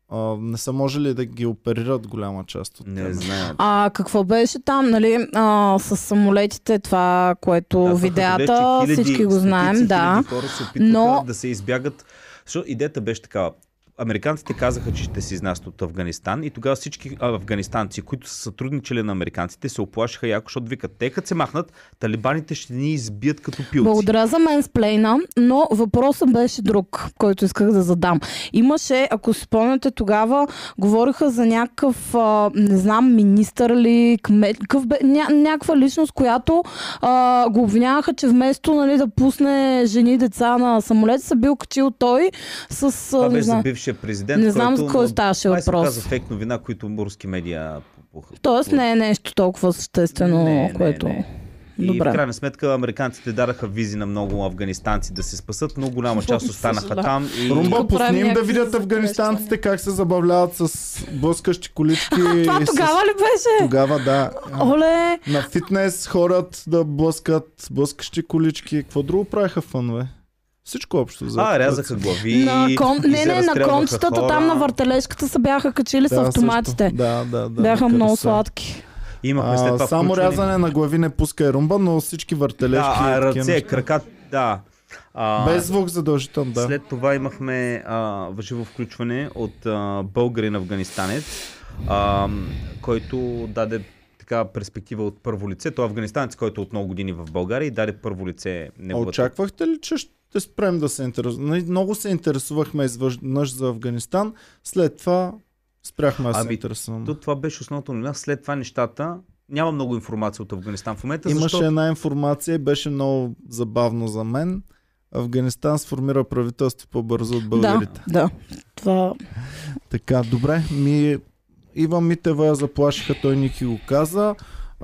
Speaker 1: а, не са можели да ги оперират голяма част от
Speaker 2: Не
Speaker 1: тях.
Speaker 2: знам.
Speaker 3: А какво беше там, нали, а, с самолетите, това, което
Speaker 2: Казаха
Speaker 3: видеята,
Speaker 2: вече
Speaker 3: всички го знаем,
Speaker 2: стотици
Speaker 3: да.
Speaker 2: хиляди Хора се опитваха
Speaker 3: Но-
Speaker 2: да се избягат. Защото идеята беше такава. Американците казаха, че ще се изнасят от Афганистан и тогава всички а, афганистанци, които са сътрудничали на американците, се оплашиха яко, защото викат, те като се махнат, талибаните ще ни избият като пилци.
Speaker 3: Благодаря за мен сплейна, но въпросът беше друг, който исках да задам. Имаше, ако си спомняте тогава, говориха за някакъв, а, не знам, министър ли, кмет, какъв бе, ня, някаква личност, която а, го обвиняваха, че вместо нали, да пусне жени и деца на самолет, се бил качил той с...
Speaker 2: Това
Speaker 3: а, не
Speaker 2: беше за
Speaker 3: знам,
Speaker 2: бившия президент.
Speaker 3: не знам с кой ставаше
Speaker 2: Това се
Speaker 3: въпрос.
Speaker 2: каза фейк новина, които руски медиа... пуха-
Speaker 3: Тоест не е нещо толкова съществено,
Speaker 2: Не, не,
Speaker 3: което...
Speaker 2: не. И
Speaker 3: Добре.
Speaker 2: в крайна сметка американците дараха визи на много афганистанци да се спасат, но голяма част останаха
Speaker 3: Съжалявам.
Speaker 2: там. И...
Speaker 1: Румба,
Speaker 3: Тук правим
Speaker 1: пусни им да
Speaker 3: някакви
Speaker 1: видят
Speaker 3: срещания.
Speaker 1: афганистанците как се забавляват с блъскащи колички.
Speaker 3: Това
Speaker 1: и с-
Speaker 3: тогава ли беше?
Speaker 1: Тогава, да. А,
Speaker 3: Оле!
Speaker 1: На фитнес хорат да блъскат, блъскащи колички. Какво друго правиха фънове? Всичко общо за.
Speaker 2: А, рязаха глави.
Speaker 3: на кон...
Speaker 2: и
Speaker 3: Не,
Speaker 2: се
Speaker 3: не, на
Speaker 2: разстрелваха
Speaker 3: кончетата
Speaker 2: хора.
Speaker 3: там на въртележката са бяха качили с автоматите.
Speaker 1: Също. Да, да, да.
Speaker 3: бяха
Speaker 1: така
Speaker 3: много
Speaker 1: са.
Speaker 3: сладки.
Speaker 2: Имахме след
Speaker 1: А,
Speaker 2: това
Speaker 1: само
Speaker 2: включване.
Speaker 1: рязане на глави не пуска и румба, но всички въртележки.
Speaker 2: Да, а,
Speaker 1: и такива
Speaker 2: ръце,
Speaker 1: неща.
Speaker 2: крака, да. А,
Speaker 1: е Без звук задължително, да.
Speaker 2: След това имахме а, в живо включване от а, българин афганистанец, а, който даде така перспектива от първо лице. Той е афганистанец, който е от много години в България и даде първо лице
Speaker 1: А
Speaker 2: неговата.
Speaker 1: очаквахте ли, че ще спрем да се интересуваме? Много се интересувахме изведнъж за Афганистан, след това спряхме да се
Speaker 2: Ами,
Speaker 1: интересуваме.
Speaker 2: То, това беше основната новина. След това нещата. Няма много информация от Афганистан в момента.
Speaker 1: Имаше
Speaker 2: защото...
Speaker 1: една информация, беше много забавно за мен. Афганистан сформира правителство по-бързо от
Speaker 3: Да,
Speaker 1: българите.
Speaker 3: да. Това...
Speaker 1: Така, добре. Ми, Ива Митева я заплашиха, той Ники го каза.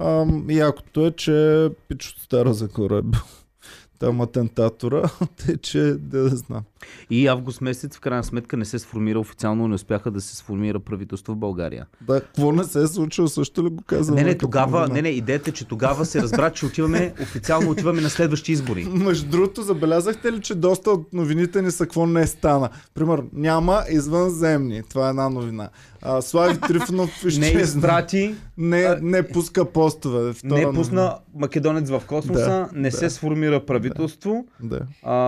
Speaker 1: Ам, якото е, че пич от Стара Загора е бил там атентатора, те че да, да знам.
Speaker 2: И август месец, в крайна сметка, не се сформира официално, не успяха да се сформира правителство в България.
Speaker 1: Да, какво не се е случило, също ли го казвам?
Speaker 2: Не, не, тогава, не, не, идеята е, че тогава се разбра, че отиваме, официално отиваме на следващи избори.
Speaker 1: Между другото, забелязахте ли, че доста от новините ни са какво не стана? Пример, няма извънземни. Това е една новина. А, Слави Трифонов
Speaker 2: Не
Speaker 1: изчезна.
Speaker 2: изпрати,
Speaker 1: Не, не пуска постове. Втора
Speaker 2: не
Speaker 1: новина.
Speaker 2: пусна македонец в космоса,
Speaker 1: Да,
Speaker 2: не се сформира правителство.
Speaker 1: Да.
Speaker 2: А,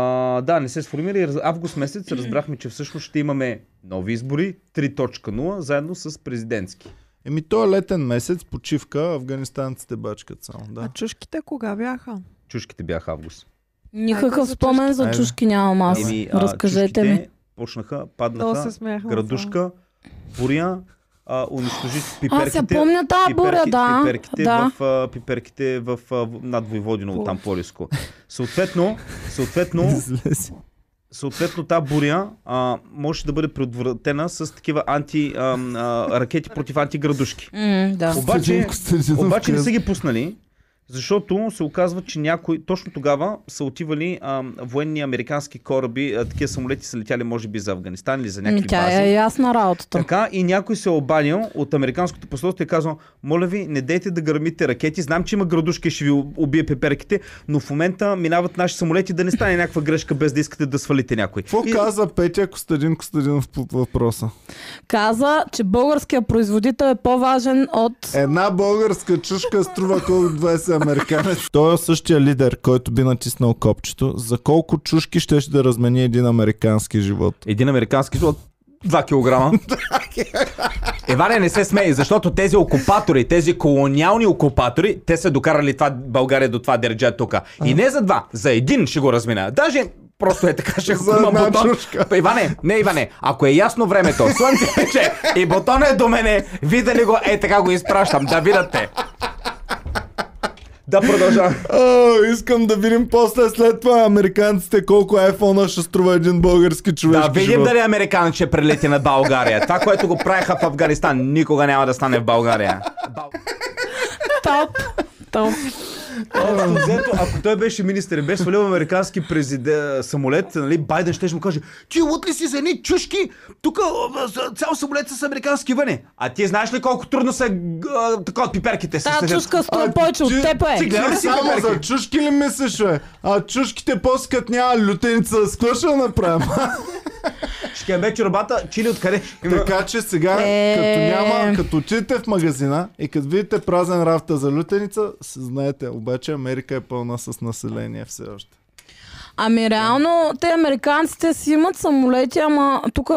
Speaker 2: да, не се сформира и раз- август месец разбрахме, че всъщност ще имаме нови избори 3.0 заедно с президентски.
Speaker 1: Еми, той е летен месец, почивка, афганистанците бачкат само.
Speaker 4: А
Speaker 1: Да.
Speaker 4: чушките кога бяха?
Speaker 2: Чушките бяха август.
Speaker 3: Никакъв
Speaker 4: за
Speaker 3: спомен за
Speaker 1: Айде.
Speaker 3: чушки нямам аз.
Speaker 2: Еми, а,
Speaker 3: Разкажете
Speaker 2: чушките
Speaker 3: ми.
Speaker 2: Почнаха,
Speaker 4: Много се
Speaker 2: паднаха,
Speaker 4: смяхме.
Speaker 2: градушка, буря, а, унищожи
Speaker 3: Аз
Speaker 2: пиперките.
Speaker 3: се помня тази буря,
Speaker 2: пиперки-
Speaker 3: да.
Speaker 2: Пиперките,
Speaker 3: да.
Speaker 2: В, а, пиперките в, а, в- над Войводино, от там по-риско. Съответно, съответно, съответно та буря а, може да бъде предотвратена с такива анти, а, а, ракети против антиградушки.
Speaker 3: М, да.
Speaker 2: Обаче,
Speaker 1: Костадинов
Speaker 2: обаче не
Speaker 1: каза.
Speaker 2: са ги пуснали, защото се оказва, че някой, точно тогава са отивали а, военни американски кораби, а, такива самолети са летяли може би за Афганистан или за
Speaker 3: Ми,
Speaker 2: някакви бази.
Speaker 3: тя е ясна работата.
Speaker 2: Така и някой се е обадил от американското посолство и е казал, моля ви, не дейте да гърмите ракети, знам, че има градушка и ще ви убие пеперките, но в момента минават наши самолети да не стане някаква грешка без да искате да свалите някой.
Speaker 1: Какво
Speaker 2: и...
Speaker 1: каза Петя Костадин Костадинов по въпроса?
Speaker 3: Каза, че българския производител е по-важен от...
Speaker 1: Една българска чушка струва колко 20 американец. Той е същия лидер, който би натиснал копчето. За колко чушки ще ще да размени един американски живот?
Speaker 8: Един американски злот 2 кг. Еване, Е, не се смей, защото тези окупатори, тези колониални окупатори, те са докарали това, България до това держе тук. И не за два, за един ще го размина. Даже просто е така, ще
Speaker 1: За
Speaker 8: има
Speaker 1: една
Speaker 8: бутон.
Speaker 1: чушка.
Speaker 8: Иване, не Иване, ако е ясно времето, слънце пече и бутон е до мене, видели го, е така го изпращам, да видят те. Да продължавам.
Speaker 1: О, искам да видим после след това американците колко айфона ще струва един български човешки
Speaker 8: Да видим
Speaker 1: живот.
Speaker 8: дали американ ще прелети над България. Това, което го правиха в Афганистан, никога няма да стане в България.
Speaker 3: Топ.
Speaker 2: Е,
Speaker 3: Топ.
Speaker 2: Общо взето, ако той беше министър и беше свалил американски президент, самолет, нали, Байден ще му каже, ти лут ли си за едни чушки? Тук цял самолет с американски въне. А ти знаеш ли колко трудно са а, такова пиперките? с-
Speaker 3: Та чушка струва повече от
Speaker 1: ти-
Speaker 3: теб,
Speaker 2: ти
Speaker 3: е.
Speaker 2: гледай
Speaker 1: Ти
Speaker 2: си
Speaker 1: само
Speaker 2: пиперки.
Speaker 1: за чушки ли мислиш, бе? А чушките после като няма лютеница, с какво ще я направим?
Speaker 2: Ще бе чорбата, чили откъде?
Speaker 8: Ами,
Speaker 1: така че сега,
Speaker 3: Е.
Speaker 1: като няма, като отидете в магазина и като видите празен рафта за лютеница, с- знаете, обаче Америка е пълна с население все още.
Speaker 3: Ами реално, те американците си имат самолети, ама тук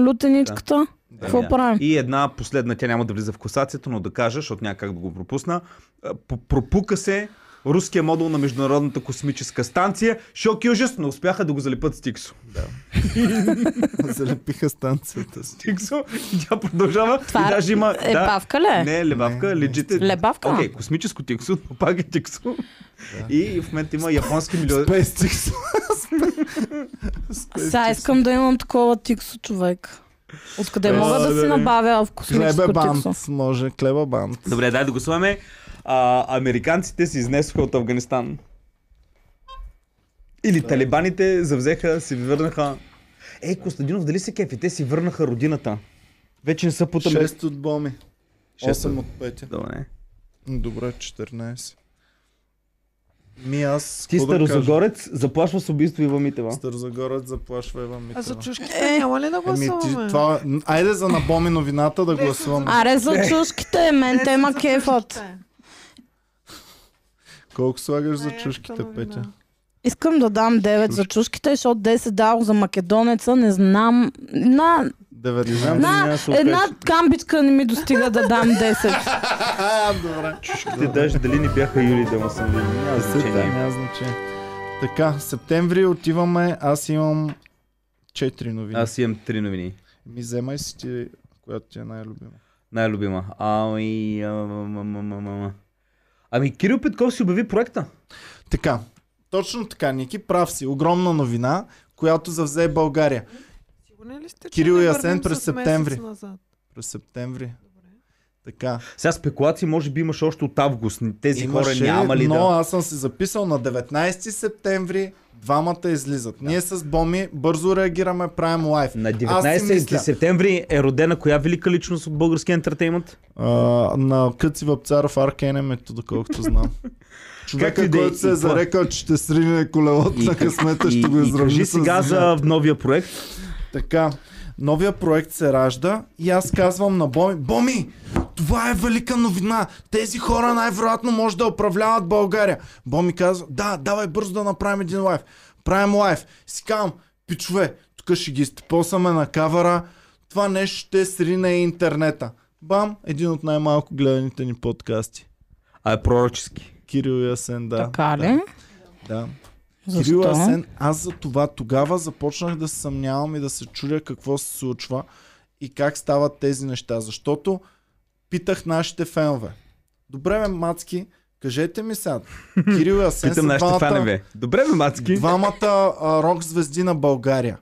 Speaker 3: лютеничката. Какво
Speaker 2: Да.
Speaker 3: правим?
Speaker 2: Е, И една последна, тя няма да влиза в класацията, но да кажа, защото няма как да го пропусна. А, п- Пропука се руския модул на Международната космическа станция. Шок и ужас, но успяха да го залепат с Тиксо.
Speaker 1: Залепиха станцията си.
Speaker 2: Тиксо и тя продължава.
Speaker 3: Това
Speaker 2: и даже има,
Speaker 3: е бавка ли е?
Speaker 2: Не, е лебавка, легит е...
Speaker 3: Лебавка?
Speaker 2: Окей, космическо Тиксо, но пак е Тиксо. И в момента има японски милиони.
Speaker 1: Пестих
Speaker 3: Сега искам да имам такова тиксо човек. Откъде мога да си набавя в
Speaker 1: Клебе
Speaker 3: космическо тиксо?
Speaker 1: бант, може, клеба бант.
Speaker 2: Добре, дай да го слагаме. А, американците се изнесоха от Афганистан. Или талибаните завзеха, си върнаха. Ей, Костадинов, дали се кефи? Те си върнаха родината. Вече не са под Америка.
Speaker 1: 6 от Боми.
Speaker 2: Шест
Speaker 1: 8 от Петя.
Speaker 2: Добре.
Speaker 1: Добре, 14. Ми аз...
Speaker 2: Ти
Speaker 1: какво да кажа?
Speaker 2: старозагорец, заплашва с убийство Ива Митева.
Speaker 1: Старозагорец заплашва Ива
Speaker 4: А
Speaker 1: Митева.
Speaker 4: за чушките няма ли да
Speaker 1: Е. Еми, ти,
Speaker 4: гласуваме?
Speaker 1: това... Айде за набоми новината да гласувам.
Speaker 3: Аре за чушките, мен
Speaker 4: Не,
Speaker 3: те ма
Speaker 4: за
Speaker 3: кефът.
Speaker 4: чушките.
Speaker 1: Колко слагаш за
Speaker 4: Най-яката
Speaker 1: чушките,
Speaker 4: новина.
Speaker 1: Петя?
Speaker 3: Искам да дам 9 за чушките, защото 10 дал за македонеца, не знам. На,
Speaker 1: Ами,
Speaker 2: Не
Speaker 1: 90.
Speaker 2: знам.
Speaker 3: на
Speaker 2: няма да се
Speaker 3: една камбичка не ми достига да дам 10.
Speaker 2: Чушките даже дали не бяха Юли да съм видел. Няма
Speaker 1: Да,
Speaker 2: значение.
Speaker 1: няма значение. Така, септември отиваме, аз имам 4 новини.
Speaker 2: Аз имам три новини.
Speaker 1: Ми вземай си ти, която ти е най-любима.
Speaker 2: Най-любима. Ами... ам, ам, ам, ам, ам. Ами Кирил Петков си обяви проекта.
Speaker 1: Така, точно така, Ники, прав си. Огромна новина, която завзе България.
Speaker 4: Сигурни ли сте, че
Speaker 1: Кирил
Speaker 4: не
Speaker 1: Ясен
Speaker 4: вървим
Speaker 1: през
Speaker 4: с месец
Speaker 1: септември.
Speaker 4: назад?
Speaker 1: През септември. Така.
Speaker 2: Сега спекулации може би имаш още от август. Тези
Speaker 1: Имаше,
Speaker 2: хора няма ли
Speaker 1: но
Speaker 2: да...
Speaker 1: аз съм си записал на 19 септември двамата излизат. Ние с Боми бързо реагираме, правим лайф.
Speaker 2: На
Speaker 1: Аз си
Speaker 2: 19
Speaker 1: мисля.
Speaker 2: септември е родена коя велика личност от българския ентертеймент?
Speaker 1: А, на Къци Въпцаров Аркенемето, доколкото знам.
Speaker 2: Както
Speaker 1: Човека,
Speaker 2: и да е,
Speaker 1: който се
Speaker 2: и
Speaker 1: е
Speaker 2: това.
Speaker 1: зарекал, че ще срине колелото на късмета, ще го
Speaker 2: и
Speaker 1: изравни
Speaker 2: кажи
Speaker 1: с
Speaker 2: сега
Speaker 1: земята.
Speaker 2: за новия проект.
Speaker 1: Така, новия проект се ражда и аз казвам на Боми, Боми, това е велика новина. Тези хора най-вероятно може да управляват България. Боми казва, да, давай бързо да направим един лайф. Правим лайф. И Си казвам, пичове, тук ще ги степосаме на кавара. Това нещо ще срине и интернета. Бам, един от най-малко гледаните ни подкасти.
Speaker 2: А е пророчески.
Speaker 1: Кирил Ясен, да.
Speaker 3: Така
Speaker 1: Да,
Speaker 3: ли?
Speaker 1: да. Кирил
Speaker 3: Защо?
Speaker 1: Асен, аз за това тогава започнах да се съмнявам и да се чудя какво се случва и как стават тези неща, защото питах нашите фенове. Добре, бе, мацки, кажете ми сега, Кирил Асен
Speaker 2: Питам
Speaker 1: Е, са
Speaker 2: нашите
Speaker 1: двамата,
Speaker 2: фанове. Добре, бе, Мацки.
Speaker 1: двамата а, рок звезди на България.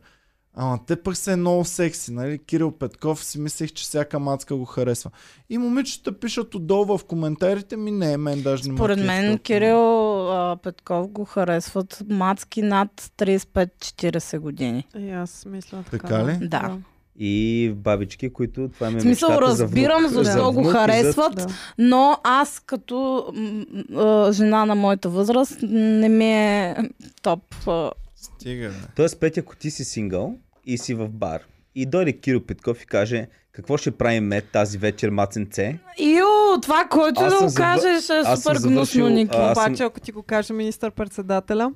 Speaker 1: Ама те пък са много секси, нали? Кирил Петков си мислех, че всяка мацка го харесва. И момичета пишат отдолу в коментарите ми, не, мен даже не ме
Speaker 3: Поред мен
Speaker 1: кефи.
Speaker 3: Кирил а, Петков го харесват мацки над 35-40 години.
Speaker 4: И Е, аз мисля така.
Speaker 1: Така ли?
Speaker 3: Да.
Speaker 2: И бабички, които това ми е
Speaker 3: В смисъл,
Speaker 2: мечтата за
Speaker 3: разбирам
Speaker 2: внук- за
Speaker 3: защо го
Speaker 2: внук и за-
Speaker 3: харесват,
Speaker 4: Да.
Speaker 3: но аз като м, а, жена на моята възраст не ми е топ. а.
Speaker 1: Стига, бе.
Speaker 2: Тоест, е Петя, ако ти си сингъл и си в бар, и дойде Кирил Петков и каже, какво ще правим ме тази вечер, маценце?
Speaker 3: Ио, това, което
Speaker 2: Аз
Speaker 3: да
Speaker 2: съм
Speaker 3: го
Speaker 2: завър-
Speaker 3: кажеш е
Speaker 2: аз съм
Speaker 3: супер гнусно,
Speaker 2: завършил,
Speaker 3: Ники.
Speaker 2: а, аз съм-
Speaker 4: Обаче, ако ти го каже министър-председателя,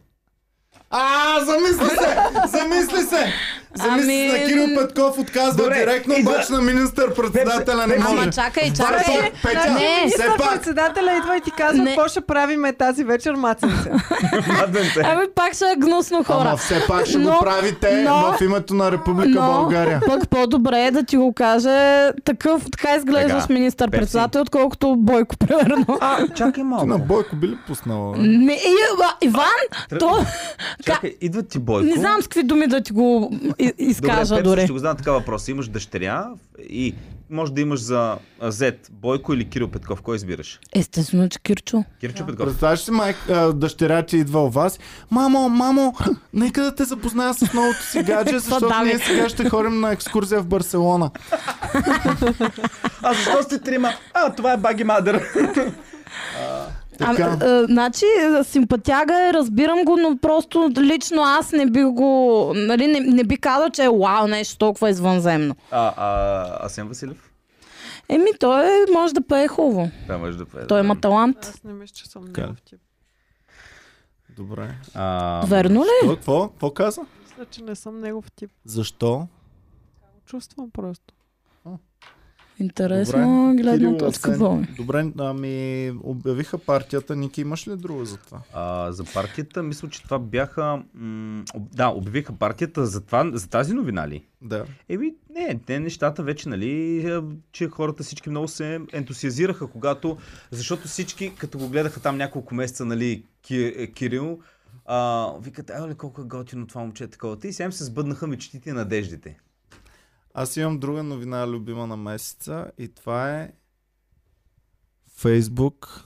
Speaker 1: А, замисли се! Замисли се! Замисли
Speaker 3: Ами-
Speaker 1: се на Кирил Петков отказва
Speaker 2: Добре,
Speaker 1: директно,
Speaker 2: и да-
Speaker 1: обаче на министър-председателя не може.
Speaker 3: Ама чакай,
Speaker 1: Петя,
Speaker 3: чакай.
Speaker 1: Петя, все
Speaker 3: Не.
Speaker 1: пак,
Speaker 4: министър-председателя Е, идва и ти казва,
Speaker 3: Не.
Speaker 4: какво ще правиме тази вечер, маценце.
Speaker 2: Маценце.
Speaker 3: Абе, пак ще е гнусно
Speaker 1: ама
Speaker 3: хора.
Speaker 1: все пак ще го
Speaker 3: Но-
Speaker 1: правите
Speaker 3: но-
Speaker 1: в името на Република
Speaker 3: Но
Speaker 1: България.
Speaker 3: пък по-добре е да ти го каже такъв, така изглеждаш
Speaker 2: Така,
Speaker 3: министър-председател, отколкото Бойко, примерно.
Speaker 2: А, чакай малко.
Speaker 1: Бойко би ли пуснала? бе?
Speaker 3: Не, и, а, Иван, то,
Speaker 2: Чакай, идва ти Бойко.
Speaker 3: Не знам с какви думи да ти го и- изкажа
Speaker 2: Добре,
Speaker 3: дори.
Speaker 2: Пепси, ще го знам така въпрос. Имаш дъщеря и може да имаш за а, зет Бойко или Кирил Петков. Кой избираш?
Speaker 3: Естествено, че Кирчо.
Speaker 2: Кирчо Петков.
Speaker 1: Представяш си, майк, а, дъщеря ти идва у вас. Мамо, мамо, нека да те запозная с новото си гадже, защото
Speaker 3: дами?
Speaker 1: ние сега ще ходим на екскурзия в Барселона.
Speaker 2: А защо сте трима? А, това е Баги Мадър.
Speaker 3: А,
Speaker 1: Така.
Speaker 3: а, а, значи, а, симпатяга е, разбирам го, но просто лично аз не би го... Нали, не, не би казал, че е вау, нещо толкова извънземно.
Speaker 2: А, а, Асен Василев?
Speaker 3: Еми, той е- може да пее хубаво.
Speaker 2: Да, може да пее.
Speaker 3: Той има талант.
Speaker 4: Аз не мисля, че съм
Speaker 1: Така.
Speaker 4: негов тип.
Speaker 1: Добре.
Speaker 2: А,
Speaker 3: Верно ли?
Speaker 1: Той какво? Какво каза?
Speaker 4: Мисля, че не съм негов тип.
Speaker 1: Защо?
Speaker 4: Чувствам просто.
Speaker 3: Интересно, гледна
Speaker 1: Кирил,
Speaker 3: точка.
Speaker 1: Асен.
Speaker 3: Боми.
Speaker 1: Добре, ами обявиха партията. Ники, имаш ли друга за това?
Speaker 2: А, за партията, мисля, че това бяха... М- об- да, обявиха партията за, това, за тази новина ли?
Speaker 1: Да.
Speaker 2: Еми, не, те нещата вече, нали, е, че хората всички много се ентусиазираха, когато, защото всички, като го гледаха там няколко месеца, нали, Ки, е, Кирил, а, викат, ела ли колко е готино това момче такова. Ти сега им се сбъднаха мечтите и надеждите.
Speaker 1: Аз имам друга новина, любима на месеца, и това е Фейсбук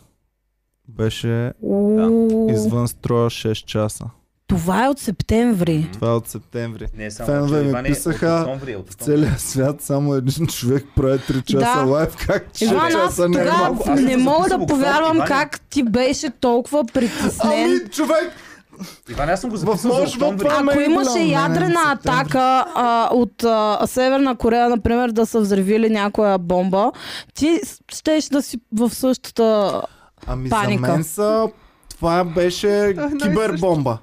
Speaker 1: беше
Speaker 3: Уу,
Speaker 1: извън строя 6 часа.
Speaker 3: Това е от септември.
Speaker 1: Това е от септември.
Speaker 2: Не е само
Speaker 1: Фенове
Speaker 2: че,
Speaker 1: ми
Speaker 2: Иване,
Speaker 1: писаха
Speaker 2: от октомври, е, от
Speaker 1: В
Speaker 2: октомври.
Speaker 1: целия свят само един човек прави 3 часа
Speaker 3: Да.
Speaker 1: лайв, как 6
Speaker 3: Иван, аз
Speaker 1: часа не е
Speaker 3: тогава
Speaker 1: малко.
Speaker 2: Аз
Speaker 3: не
Speaker 2: съм
Speaker 3: мога
Speaker 2: записал
Speaker 3: да
Speaker 2: го,
Speaker 3: повярвам
Speaker 2: Иване.
Speaker 3: как ти беше толкова притеснен.
Speaker 1: Ами, човек,
Speaker 2: Иван, аз съм го записал
Speaker 1: моя
Speaker 2: за
Speaker 1: живот
Speaker 2: октомври.
Speaker 1: това-
Speaker 3: Ако
Speaker 1: Ама е
Speaker 3: имаше
Speaker 1: голямо, не,
Speaker 3: ядрена
Speaker 1: не, септември.
Speaker 3: атака а, от а, Северна Корея, например, да са взривили някоя бомба, ти с- щеш да си в същата...
Speaker 1: Ами
Speaker 3: Паника. е
Speaker 1: за мен са, това беше
Speaker 4: едно и
Speaker 1: кибербомба.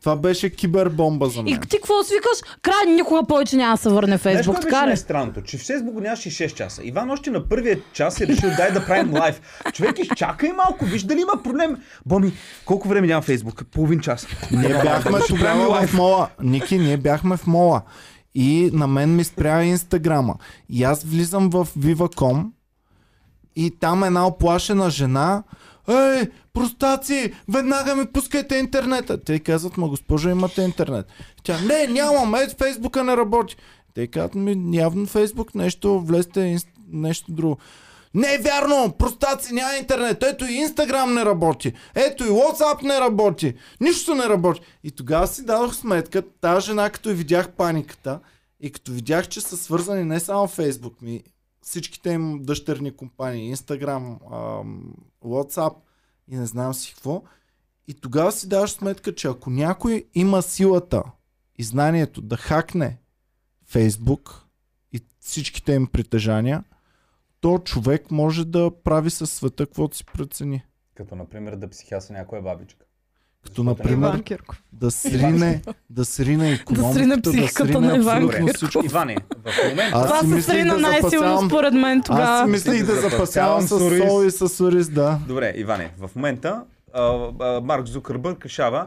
Speaker 1: Това беше кибербомба за
Speaker 3: И
Speaker 1: мен.
Speaker 3: ти какво свикаш? Край никога повече няма да се върне в
Speaker 2: Знаеш,
Speaker 3: Фейсбук,
Speaker 2: кое беше
Speaker 3: така ли?
Speaker 2: най-странното? Че в Фейсбук го нямаше и 6 часа. Иван още на първия час е решил дай да правим лайв. Човек, изчакай малко, виж дали има проблем. Боми, колко време няма Фейсбук? Половин час.
Speaker 1: Ние бяхме
Speaker 2: Ще правим
Speaker 1: тогава
Speaker 2: лайв.
Speaker 1: в мола. Ники, ние бяхме в мола. И на мен ми спря инстаграма. И аз влизам в Viva.com и там една оплашена жена Ей, простаци, веднага ми пускайте интернета. Те й казват, ма госпожо, имате интернет. Тя, не, нямам, ей, Фейсбука не работи. Те й казват, ми, явно Фейсбук нещо, влезте инст... нещо друго. Не е вярно, простаци, няма интернет. Ето и Инстаграм не работи. Ето и WhatsApp не работи. Нищо не работи. И тогава си дадох сметка, тази жена, като я видях паниката и като видях, че са свързани не само Фейсбук ми, всичките им дъщерни компании, Instagram, ам, WhatsApp и не знам си какво. И тогава си даваш сметка, че ако някой има силата и знанието да хакне Facebook и всичките им притежания, то човек може да прави със света каквото си прецени.
Speaker 8: Като, например, да психиаса някоя бабичка.
Speaker 1: Като,
Speaker 4: Иван
Speaker 1: например,
Speaker 4: Кирков.
Speaker 1: да срине, да срине
Speaker 3: срине
Speaker 1: економиката, да срине,
Speaker 3: психиката на Иван
Speaker 1: абсолютно
Speaker 3: Кирков.
Speaker 1: всичко.
Speaker 2: Иване, в момента...
Speaker 1: Аз
Speaker 3: Това
Speaker 1: си
Speaker 3: се
Speaker 1: мислих
Speaker 3: срина
Speaker 1: да
Speaker 3: най-силно
Speaker 1: запасявам-
Speaker 3: според мен
Speaker 1: Аз си
Speaker 3: тогава.
Speaker 1: мислих да запасявам с
Speaker 2: Запасявам с
Speaker 1: сол и
Speaker 2: ориз.
Speaker 1: с ориз, да.
Speaker 2: Добре, Иване, в момента а, а, Марк Зукърбърг решава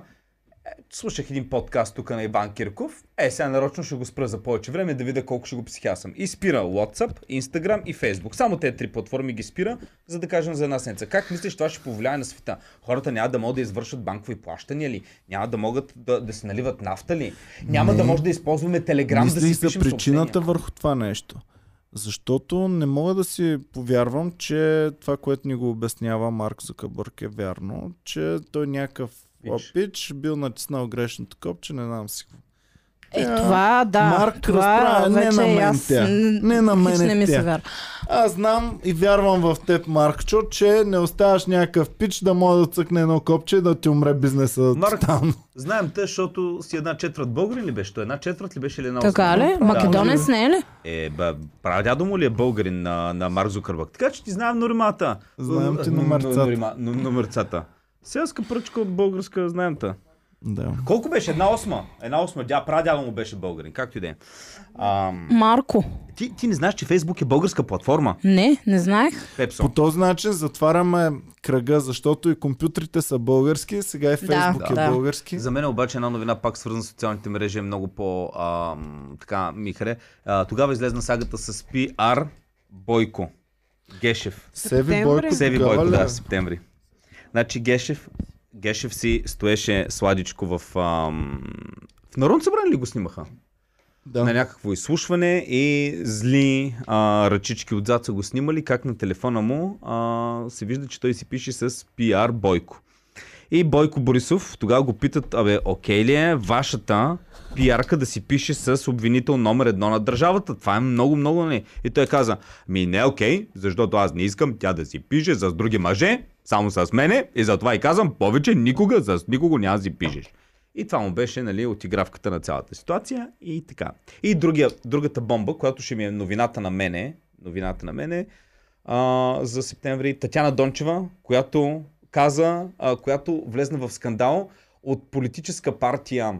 Speaker 2: е, слушах един подкаст тук на Иван Кирков. Е, сега нарочно ще го спра за повече време да видя колко ще го психиасам. И спира WhatsApp, Instagram и Facebook. Само тези три платформи ги спира, за да кажем за една седмица. Как мислиш, това ще повлияе на света? Хората няма да могат да извършват банкови плащания ли? Няма да могат да, да се наливат нафта ли? Няма
Speaker 1: Не.
Speaker 2: да може да използваме Телеграм да си
Speaker 1: Мислих
Speaker 2: пишем
Speaker 1: за причината
Speaker 2: съобщения.
Speaker 1: върху това нещо. Защото не мога да си повярвам, че това, което ни го обяснява Марк Зукърбърг е вярно, че той някакъв
Speaker 2: Пич.
Speaker 1: пич, пич бил натиснал грешното копче, не знам си какво.
Speaker 3: Е, това да.
Speaker 1: Марк
Speaker 3: това
Speaker 1: разправя, не
Speaker 3: вече
Speaker 1: на
Speaker 3: и
Speaker 1: мен
Speaker 3: аз...
Speaker 1: тя.
Speaker 3: н-
Speaker 1: Не на
Speaker 3: хич
Speaker 1: мен
Speaker 3: не ми
Speaker 1: тя.
Speaker 3: се вярва.
Speaker 1: Аз знам и вярвам в теб, Маркчо, че не оставаш някакъв пич да може да цъкне едно копче и да ти умре бизнеса
Speaker 2: Марк,
Speaker 1: там.
Speaker 2: Знаем те, защото си една четвърт българин ли беше? Той една четвърт ли беше или една
Speaker 3: Така ли?
Speaker 2: Да.
Speaker 3: Македонец не е ли?
Speaker 2: Е, ба, прадядо му ли е българин на, на Марк Зукърбък? Така че ти знаем норимата.
Speaker 1: Знаем ти
Speaker 2: Н- н-
Speaker 1: номерцата.
Speaker 2: номерима- н- Номерцата. Селска пръчка от българска, знаем та.
Speaker 1: Да.
Speaker 2: Колко беше? Една осма. Една осма. Дя, прадядо му беше българин, както и да е. Ам,
Speaker 3: Марко.
Speaker 2: Ти, ти не знаеш, че Фейсбук е българска платформа,
Speaker 3: Не, не знаех.
Speaker 2: Пепсо.
Speaker 1: По този начин затваряме кръга, защото и компютрите са български, сега и Фейсбук е
Speaker 3: да.
Speaker 1: български.
Speaker 2: За мен е обаче една новина, пак свързана с социалните мрежи, е много по... А, м, така, Михаре. А, тогава излезна сагата с PR Бойко. Гешев.
Speaker 1: Севи
Speaker 4: Септември.
Speaker 1: Бойко,
Speaker 2: Севи
Speaker 1: тогава
Speaker 2: Бойко,
Speaker 1: ли?
Speaker 2: да, септември. Значи Гешев Гешев си стоеше сладичко в... Ам... В Народно събрание ли го снимаха?
Speaker 1: Да.
Speaker 2: на някакво изслушване и зли а, ръчички отзад са го снимали, как на телефона му а, се вижда, че той си пише с пиар Бойко. И Бойко Борисов тогава го питат, абе, окей ли е вашата пиарка да си пише с обвинител номер едно на държавата? Това е много, много не. И той каза, ми не е окей, защото аз не искам тя да си пише с други мъже, само с мене и затова и казвам, повече никога с никого няма да си пишеш. И това му беше нали, отигравката на цялата ситуация и така. И другия, другата бомба, която ще ми е новината на мене, новината на мене а, за септември, Татяна Дончева, която каза, а, която влезна в скандал от политическа партия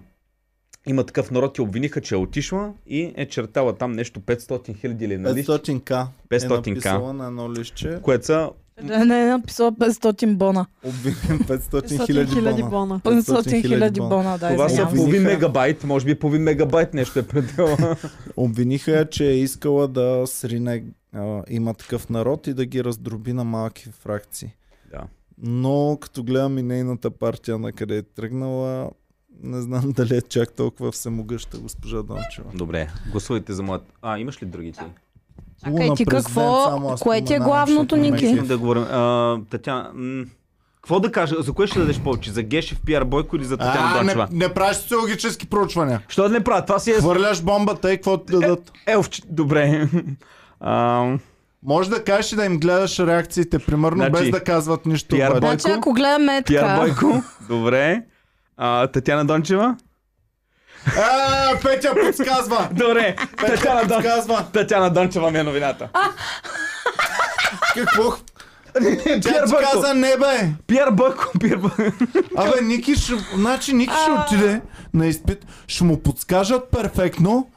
Speaker 2: има такъв народ и обвиниха, че е отишла и е чертала там нещо 500 хиляди или нали?
Speaker 1: 500к.
Speaker 2: 500К.
Speaker 1: Е написала на едно листче.
Speaker 2: Което са
Speaker 3: Не, не, е написал 500 бона.
Speaker 1: Обвинен 500
Speaker 4: 500
Speaker 1: хиляди
Speaker 4: 000
Speaker 1: бона.
Speaker 4: бона.
Speaker 3: 500 хиляди бона, да,
Speaker 2: Това са
Speaker 3: извинявам. се.
Speaker 2: половин
Speaker 1: Обвиниха.
Speaker 2: мегабайт, може би половин мегабайт нещо е предела.
Speaker 1: Обвиниха я, че е искала да срине а, има такъв народ и да ги раздроби на малки фракции.
Speaker 2: Да.
Speaker 1: Но като гледам и нейната партия на къде е тръгнала, не знам дали е чак толкова всемогъща госпожа Дончева.
Speaker 2: Добре, гласувайте за моят... А, имаш ли другите?
Speaker 3: Чакай,
Speaker 1: Луна
Speaker 3: ти
Speaker 1: президент,
Speaker 3: какво-
Speaker 1: само аз
Speaker 3: кое ти е
Speaker 1: споменавам,
Speaker 3: главното,
Speaker 1: защото ме
Speaker 3: Ники?
Speaker 1: кефи.
Speaker 2: Искам да говорим. А, Татяна, м- какво да кажа? За кое ще дадеш повече? За Гешев, Пиар Бойко или за Татяна
Speaker 1: А, не,
Speaker 2: Дончева?
Speaker 1: не правиш социологически проучвания.
Speaker 2: Що да не правя? Това си е...
Speaker 1: Хвърляш бомбата и какво ти дадат.
Speaker 2: Елфче, добре. А,
Speaker 1: Може да кажеш и да им гледаш реакциите, примерно,
Speaker 2: Значи,
Speaker 1: без да казват нищо.
Speaker 2: PR
Speaker 1: обаче.
Speaker 2: Бойко.
Speaker 3: Значи ако гледаме е
Speaker 2: Пиар
Speaker 3: така,
Speaker 2: Бойко, добре. А, Татяна Дончева?
Speaker 1: Е, Петя подсказва!
Speaker 2: Добре, Татяна, Дон...
Speaker 1: Подсказва!
Speaker 2: Татяна Дончева ми е новината.
Speaker 1: Какво? Тя
Speaker 2: Пиар
Speaker 1: ти
Speaker 2: Бойко,
Speaker 1: каза не бе!
Speaker 2: Пиар Бойко, Пиар Бойко.
Speaker 1: Абе, Ники ще... Значи Ники ще отиде на изпит, ще му подскажат перфектно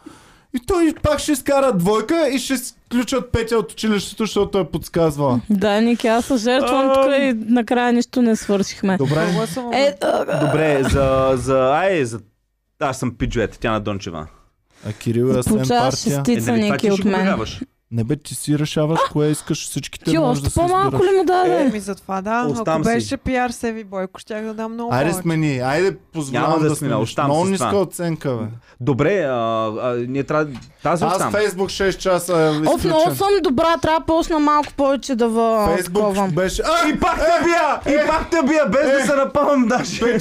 Speaker 1: и той пак ще изкара двойка и ще включат Петя от училището, защото е подсказвала.
Speaker 3: да, Ники, аз се жертвам тук и накрая нищо не свършихме.
Speaker 1: Добре?
Speaker 3: Е, а,
Speaker 2: Добре, за... за... Ай, за... Аз съм пиджует, Татяна Дончева. нали,
Speaker 1: А Кирил е освен
Speaker 3: получаваш
Speaker 1: партия.
Speaker 3: шестица, Ники, е от мен.
Speaker 1: Не бе, ти си решаваш кое искаш, всичките
Speaker 3: Ти
Speaker 1: може
Speaker 3: още
Speaker 1: да се
Speaker 3: по-малко
Speaker 1: избираш.
Speaker 3: ли му даде?
Speaker 4: Ами затова да,
Speaker 2: Оставам
Speaker 4: ако
Speaker 2: си.
Speaker 4: беше пиар Севи Бойко, ще да дам много
Speaker 1: Айде
Speaker 4: повече.
Speaker 1: смени, айде
Speaker 2: Няма
Speaker 1: позволявам
Speaker 2: да
Speaker 1: да
Speaker 2: смена,
Speaker 1: смениш.
Speaker 2: оставам
Speaker 1: Много
Speaker 2: с това.
Speaker 1: ниска оценка, бе.
Speaker 2: Добре, а, а, ние трябва... Тази
Speaker 1: Аз
Speaker 2: оставам.
Speaker 1: Фейсбук 6 часа е
Speaker 3: Оф,
Speaker 1: изключен.
Speaker 3: много съм добра, трябва да почна малко повече да въ...
Speaker 1: Фейсбук
Speaker 3: таковам.
Speaker 1: беше... А,
Speaker 2: И пак те бия! И пак те бия, без да се напъвам даже.
Speaker 3: Е,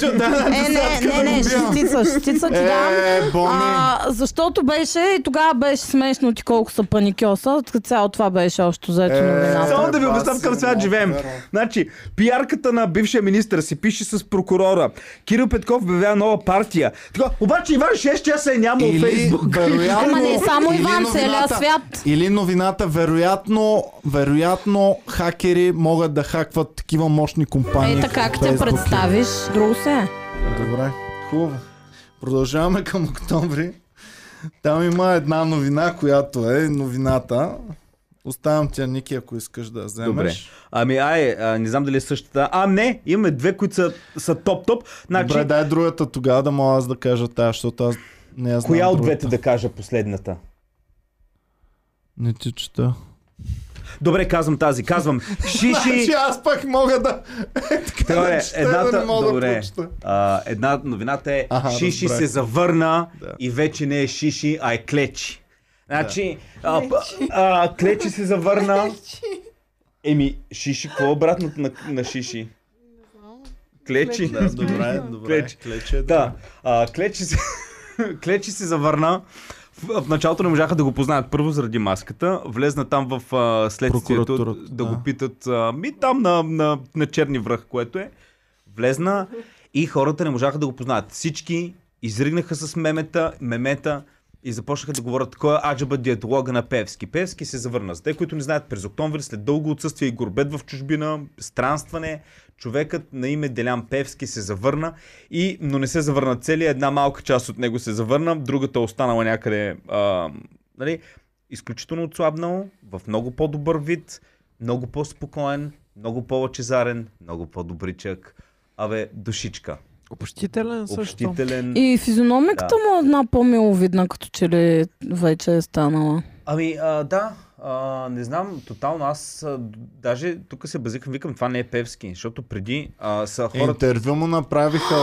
Speaker 3: не, не, не, шестица, шестица ти дам.
Speaker 1: е, Боми.
Speaker 3: А, защото беше и тогава беше смешно ти колко са паникьоса. Цяло това беше още заето
Speaker 1: Е,
Speaker 3: новината.
Speaker 2: Само да ви обясням към свят живеем. Значи, пиарката на бившия министр си пише с прокурора. Кирил Петков обявява нова партия. Така, обаче Иван 6 часа е няма от
Speaker 1: Или,
Speaker 2: Фейсбук.
Speaker 1: вероятно,
Speaker 3: Ама не само
Speaker 1: или
Speaker 3: Иван, целия
Speaker 1: новината-
Speaker 3: свят.
Speaker 1: Или новината, вероятно, вероятно хакери могат да хакват такива мощни компании.
Speaker 3: Е, така как
Speaker 1: като
Speaker 3: те
Speaker 1: Facebook.
Speaker 3: представиш. Друго се е.
Speaker 1: Добре, хубаво. Продължаваме към октомври. Там има една новина, която е новината. Оставям тя, Ники, ако искаш да я вземеш.
Speaker 2: Добре. Ами, ай, а, не знам дали е същата. А, не, имаме две, които са, са топ-топ. Значи,
Speaker 1: Добре, дай другата тогава да мога аз да кажа тая, защото аз не я знам
Speaker 2: коя от двете
Speaker 1: другата.
Speaker 2: да кажа последната?
Speaker 1: Не ти чета.
Speaker 2: Добре, казвам тази. Казвам, шиши...
Speaker 1: Значи аз пък мога да... Е, така
Speaker 2: Добре,
Speaker 1: да чета, да
Speaker 2: едната,
Speaker 1: не мога да
Speaker 2: добре,
Speaker 1: прочета.
Speaker 2: а, една новината е
Speaker 1: Аха,
Speaker 2: Шиши
Speaker 1: разбрах.
Speaker 2: се завърна
Speaker 1: Да.
Speaker 2: и вече не е Шиши, а е Клечи. Значи, а, п- а, Клечи се завърна. Еми, Шиши, какво е обратното на, на Шиши? Клечи.
Speaker 1: Да, добре, добре.
Speaker 2: Клече.
Speaker 1: Клече,
Speaker 2: Да, а, Клечи се... Клечи се завърна. В, в началото не можаха да го познаят първо заради маската. Влезна там в а, следствието да,
Speaker 1: Прокуратурата,
Speaker 2: да го
Speaker 1: да.
Speaker 2: питат а, ми там на, на, на черни връх, което е. Влезна и хората не можаха да го познаят. Всички изригнаха с мемета, мемета и започнаха да говорят кой е аджаба диетолога на Певски. Певски се завърна. За те, които не знаят, през октомври след дълго отсъствие и горбет в чужбина, странстване, човекът на име Делян Певски се завърна, и, но не се завърна целият. Една малка част от него се завърна, другата останала някъде. А, нали, изключително отслабнал, в много по-добър вид, много по-спокоен, много по-лъчезарен, много по-добричък. Абе, душичка.
Speaker 4: Общителен също.
Speaker 2: Общителен.
Speaker 3: И физиономиката
Speaker 2: Да.
Speaker 3: му е една по-миловидна, като че ли вече е станала.
Speaker 2: Ами, а, да. А, А, не знам, тотално аз а, даже тук се базикам, викам, това не е Певски, защото преди а, са
Speaker 1: Е,
Speaker 2: хората...
Speaker 1: Интервю му направиха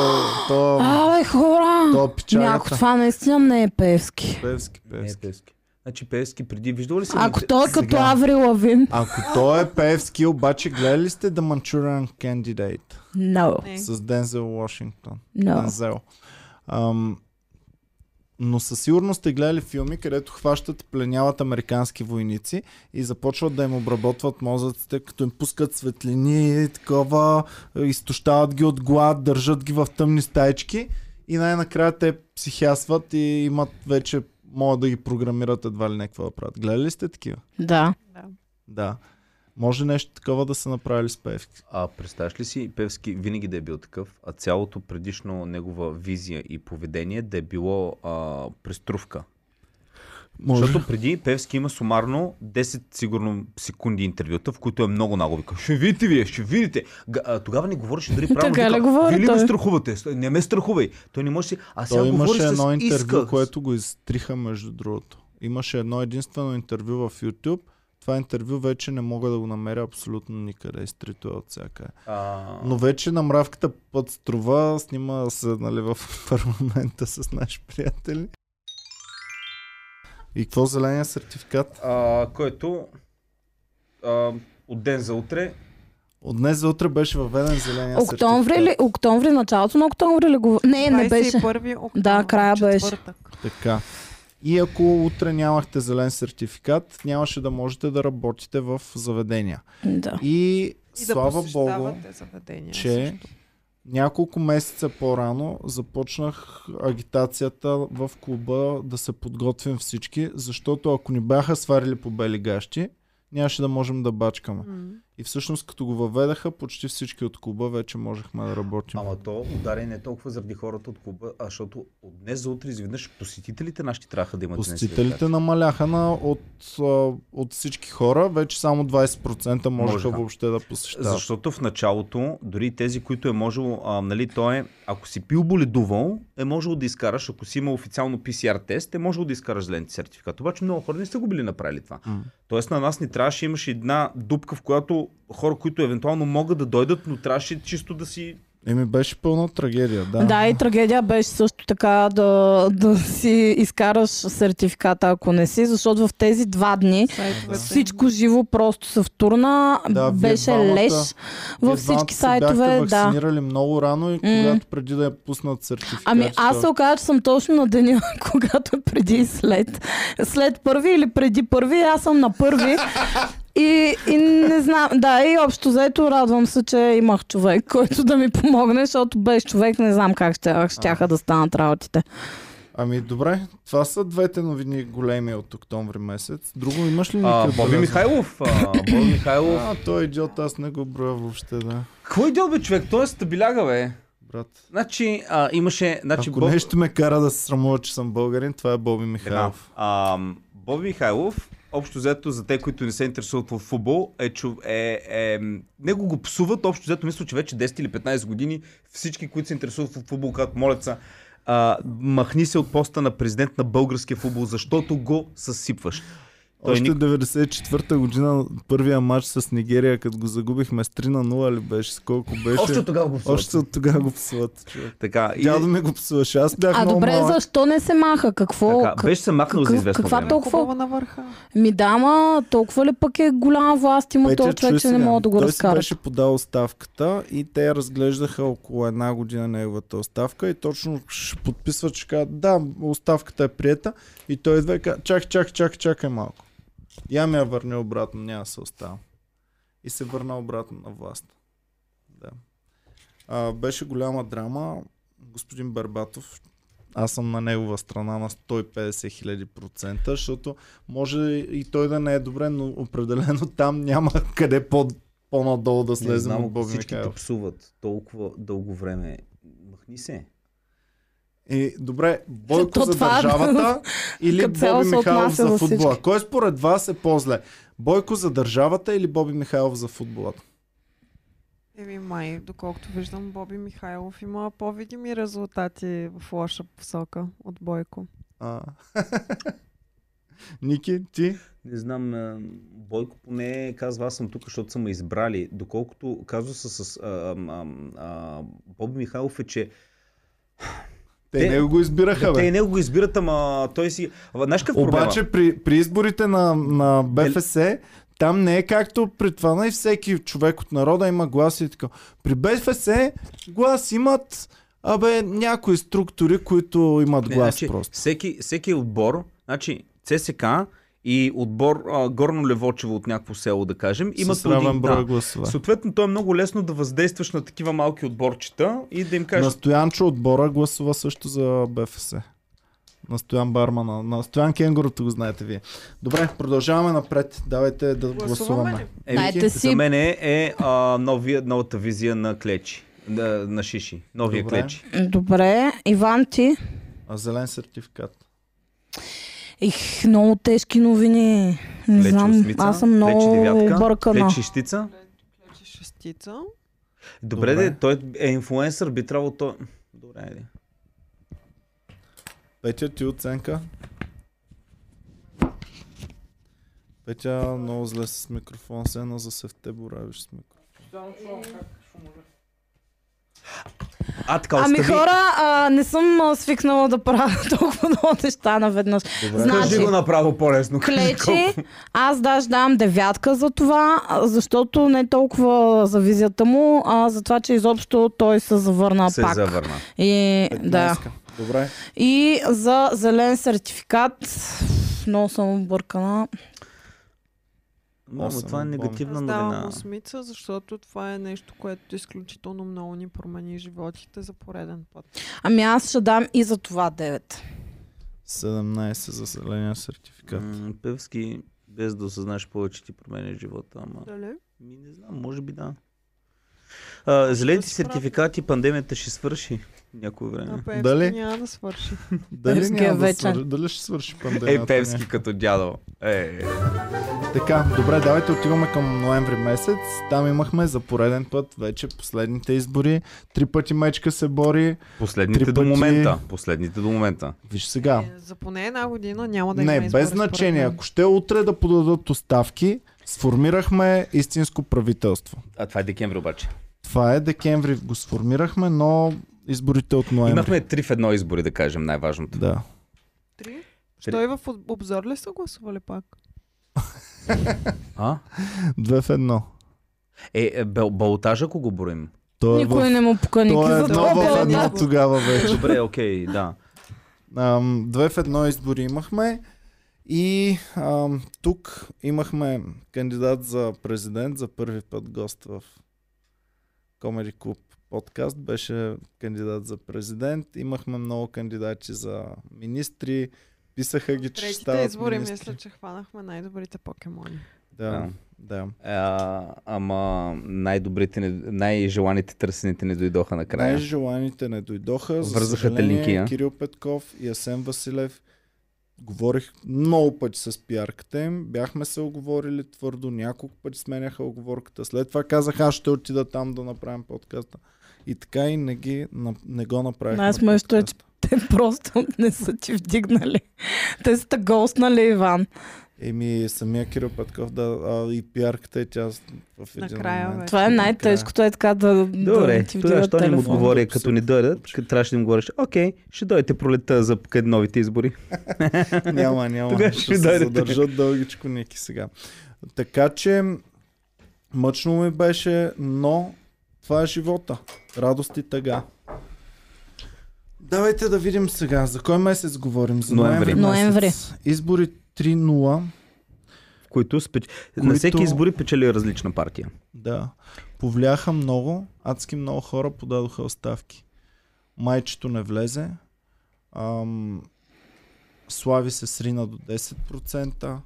Speaker 1: то...
Speaker 3: Абе, хора!
Speaker 1: То печалята.
Speaker 3: Някой, това наистина не е Певски.
Speaker 1: Певски,
Speaker 2: Не е
Speaker 1: Певски.
Speaker 2: Певски. Значи Певски преди, виждал ли си?
Speaker 3: Ако той е като
Speaker 1: сега.
Speaker 3: Аври Лавин,
Speaker 1: Ако той е Певски, обаче гледали ли сте The Manchurian Candidate
Speaker 3: no,
Speaker 4: Не.
Speaker 1: с Дензел Вашингтон?
Speaker 3: no.
Speaker 1: Дензел. е Ам, но със сигурност сте гледали филми, където хващат, пленяват американски войници и започват да им обработват мозъците, като им пускат светлини, такова, изтощават ги от глад, държат ги в тъмни стаечки и най-накрая те психиасват и имат вече, могат да ги програмират едва ли някаква да правят. Гледали ли сте такива?
Speaker 3: Да.
Speaker 1: Да. Може нещо такова да са направили с Певски.
Speaker 2: А представяш ли си Певски винаги да е бил такъв, а цялото предишно негова визия и поведение да е било а, преструвка? Може. Защото преди Певски има сумарно 10 сигурно секунди интервюта, в които е много нагло. Вика, ще видите вие, ще видите. Га- а, тогава не говореше дали правилно.
Speaker 3: Така ли
Speaker 2: вика,
Speaker 3: говори
Speaker 2: Вие ли ме
Speaker 3: той?
Speaker 2: страхувате? С- Не ме страхувай. Той не може си... А сега
Speaker 1: Той
Speaker 2: говори
Speaker 1: имаше
Speaker 2: с
Speaker 1: едно интервю,
Speaker 2: иска.
Speaker 1: което го изтриха между другото. Имаше едно единствено интервю в YouTube. Това интервю вече не мога да го намеря абсолютно никъде. Изтрито е от всяка.
Speaker 2: А,
Speaker 1: Но вече на мравката път струва, снима се нали, в парламента с наши приятели. И какво зеления сертификат?
Speaker 2: а, което а, от ден за утре
Speaker 1: От днес за утре беше въведен зеления
Speaker 3: Октомври
Speaker 1: сертификат.
Speaker 3: ли? Октомври, началото на октомври ли го...
Speaker 4: Е,
Speaker 3: Не, не беше.
Speaker 4: 21 октомври,
Speaker 3: Да, края беше.
Speaker 4: четвъртък.
Speaker 1: Така. И ако утре нямахте зелен сертификат, нямаше да можете да работите в заведения.
Speaker 3: Да.
Speaker 1: И,
Speaker 4: И да
Speaker 1: слава Богу,
Speaker 4: посещавате заведения
Speaker 1: че
Speaker 4: също.
Speaker 1: няколко месеца по-рано започнах агитацията в клуба да се подготвим всички, защото ако ни бяха сварили по бели гащи, нямаше да можем да бачкаме.
Speaker 4: М.
Speaker 1: И всъщност като го въведаха, почти всички от клуба вече можехме да работим.
Speaker 2: Ама то ударение не е толкова заради хората от клуба, а защото от днес за утре изведнъж посетителите нашите трябваха да имат днес
Speaker 1: Посетителите
Speaker 2: сертификат.
Speaker 1: намаляха на от, а, от всички хора, вече само 20% можеха
Speaker 2: Можеха.
Speaker 1: въобще да посещават.
Speaker 2: Защото в началото, дори тези, които е можело, а, нали, то е, ако си пил боледувал, е можело да изкараш, ако си имал официално PCR тест, е можело да изкараш зелен ти сертификат. Обаче много хора не са го били направили това.
Speaker 1: М.
Speaker 2: Тоест на нас ни трябваше, имаше една дупка, в която хора, които евентуално могат да дойдат, но трябваше чисто да си...
Speaker 1: Еми беше пълна трагедия, да.
Speaker 3: Да, и трагедия беше също така да, да си изкараш сертификата, ако не си, защото в тези два дни
Speaker 4: Сайтовете.
Speaker 3: всичко живо просто се втурна,
Speaker 1: Да, вие
Speaker 3: беше
Speaker 1: двамата- Вие
Speaker 3: леш във
Speaker 1: двамата
Speaker 3: всички
Speaker 1: се
Speaker 3: сайтове.
Speaker 1: Бяхте
Speaker 3: Да.
Speaker 1: вакцинирали много рано и когато преди да я пуснат сертификат.
Speaker 3: Ами аз се
Speaker 1: то-
Speaker 3: оказа, че съм точно на деня, когато е преди и след. След първи или преди първи, аз съм на първи. И, и не знам, да, и общо заето радвам се, че имах човек, който да ми помогне, защото без човек не знам как ще, щяха да станат работите.
Speaker 1: Ами добре, това са двете новини големи от октомври месец. Друго имаш ли
Speaker 2: А,
Speaker 1: някакъв
Speaker 2: Боби
Speaker 1: белезен?
Speaker 2: Михайлов, а, Боби Михайлов.
Speaker 1: А, той е идиот, аз не го броя въобще, да.
Speaker 2: Кой дел бе човек? Той е стабиляга, бе.
Speaker 1: Брат.
Speaker 2: Значи, а, имаше... Значи,
Speaker 1: Ако нещо ме кара да се срамува, че съм българин, това е Боби
Speaker 2: Една.
Speaker 1: Михайлов.
Speaker 2: А, Боби Михайлов, общо взето за те, които не се интересуват в футбол, е, чу, е, е, него го псуват, общо взето мисля, че вече 10 или 15 години всички, които се интересуват в футбол, като молят са, а, махни се от поста на президент на българския футбол, защото го съсипваш. Той
Speaker 1: Още
Speaker 2: ник...
Speaker 1: 94-та година, първия матч с Нигерия, като го загубихме с 3 на 0 ли беше, с колко беше.
Speaker 8: Още от тогава го псуват.
Speaker 1: Още от тогава го псуват. човек.
Speaker 2: Така, и...
Speaker 1: Дядо ми го псуваше. Аз бях
Speaker 3: А
Speaker 1: много
Speaker 3: добре,
Speaker 1: малък.
Speaker 3: защо не се маха? Какво?
Speaker 2: така,
Speaker 3: как-
Speaker 2: беше се махнал за
Speaker 3: какъв-
Speaker 2: известно
Speaker 3: каква
Speaker 2: време.
Speaker 3: толкова-
Speaker 4: Хубаво на е върха.
Speaker 3: Ми дама, толкова ли пък е голяма власт има този човек,
Speaker 1: чуй
Speaker 3: че не
Speaker 1: сега.
Speaker 3: мога да го
Speaker 1: Той
Speaker 3: разкара.
Speaker 1: си беше подал оставката и те разглеждаха около една година неговата оставка и точно ще подписва, че казва, да, оставката е приета и той идва и казва, чак, чак, чак, чакай малко. Я ми я върни обратно, няма да се оставам. И се върна обратно на власт. Да. А, беше голяма драма. Господин Барбатов, аз съм на негова страна на 150 хиляди процента, защото може и той да не е добре, но определено там няма къде по- по-надолу да
Speaker 2: Не
Speaker 1: слезем
Speaker 2: знам,
Speaker 1: от
Speaker 2: ако
Speaker 1: Боби
Speaker 2: всички те
Speaker 1: Михайлов.
Speaker 2: псуват толкова дълго време. Махни се.
Speaker 1: И, добре, Бойко
Speaker 3: То
Speaker 1: за
Speaker 3: това-
Speaker 1: държавата или
Speaker 3: като цяло
Speaker 1: Боби
Speaker 3: се
Speaker 1: Михайлов
Speaker 3: отнася
Speaker 1: за
Speaker 3: за
Speaker 1: футбола?
Speaker 3: всички.
Speaker 1: Кой според вас е по-зле? Бойко за държавата или Боби Михайлов за футбола?
Speaker 4: Еми май, доколкото виждам, Боби Михайлов има по-видими резултати в лоша посока от Бойко.
Speaker 1: А. Ники, ти?
Speaker 2: Не знам, а, Бойко поне казва, аз съм тук, защото са ме избрали. Доколкото казуса с а, ам, ам, а, Боби Михайлов е, че
Speaker 1: Те,
Speaker 2: Те-
Speaker 1: него го избираха,
Speaker 2: да,
Speaker 1: бе.
Speaker 2: те и него го избират, ама той си... Ама, знаеш какъв е проблема?
Speaker 1: Обаче при, при изборите на, на БФС, там не е както при това, не всеки човек от народа има глас и така. При БФС глас имат абе, някои структури, които имат
Speaker 2: Не,
Speaker 1: глас
Speaker 2: значи,
Speaker 1: просто.
Speaker 2: Всеки, всеки отбор, значи ЦСК и отбор а, Горно Левочево от някакво село, да кажем, имат
Speaker 1: С
Speaker 2: по един-
Speaker 1: равен брой
Speaker 2: да.
Speaker 1: гласове.
Speaker 2: Съответно, то е много лесно да въздействаш на такива малки отборчета и да им
Speaker 1: На
Speaker 2: кажеш,
Speaker 1: Стоянчо отбора гласува също за БФС. На Стоян Бармана. На Стоян Кенгурото го знаете вие. Добре, продължаваме напред. Давайте да гласуваме.
Speaker 3: Дайте
Speaker 2: за
Speaker 3: си.
Speaker 2: мен е, е а, новия, новата визия на Клечи. На, на Шиши. Новия
Speaker 1: Добре.
Speaker 2: Клечи.
Speaker 3: Добре, Иван ти.
Speaker 1: А зелен сертификат.
Speaker 3: Ех, много тежки новини. Не
Speaker 2: Лечи
Speaker 3: знам,
Speaker 2: осмица,
Speaker 3: аз съм много
Speaker 2: Лечи девятка,
Speaker 3: объркана.
Speaker 2: Лечи шестица.
Speaker 4: Че шестица.
Speaker 2: Добре,
Speaker 1: Добре.
Speaker 2: Де, той е инфлуенсър, би трябвало той... Добре, де.
Speaker 1: Петя, ти оценка? Петя, много зле с микрофон. Се едно за се в те боравиш с микрофон.
Speaker 2: А, така,
Speaker 3: Ами
Speaker 2: остави.
Speaker 3: хора, а, не съм а, свикнала да правя толкова много неща наведнъж.
Speaker 2: Кажи
Speaker 3: значи,
Speaker 2: го направо по-лесно.
Speaker 3: Клече, аз даже давам девятка за това, а, защото не толкова за визията му, а за това, че изобщо той се завърна
Speaker 2: се
Speaker 3: пак.
Speaker 2: завърна.
Speaker 3: И, да.
Speaker 1: Петнайска. Добре.
Speaker 3: И за зелен сертификат, много съм объркана.
Speaker 2: Мамо,
Speaker 1: Осем,
Speaker 2: това е
Speaker 1: помня.
Speaker 2: негативна
Speaker 4: Аз
Speaker 2: новина.
Speaker 4: давам осмица, защото това е нещо, което изключително много ни промени животите за пореден път.
Speaker 3: Ами аз ще дам и за това 9.
Speaker 1: 17 за зеления сертификат.
Speaker 2: М, Певски, без да осъзнаеш повече, ти променя живота, ама...
Speaker 1: Е.
Speaker 4: Дали?
Speaker 2: Ми не знам, може би да. А, зелените сертификати, пандемията ще свърши някое време.
Speaker 4: А Певски
Speaker 1: Дали?
Speaker 4: няма да свърши.
Speaker 1: Дали,
Speaker 3: Певския
Speaker 1: няма да
Speaker 3: вечер.
Speaker 1: свър... Дали ще свърши пандемията?
Speaker 8: Е, Певски като дядо. Е,
Speaker 1: Така, добре, давайте отиваме към ноември месец. Там имахме за пореден път вече последните избори. Три пъти мечка се бори.
Speaker 8: последните
Speaker 1: Три
Speaker 8: до
Speaker 1: пъти-
Speaker 8: момента. Последните до момента.
Speaker 1: Виж сега.
Speaker 4: Е, За поне една година няма да
Speaker 1: не,
Speaker 4: има избори,
Speaker 1: без
Speaker 4: според
Speaker 1: значение.
Speaker 4: мен.
Speaker 1: Ако ще утре да подадат оставки, сформирахме истинско правителство.
Speaker 8: А това е декември обаче.
Speaker 1: Това е декември го сформирахме, но изборите от ноември.
Speaker 8: Имахме три в едно избори, да кажем, най-важното.
Speaker 1: Да.
Speaker 4: Три? Що и в об- обзор ли са гласували пак?
Speaker 8: А?
Speaker 1: Две в едно.
Speaker 8: Е, е бал- балотаж, ако го броим.
Speaker 1: Той е,
Speaker 3: Никой
Speaker 1: в...
Speaker 3: не му пука ники
Speaker 1: Той е
Speaker 3: за
Speaker 1: едно
Speaker 3: това.
Speaker 1: в
Speaker 4: балотаж.
Speaker 1: едно
Speaker 3: балотаж.
Speaker 1: тогава вече.
Speaker 2: Добре, окей, да.
Speaker 1: Ам, две в едно избори имахме и ам, тук имахме кандидат за президент, за първи път гост в Comedy Club подкаст, беше кандидат за президент, имахме много кандидати за министри, писаха ги, че ще
Speaker 4: Третите
Speaker 1: стават
Speaker 4: избори
Speaker 1: министри.
Speaker 4: мисля, че хванахме най-добрите покемони.
Speaker 1: Да, да.
Speaker 8: А, ама най-добрите, не, най-желаните търсените не дойдоха накрая.
Speaker 1: Най-желаните не дойдоха. За
Speaker 8: Вързаха те
Speaker 1: съжаление,
Speaker 8: линки, а?
Speaker 1: Кирил Петков и Асен Василев. Говорих много пъти с пиарката им. Бяхме се оговорили твърдо. Няколко пъти сменяха оговорката. След това казах, аз ще отида там да направим подкаста. И така и не, ги, на- не го направих.
Speaker 3: Най-смешното е, че те просто не са ти вдигнали. Те са те гостнали,
Speaker 2: Е,
Speaker 3: Иван.
Speaker 1: Еми, самия Кирил Петков, да, а, и пиарката е тя с- в един
Speaker 4: Накрая
Speaker 1: момент.
Speaker 4: вече.
Speaker 3: Това е
Speaker 1: Накрая.
Speaker 3: най-тежкото, е така да,
Speaker 2: Добре,
Speaker 3: да ти
Speaker 2: тогава
Speaker 3: вдигат
Speaker 2: що не му
Speaker 3: телефон.
Speaker 2: отговори, като ни дойдат, к- трябваше да му говориш, окей, ще дойдете пролета за къде новите избори.
Speaker 1: Няма, няма.
Speaker 2: Тогава
Speaker 1: ще
Speaker 2: ще
Speaker 1: се
Speaker 2: дойдете.
Speaker 1: задържат дългичко Ники сега. Така че мъчно ми беше, но това е живота. Радост и тъга. Давайте да видим сега. За кой месец говорим? За ноември.
Speaker 2: Ноември.
Speaker 3: Ноември.
Speaker 1: месец. Избори 3-0.
Speaker 2: В които спеч... на
Speaker 1: Които-
Speaker 2: всеки избори печели различна партия.
Speaker 1: Да. Повляха много. Адски много хора подадоха оставки. Майчето не влезе. Ам... Слави се срина до 10%.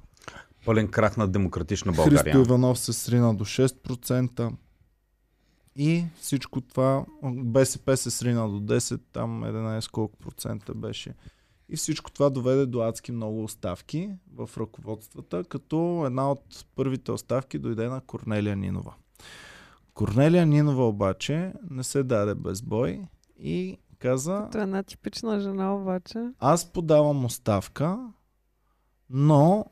Speaker 8: Пълен крах на демократична
Speaker 1: Христо
Speaker 8: България.
Speaker 1: Иванов се срина до 6%. И всичко това, БСП се срина до 10, там 11 колко процента беше. И всичко това доведе до адски много оставки в ръководствата, като една от първите оставки дойде на Корнелия Нинова. Корнелия Нинова обаче не се даде без бой и каза,
Speaker 4: Това е една типична жена обаче.
Speaker 1: аз подавам оставка, но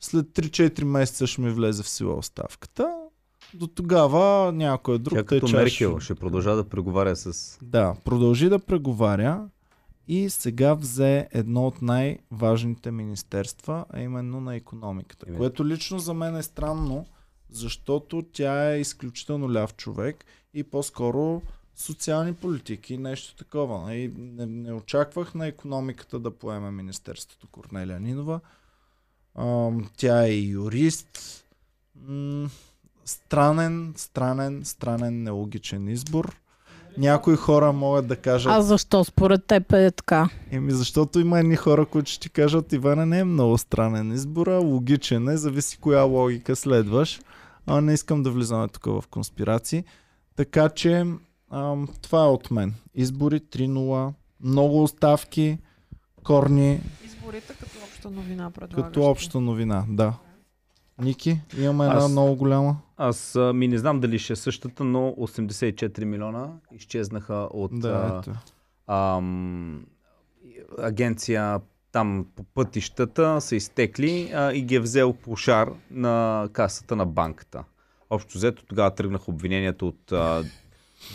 Speaker 1: след 3-4 месеца ще ми влезе в сила оставката. До тогава някой друг
Speaker 2: Тя
Speaker 1: те
Speaker 2: като
Speaker 1: чаш-
Speaker 2: Меркел ще продължа да преговаря с...
Speaker 1: Да, продължи да преговаря и сега взе едно от най-важните министерства, а именно на економиката.
Speaker 2: Именно.
Speaker 1: Което лично за мен е странно, защото тя е изключително ляв човек и по-скоро социални политики, нещо такова. нали? И не, не очаквах на економиката да поеме Министерството Корнелия Нинова. Ам, тя е и юрист. М- странен, странен, странен, нелогичен избор. Някои хора могат да кажат...
Speaker 3: А защо според теб е така?
Speaker 1: Еми, защото има едни хора, които ще ти кажат, Иване не е много странен избор, а логичен е, зависи коя логика следваш. А не искам да влизаме тук в конспирации. Така че ам, това е от мен. Избори 3-0, много оставки, корни
Speaker 4: Изборите като обща новина предлагаш.
Speaker 1: като обща новина. Да. Ники, имаме една
Speaker 2: Аз-
Speaker 1: много голяма.
Speaker 2: Аз а, ми не знам дали ще е същата, но 84 милиона изчезнаха от
Speaker 1: Да,
Speaker 2: да,
Speaker 1: ето.
Speaker 2: а, ам, агенция там по пътищата са изтекли а, и ги е взел пошар на касата на банката. Общо взето тогава тръгнах обвинението от а,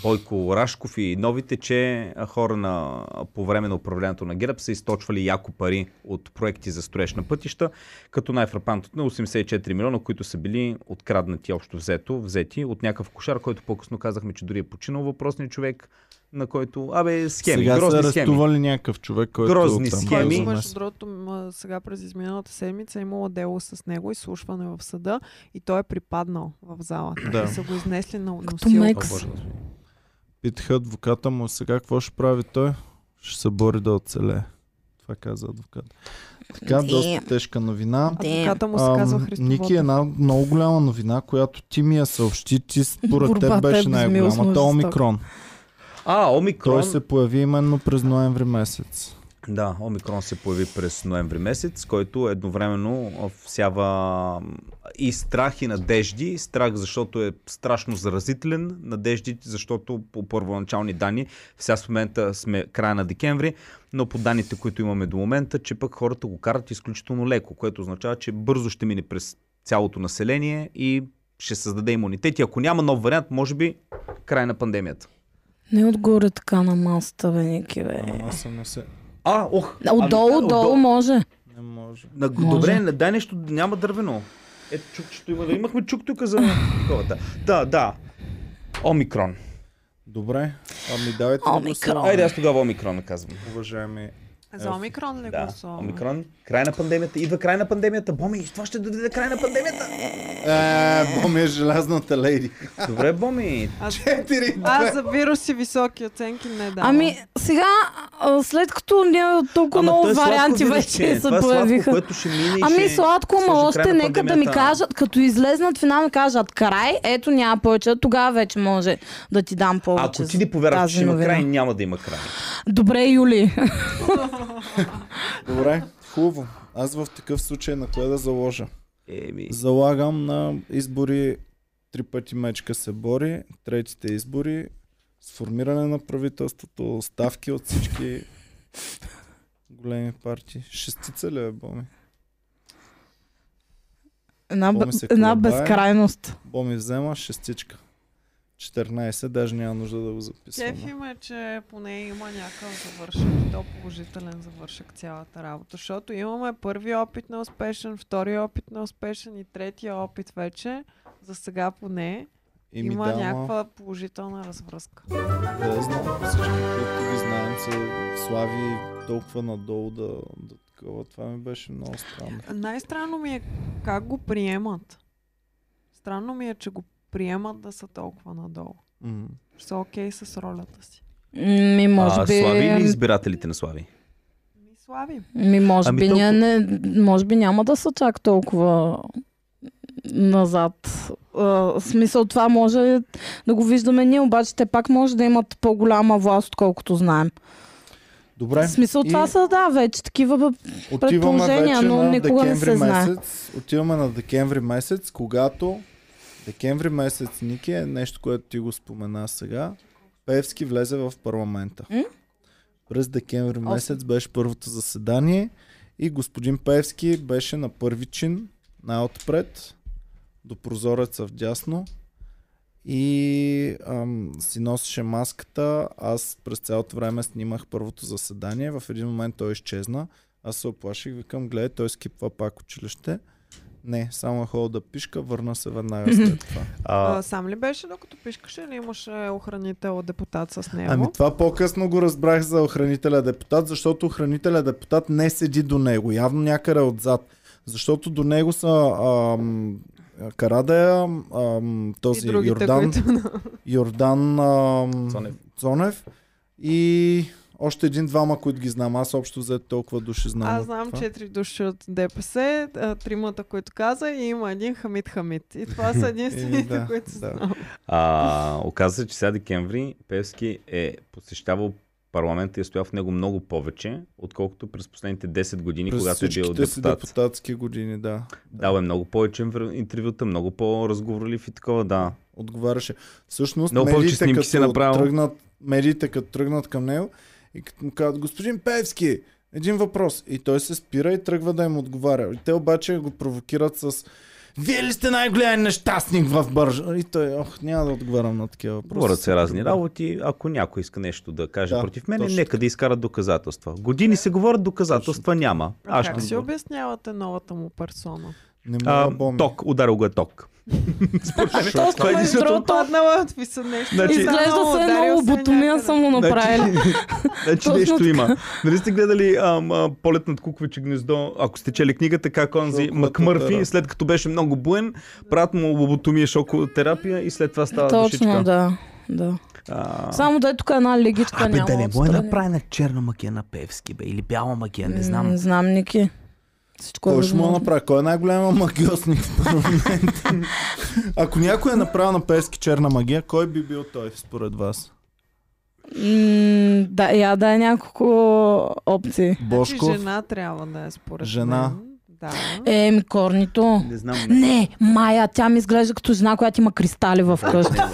Speaker 2: Бойко Рашков и новите, че а, хора на, по време на управлението на ГЕРБ са източвали яко пари от проекти за строеж на пътища, като е най-фрапантно 84 милиона, които са били откраднати общо взето, взети от някакъв кошар, който по-късно казахме, че дори е починал въъпросният човек, на който... Абе, схеми,
Speaker 1: Сега са
Speaker 2: грозни схеми.
Speaker 1: арестували някакъв човек, който
Speaker 2: Грозни
Speaker 1: там е
Speaker 2: схеми.
Speaker 4: Който,
Speaker 2: Еми.
Speaker 4: между другото, м, сега през изминалата седмица е имало дело с него, изслушване в съда и той е припаднал в залата.
Speaker 1: Да.
Speaker 4: И са го изнесли на
Speaker 3: Като
Speaker 4: носилка.
Speaker 2: О,
Speaker 3: Мекс.
Speaker 2: Боже, Господи.
Speaker 1: Питаха адвоката му сега какво ще прави той. Ще се бори да оцелее. Това каза адвокат. Така, доста тежка новина.
Speaker 4: Адвоката му се казва
Speaker 1: Ам,
Speaker 4: Христо
Speaker 1: Ники, е една много голяма новина, която ти ми я съобщи, ти според
Speaker 3: Борбата
Speaker 1: теб
Speaker 3: е
Speaker 1: беше най-голямата
Speaker 3: безмилостно жестока.
Speaker 1: Омикрон.
Speaker 2: А, Омикрон...
Speaker 1: Той се появи именно през ноември месец.
Speaker 2: Да, Омикрон се появи през ноември месец, който едновременно а, всява и страх и надежди. Страх, защото е страшно заразителен. Надежди, защото по първоначални данни, сега в момента сме края на декември, но по данните, които имаме до момента, че пък хората го карат изключително леко, което означава, че бързо ще мине през цялото население и ще създаде имунитет. И ако няма нов вариант, може би край на пандемията.
Speaker 3: Не отгоре така на масата, бе, Ники, бе.
Speaker 1: Ама Аз съм не се...
Speaker 2: А, ох! ами,
Speaker 3: Отдолу, долу може.
Speaker 1: Не може.
Speaker 2: На,
Speaker 3: Може.
Speaker 2: добре, не- дай нещо, няма дървено. Ето чукчето има. да- Имахме чук тук за хората. Да, да. Омикрон.
Speaker 1: Добре, ами давайте да
Speaker 3: Омикрон.
Speaker 2: Айде аз тогава Омикрон казвам.
Speaker 1: го уважаеми.
Speaker 4: Е, За Омикрон ли
Speaker 2: Да,
Speaker 4: гласуваме?
Speaker 2: Омикрон. Край на пандемията. Идва край на пандемията. Боми, това ще доведе край на пандемията.
Speaker 1: Е, Боми е желязната лейди.
Speaker 2: Добре, Боми.
Speaker 4: Аз,
Speaker 1: Четири,
Speaker 4: аз за вируси високи оценки не давам.
Speaker 3: Ами, сега, а, след като ние толкова много
Speaker 2: сладко
Speaker 3: варианти
Speaker 2: вирусе.
Speaker 3: вече се
Speaker 2: Това е
Speaker 3: появиха.
Speaker 2: Сладко, което ще мине и
Speaker 3: Ами
Speaker 2: ще
Speaker 3: сладко,
Speaker 2: сложи
Speaker 3: ма
Speaker 2: край на
Speaker 3: още нека да ми
Speaker 2: пандемията.
Speaker 3: кажат, като излезнат финал ми кажат край, ето няма повече, тогава вече може да ти дам повече.
Speaker 2: Ако ти не
Speaker 3: за
Speaker 2: повярваш,
Speaker 3: тази
Speaker 2: че ще има
Speaker 3: новина.
Speaker 2: край, няма да има край.
Speaker 3: Добре, Юли.
Speaker 1: Добре, хубаво. Аз в такъв случай на кое да заложа?
Speaker 2: Еми.
Speaker 1: Залагам на избори три пъти мечка се бори, третите избори, сформиране на правителството, ставки от всички големи партии. Шестица ли е, Боми?
Speaker 3: Една,
Speaker 1: Боми се
Speaker 3: една
Speaker 2: е.
Speaker 1: колебае.
Speaker 3: безкрайност.
Speaker 1: Боми взема шестичка. 14, даже няма нужда да го
Speaker 4: Кеф
Speaker 1: записваме.
Speaker 4: им е, че поне има някакъв завършък, и то положителен завършък цялата работа, защото имаме първи опит на успешен, втори опит на успешен и третия опит вече, за сега поне,
Speaker 1: И ми
Speaker 4: има
Speaker 1: дава,
Speaker 4: някаква положителна развръзка.
Speaker 1: да знам, всички, които ги знаем, са слави толкова надолу да, да такова. Това ми беше много странно.
Speaker 4: Най-странно ми е как го приемат. Странно ми е, че го приемат да са толкова надолу.
Speaker 1: М.
Speaker 4: Че са окей с ролята си.
Speaker 3: Ми може
Speaker 2: а,
Speaker 3: би... е-
Speaker 2: Слави или избирателите на Слави?
Speaker 4: Ми слави.
Speaker 3: Ми може
Speaker 2: Ами
Speaker 3: би
Speaker 2: толкова-
Speaker 3: ние не, може би няма да са чак толкова назад. А, в смисъл това може да го виждаме ние, обаче те пак може да имат по-голяма власт, отколкото знаем.
Speaker 1: Добре.
Speaker 3: В смисъл това
Speaker 1: И-
Speaker 3: са да, вече такива бе,
Speaker 1: Отиваме
Speaker 3: предположения,
Speaker 1: вече
Speaker 3: но
Speaker 1: на
Speaker 3: никога не
Speaker 1: декември
Speaker 3: се знае.
Speaker 1: месец. Отиваме на декември месец, когато декември месец, Ники, е нещо, което ти го спомена сега. Певски влезе в парламента.
Speaker 3: М?
Speaker 1: През декември
Speaker 3: Осем.
Speaker 1: месец беше първото заседание И господин Певски беше на първи чин, най-отпред, до прозореца в дясно. И ам, си носеше маската. Аз през цялото време снимах първото заседание. В един момент той изчезна. Аз се оплаших, викам, гледай, той скипва пак училище. Не, само е ходил да пишка, върна се веднага след това.
Speaker 4: А, сам ли беше, докато пишкаше или имаше охранител депутат с него?
Speaker 1: Ами това по-късно го разбрах за охранителя депутат, защото охранителя депутат не седи до него, явно някъде отзад. Защото до него са ам, Карадея, ам, този
Speaker 4: и другите,
Speaker 1: Йордан,
Speaker 4: които...
Speaker 1: Йордан ам,
Speaker 2: Цонев.
Speaker 1: Цонев и още един-двама, които ги знам. Аз общо взето толкова души знам.
Speaker 4: Аз
Speaker 1: от
Speaker 4: знам
Speaker 1: това.
Speaker 4: четири души от ДПС, а, тримата, които каза, и има един Хамид Хамид. И това са единствените,
Speaker 1: Е, да,
Speaker 4: които
Speaker 1: да.
Speaker 4: знам.
Speaker 2: А, оказа се, че сега декември Певски е посещавал парламента и е стоял в него много повече, отколкото през последните 10 години,
Speaker 1: През
Speaker 2: когато е бил
Speaker 1: всичките си
Speaker 2: депутат.
Speaker 1: депутатски години, да.
Speaker 2: Дал е много повече инв- интервюта, много по-разговорлив и такова, да.
Speaker 1: отговаряше. Всъщност,
Speaker 2: Много повече
Speaker 1: медиите,
Speaker 2: снимки
Speaker 1: като
Speaker 2: си направил.
Speaker 1: тръгнат, медиите като тръгнат към него и като му казват, господин Певски, един въпрос. И той се спира и тръгва да им отговаря. И те обаче го провокират с вие ли сте най-голям нещастник в бържа? И той, ох, няма да отговарям на такива въпроси.
Speaker 2: Говорят се разни
Speaker 1: Добре.
Speaker 2: работи. Ако някой иска нещо да каже
Speaker 1: Да,
Speaker 2: да, против мен,
Speaker 1: точно
Speaker 2: нека да изкарат доказателства. Години се говорят, доказателства няма.
Speaker 4: А
Speaker 2: Аз
Speaker 4: как
Speaker 2: ще
Speaker 4: си
Speaker 2: си
Speaker 4: обяснявате новата му персона?
Speaker 1: Не мога
Speaker 2: а,
Speaker 1: да помня.
Speaker 2: ток, ударил го е ток.
Speaker 3: Точно
Speaker 2: е
Speaker 3: между
Speaker 2: единственото-
Speaker 3: другото,
Speaker 4: Паднала ви са нещо.
Speaker 2: Значи-
Speaker 3: Ами, изглежда се е едно
Speaker 4: е
Speaker 3: лоботомия са му направили.
Speaker 2: Значи
Speaker 3: Точно
Speaker 2: нещо
Speaker 3: така.
Speaker 2: има. Нали сте гледали ам, а, полет над куквиче гнездо, ако сте чели книгата, как онзи
Speaker 1: Шокова
Speaker 2: Макмърфи,
Speaker 1: терапия.
Speaker 2: след като беше много буен, правят му лоботомия, шокотерапия и след това става
Speaker 3: Точно,
Speaker 2: душичка.
Speaker 3: да. Да.
Speaker 2: А,
Speaker 3: Само да е тук една легичка няма отстрани.
Speaker 8: на черна магия на Певски, бе, или бяла магия,
Speaker 3: е Не знам, Ники. Всичко е
Speaker 1: Кой ще му я
Speaker 3: възможно.
Speaker 1: направи? Кой е най-голям магиосник в парламента? Ако някой е направил на Певски черна магия, кой би бил той според вас?
Speaker 3: М, да, я да е няколко опции.
Speaker 4: Бошко.
Speaker 1: Бошков?
Speaker 4: Значи жена трябва да е според
Speaker 1: Жена.
Speaker 4: мен. Да.
Speaker 3: Е, ми корнито.
Speaker 2: Не знам.
Speaker 3: Не, Майя, тя ми изглежда като жена, която има кристали в къща.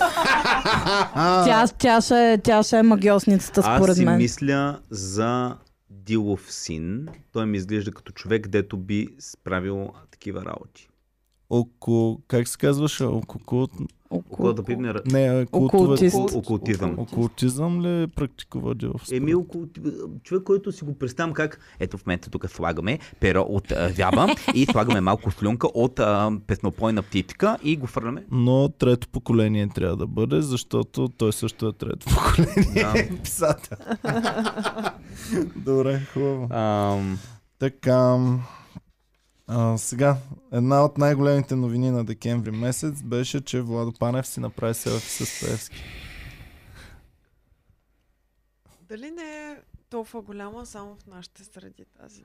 Speaker 3: тя, тя, ще, тя ще е магиосницата,
Speaker 2: Аз
Speaker 3: според
Speaker 2: си
Speaker 3: мен.
Speaker 2: мисля за Дилов син. Той ми изглежда като човек, дето би справил такива работи.
Speaker 1: Око... Как се казваше? Около...
Speaker 2: Около да пипне ръ-
Speaker 1: Не, култове...
Speaker 3: Окултист.
Speaker 2: окултизъм.
Speaker 1: Окултизъм ли практикува Дилов?
Speaker 2: Еми, около... човек, който си го представям как... Ето в момента тук слагаме перо от а, вяба и слагаме малко слюнка от а, песнопойна птичка и го фърляме.
Speaker 1: Но трето поколение трябва да бъде, защото той също е трето поколение да. писател. Добре, хубаво.
Speaker 2: Ам,
Speaker 1: Така, а, сега, една от най-големите новини на декември месец беше, че Владо Панев си направи селфи с Певски.
Speaker 4: Дали не е толкова голяма само в нашите среди тази?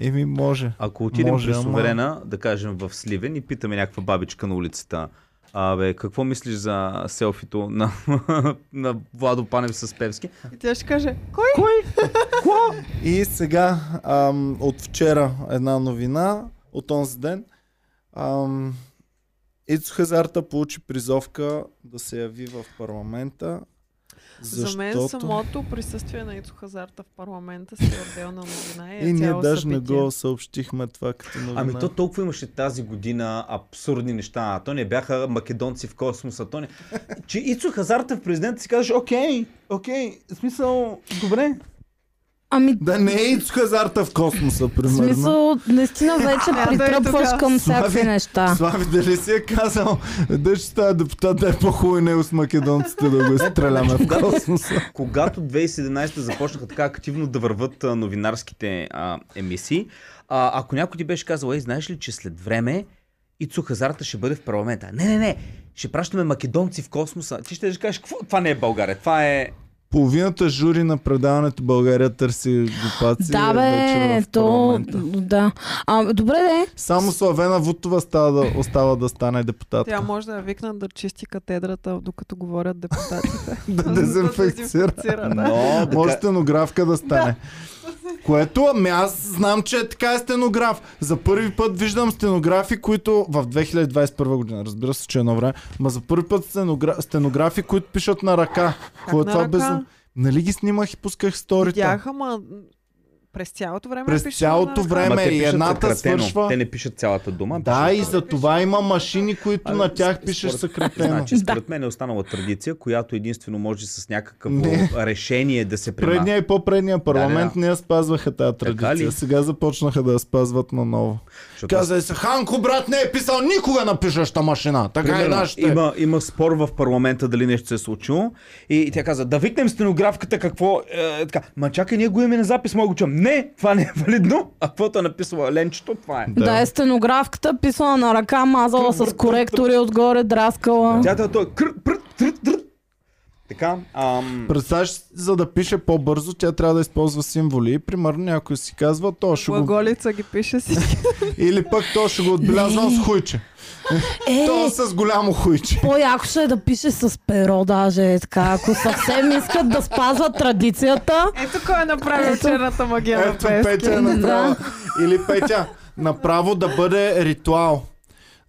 Speaker 1: Еми, може.
Speaker 2: ако отидем
Speaker 1: Може,
Speaker 2: Може, при
Speaker 1: ама-
Speaker 2: суверена, ама... да кажем в Сливен и питаме някаква бабичка на улицата, Абе, какво мислиш за селфито на, на Владо Панев с Певски?
Speaker 4: И тя ще каже, кой?
Speaker 1: И сега, ам, от вчера една новина, от онзи ден. Ам, Ицо Хазарта получи призовка да се яви в парламента. Защото...
Speaker 4: За мен самото присъствие на Ицо Хазарта в парламента си е отделна новина и е
Speaker 1: И ние
Speaker 4: цяло
Speaker 1: даже не
Speaker 4: събитие.
Speaker 1: го съобщихме това като новина.
Speaker 2: Ами то толкова имаше тази година абсурдни неща. То не бяха македонци в космоса. То не... Че Ицо Хазарта в президента си казваш, окей, окей, в смисъл, добре.
Speaker 3: Ами,
Speaker 1: Да не е Ицо Хазарта в космоса,
Speaker 3: в
Speaker 1: примерно.
Speaker 3: смисъл, наистина вече
Speaker 4: да е
Speaker 3: притръпваш
Speaker 4: така.
Speaker 3: към всякакви
Speaker 1: Слави.
Speaker 3: неща.
Speaker 1: Слави, дали си е казал, да ще става депутат да е по-хубаво и него с македонците да го стреляме в космоса.
Speaker 2: Когато 2017 започнаха така активно да върват а, новинарските а, емисии, а, ако някой ти беше казал, ей, знаеш ли, че след време Ицо Хазарта ще бъде в парламента. Не, не, не, ще пращаме македонци в космоса. Ти ще кажеш, какво? Това не е България, това е...
Speaker 1: Половината жури на предаването България търси глупаци.
Speaker 3: Да, бе,
Speaker 1: вечер в
Speaker 3: то...
Speaker 1: парламента.
Speaker 3: Да. А, добре, де.
Speaker 1: Само Славена Вутова става да, остава да стане депутат.
Speaker 4: Тя може да я викнат да чисти катедрата, докато говорят депутатите.
Speaker 1: Да дезинфекцира.
Speaker 4: дезинфекцира, да.
Speaker 2: Но,
Speaker 1: Може стенографка да стане. Което, ами аз знам, че е така е стенограф. За първи път виждам стенографи, които в 2021 година, разбира се, че е едно време, ма за първи път стеногра... стенографи, които пишат на ръка. е
Speaker 4: на ръка?
Speaker 1: Нали ги снимах и пусках сторите?
Speaker 4: Видяха, ма През цялото време
Speaker 1: През
Speaker 4: пише
Speaker 1: цялото
Speaker 4: на ръка.
Speaker 1: време
Speaker 2: те
Speaker 1: и
Speaker 2: пишат
Speaker 1: едната
Speaker 2: съкратено.
Speaker 1: свършва.
Speaker 2: Те не пишат цялата дума.
Speaker 1: Да,
Speaker 2: пишат-
Speaker 1: и за това има машини, които
Speaker 2: Абе,
Speaker 1: на тях
Speaker 2: с-
Speaker 1: пишеш
Speaker 2: според-
Speaker 1: съкратено.
Speaker 2: Значи, според мен е останала традиция, която единствено може с някакво
Speaker 1: Не.
Speaker 2: решение да се премахне.
Speaker 1: Предния и по-предния парламент
Speaker 2: Е, Да,
Speaker 1: не я спазваха тази
Speaker 2: Така
Speaker 1: традиция.
Speaker 2: ли?
Speaker 1: Сега започнаха да я спазват наново.
Speaker 2: Защото аз-
Speaker 1: Каза се, Ханко, брат, не е писал никога на пишеща машина. Така е
Speaker 2: Примерно,
Speaker 1: нашата.
Speaker 2: има, има спор в парламента дали нещо се е случило. И, и тя каза, да викнем стенографката какво... Е, така, Ма чакай, ние го имаме на запис, мога го чуем. Не, това не е валидно. А каквото е написала Ленчето, това е.
Speaker 1: Да.
Speaker 3: Да. е стенографката, писала на ръка, мазала с коректори отгоре, драскала.
Speaker 2: Тя е той... кръ- пръ- тръ- тръ. Така, ам...
Speaker 1: Представяш, си, за да пише по-бързо, тя трябва да използва символи. Примерно някой си казва, то ще го...
Speaker 4: Глаголица ги пише си.
Speaker 1: Или пък то ще го отбелязва с хуйче.
Speaker 3: Е,
Speaker 1: То с голямо хуйче.
Speaker 3: по-яко ще е да пише с перо даже, е така. Ако съвсем искат да спазват традицията,
Speaker 4: Ето кой е направил черната магия на
Speaker 1: Ето Петя е
Speaker 4: Пески.
Speaker 1: направила. Или Петя, направо да бъде ритуал.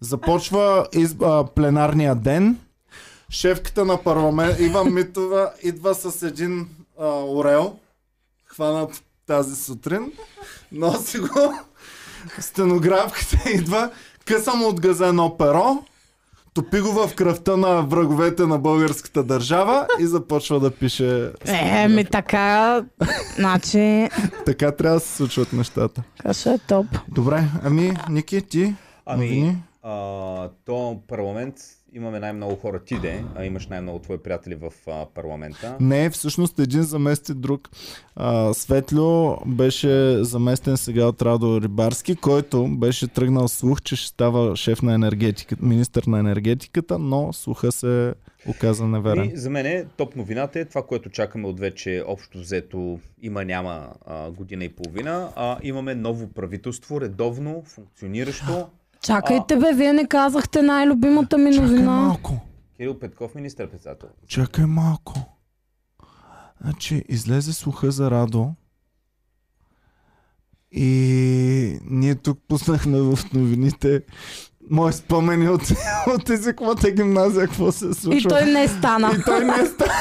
Speaker 1: Започва из, а, пленарния ден. Шефката на парламент, Ива Митова, идва с един а, орел, хванат тази сутрин, носи го. Стенографката идва, къса му от газено перо, топи го в кръвта на враговете на българската държава и започва да пише.
Speaker 3: е, ми така, значи,
Speaker 1: Така трябва да се случват нещата.
Speaker 3: така ще е топ.
Speaker 1: Добре, ами, Ники, ти?
Speaker 2: Ами,
Speaker 1: Новини?
Speaker 2: а, то парламент имаме най-много хора ти де, а имаш най-много твои приятели в а, парламента.
Speaker 1: Не, всъщност един замести друг. А, Светлио беше заместен сега от Радо Рибарски, който беше тръгнал слух, че ще става шеф на енергетиката, министър на енергетиката, но слуха се оказа неверен.
Speaker 2: И за мен е топ новината е това, което чакаме от вече общо взето има-няма а, година и половина. А, имаме ново правителство, редовно, функциониращо.
Speaker 3: Чакайте бе, вие не казахте най-любимата ми
Speaker 1: Чакай
Speaker 3: новина.
Speaker 1: малко,
Speaker 2: Кирил Петков, министър-председател.
Speaker 1: чакай малко. Значи, излезе слуха за Радо и ние тук пуснахме в новините мои спомени от, от езиковата гимназия, какво се случва. Е,
Speaker 3: И той не е стана.
Speaker 1: И той не е стана.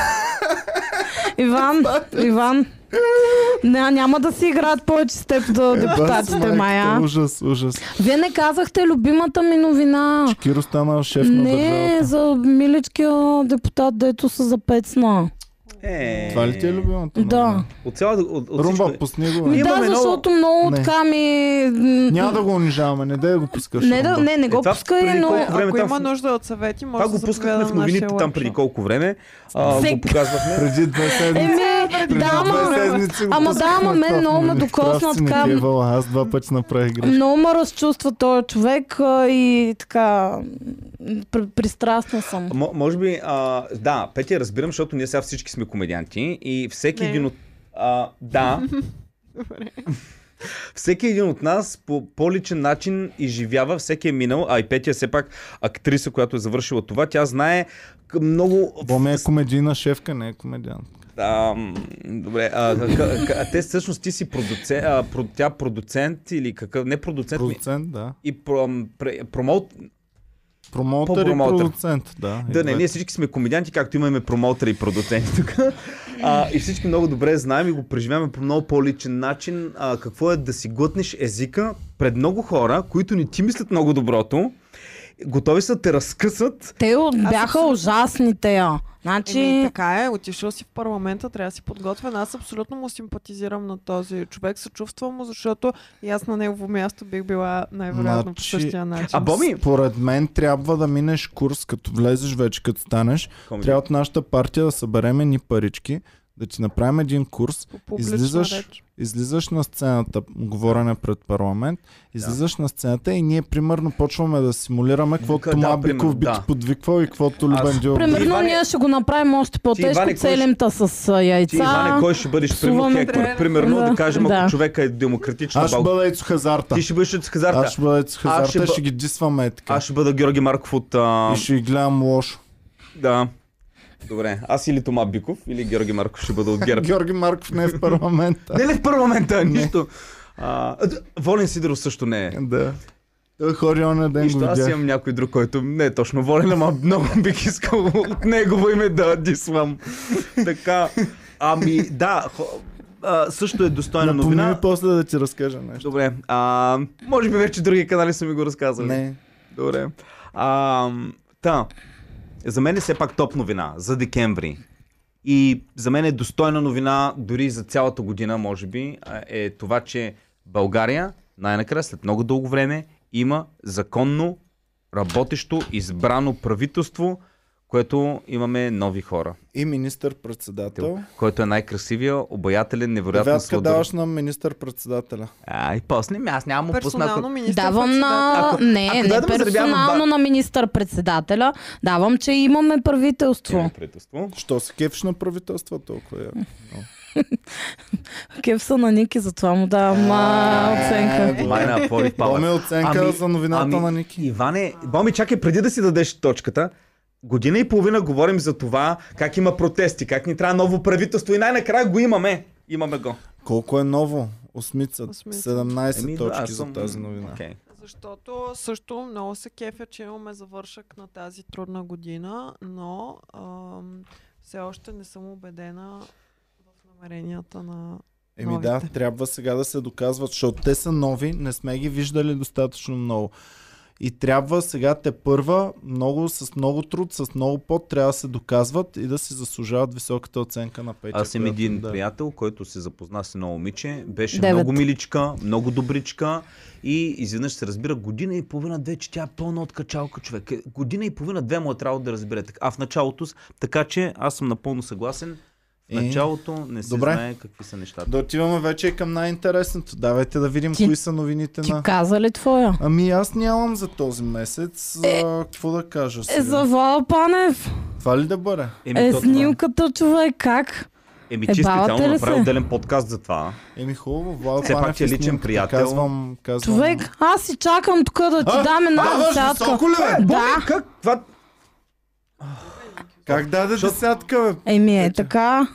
Speaker 3: Иван, Иван, не, няма да си играят повече с теб до
Speaker 1: Е,
Speaker 3: депутатите,
Speaker 1: Бас, майката,
Speaker 3: Мая.
Speaker 1: Ужас, ужас.
Speaker 3: Вие не казахте любимата ми новина.
Speaker 1: Киро стана шеф на
Speaker 3: Не,
Speaker 1: държавата.
Speaker 3: за миличкия депутат, дето се запецна.
Speaker 2: Е,
Speaker 1: Това ли ти е любимото?
Speaker 3: Да.
Speaker 2: От цялата... От, от
Speaker 1: Румба,
Speaker 2: всичко е-
Speaker 1: пусни го. бе.
Speaker 3: Ми да,
Speaker 2: Имаме много-
Speaker 3: защото много
Speaker 1: Не.
Speaker 3: така ми...
Speaker 1: Няма да го унижаваме, не дай да го пускаш.
Speaker 3: Не, да,
Speaker 1: Румба.
Speaker 3: не, не
Speaker 2: Е,
Speaker 3: го
Speaker 2: това преди
Speaker 3: пускай, но...
Speaker 2: колко време
Speaker 4: Ако
Speaker 2: там
Speaker 4: има
Speaker 2: в-
Speaker 4: нужда от съвети, може
Speaker 2: Това
Speaker 4: да
Speaker 2: го пускахме
Speaker 4: заповяда
Speaker 2: в
Speaker 4: на
Speaker 2: новините
Speaker 4: нашия
Speaker 2: там
Speaker 4: лапшоп.
Speaker 2: преди колко време. А, го
Speaker 3: Всек-
Speaker 2: показвахме.
Speaker 1: Преди две седмици.
Speaker 3: Еми,
Speaker 1: преди е
Speaker 3: да,
Speaker 1: две
Speaker 3: ма...
Speaker 1: седмици го
Speaker 3: ама да,
Speaker 1: пускахме
Speaker 3: ама мен
Speaker 1: това в
Speaker 3: много ме
Speaker 1: новините.
Speaker 3: докосна
Speaker 1: Прав си,
Speaker 3: така.
Speaker 1: Михаела, Аз два пъти направих грешка.
Speaker 3: Много ме разчувства този човек а, и така... м, пр- Пристрастна съм.
Speaker 2: М- може би, а, да, Петя, разбирам, защото ние сега всички сме комедианти и всеки
Speaker 4: Не.
Speaker 2: един от... А, да. всеки един от нас по по-личен начин изживява, всеки е минал, а и Петя е все пак актриса, която е завършила това, тя знае к- много...
Speaker 1: Боми е комедийна шефка, не е комедиант.
Speaker 2: А, м, добре, а, к- к- к- а те всъщност ти си продуцент, а, про, тя продуцент или какъв, не продуцент, ми,
Speaker 1: Продуцент, да.
Speaker 2: и про, м, пре- промоут,
Speaker 1: Промоутър и
Speaker 2: По-промоутър.
Speaker 1: продуцент, да. и
Speaker 2: Да, не,
Speaker 1: двете.
Speaker 2: ние всички сме комедианти, както имаме промоутери и продуценти тук. А, и всички много добре знаем и го преживяваме по много по-личен начин. А, какво е да си глътнеш езика пред много хора, които не ти мислят много доброто, готови са да те разкъсат.
Speaker 3: Те от- бяха
Speaker 4: абсолютно-
Speaker 3: ужасни тея.
Speaker 4: Еми,
Speaker 3: Значи...
Speaker 4: така е, отишъл си в парламента, трябва да си подготвен. Аз абсолютно му симпатизирам на този човек, съчувствам му, защото и аз на негово място бих била най-вероятно
Speaker 1: Значи-
Speaker 4: по същия начин.
Speaker 2: А Боми,
Speaker 1: Според мен трябва да минеш курс, като влезеш вече, като станеш.
Speaker 2: Комеди.
Speaker 1: Трябва от нашата партия да съберем ни парички, да ти направим един курс,
Speaker 4: По публична
Speaker 1: излизаш,
Speaker 4: реч.
Speaker 1: излизаш на сцената, говорене пред парламент, излизаш на сцената и ние примерно почваме да симулираме каквото
Speaker 2: да,
Speaker 1: Тома Биков
Speaker 2: примерно,
Speaker 1: би ти
Speaker 2: да.
Speaker 1: подвиквал и каквото Любен Дилов. би-
Speaker 3: Примерно
Speaker 2: Иване-
Speaker 3: ние ще го направим още по-тежко,
Speaker 2: Иване, кой ще-
Speaker 3: целимта с а, яйца.
Speaker 2: ти, Иване, кой ще бъдеш примерно
Speaker 3: псуваме
Speaker 2: хектор?
Speaker 3: тренера.
Speaker 2: Примерно да,
Speaker 3: Да,
Speaker 2: кажем, ако
Speaker 3: да.
Speaker 2: човека е демократична
Speaker 1: Аз ще
Speaker 2: България.
Speaker 1: бъда Ецо Хазарта.
Speaker 2: Ти ще бъдеш от хазарта.
Speaker 1: Аз ще бъда Ецо
Speaker 2: ще
Speaker 1: Хазарта,
Speaker 2: бъ-
Speaker 1: ще ги дисваме е така.
Speaker 2: Аз ще бъда Георги Марков от... А...
Speaker 1: И ще ги гледам лошо.
Speaker 2: Да. Добре, аз или Тома Биков, или Георги Марков ще бъда от ГЕРБ.
Speaker 1: Георги Марков не е в парламента.
Speaker 2: Не ли в парламента? Нищо. А, д- Волен Сидоров също не е.
Speaker 1: Да. Той хори оня ден го
Speaker 2: Нищо, аз
Speaker 1: видях.
Speaker 2: имам някой друг, който не е точно Волен, ама много бих искал от негово име да дисвам. Така, ами да, хо- а, също е достойна
Speaker 1: Напомни ми
Speaker 2: новина.
Speaker 1: после да ти разкажа нещо.
Speaker 2: Добре. А, може би вече други канали са ми го разказали.
Speaker 1: Не.
Speaker 2: Добре. А, та, за мен е все пак топ новина за декември. И за мен е достойна новина, дори за цялата година, може би, а, е това, че България най-накрая след много дълго време има законно работещо избрано правителство, което имаме нови хора.
Speaker 1: И министър-председател.
Speaker 2: Който е най-красивия, обаятелен, невероятно
Speaker 1: Девятка
Speaker 2: сладър.
Speaker 1: даваш на министър-председателя.
Speaker 2: А, и после ми, аз няма му пусна.
Speaker 4: Персонално министър
Speaker 3: Давам на...
Speaker 2: Ако-
Speaker 3: не,
Speaker 2: ако
Speaker 3: не
Speaker 2: дадем заребявам
Speaker 3: персонално
Speaker 2: ба-
Speaker 3: на министър-председателя. Давам, че имаме правителство.
Speaker 2: Правителство.
Speaker 1: Що се кефиш на правителства толкова? Е.
Speaker 3: Кефса на Ники, затова му давам
Speaker 2: Е,
Speaker 3: а,
Speaker 4: Е,
Speaker 3: оценка.
Speaker 1: Е,
Speaker 2: Майна, Порив Павел.
Speaker 1: Боми оценка
Speaker 2: Е. Ами-
Speaker 1: за новината
Speaker 2: ами-
Speaker 1: на Ники.
Speaker 2: Иване, Боми, чакай, преди да си дадеш точката, година и половина говорим за това, как има протести, как ни трябва ново правителство и най-накрая го имаме. Имаме го.
Speaker 1: Колко е ново? Осмица.
Speaker 4: Осмица.
Speaker 1: 17
Speaker 2: Еми, да,
Speaker 1: точки
Speaker 2: аз
Speaker 1: за
Speaker 2: съм-
Speaker 1: тази новина.
Speaker 2: Окей.
Speaker 4: Защото също много се кефя, че имаме завършък на тази трудна година, но ам, все още не съм убедена в намеренията на...
Speaker 1: Еми
Speaker 4: новите.
Speaker 1: да, трябва сега да се доказват, защото те са нови, не сме ги виждали достатъчно много. И трябва сега те първа, много, с много труд, с много пот, трябва да се доказват и да си заслужават високата оценка на Петя.
Speaker 2: Аз имам
Speaker 1: която
Speaker 2: един
Speaker 1: да.
Speaker 2: приятел, който се запозна с едно момиче, беше
Speaker 3: Девет.
Speaker 2: много миличка, много добричка и изведнъж се разбира година и половина, две, че тя е пълна от качалка човек. Е, Година и половина, две му е трябвало да разбере. Така- А в началото, с- така че аз съм напълно съгласен, в
Speaker 1: Е,
Speaker 2: началото не се
Speaker 1: добре.
Speaker 2: знае какви са нещата.
Speaker 1: Да отиваме вече и към най-интересното. Давайте да видим
Speaker 3: Ти-
Speaker 1: кои са
Speaker 2: е.
Speaker 1: новините
Speaker 3: Ти
Speaker 1: на...
Speaker 3: каза ли твоя?
Speaker 1: Ами аз нямам за този месец. А, какво да кажа сега?
Speaker 3: Е, за Вала Панев.
Speaker 1: Това ли да бъде?
Speaker 2: Еми,
Speaker 3: Е,
Speaker 2: то това-
Speaker 3: снимката, човек, как?
Speaker 2: Еми,
Speaker 3: Е,
Speaker 2: че специално
Speaker 3: бавате ли
Speaker 2: направи
Speaker 3: се?
Speaker 2: отделен подкаст за това.
Speaker 1: Еми хубаво, Вал
Speaker 2: Все пак
Speaker 1: Панев
Speaker 2: ти е
Speaker 1: и
Speaker 2: личен
Speaker 1: снимката.
Speaker 2: приятел.
Speaker 1: Казвам, казвам...
Speaker 3: Човек, аз си чакам тук да ти дам една
Speaker 1: даваш
Speaker 3: десятка. Е,
Speaker 1: високо ли, бе?
Speaker 3: Да,
Speaker 2: Как? Това...
Speaker 1: Как даде десятка, бе?
Speaker 3: еми е така.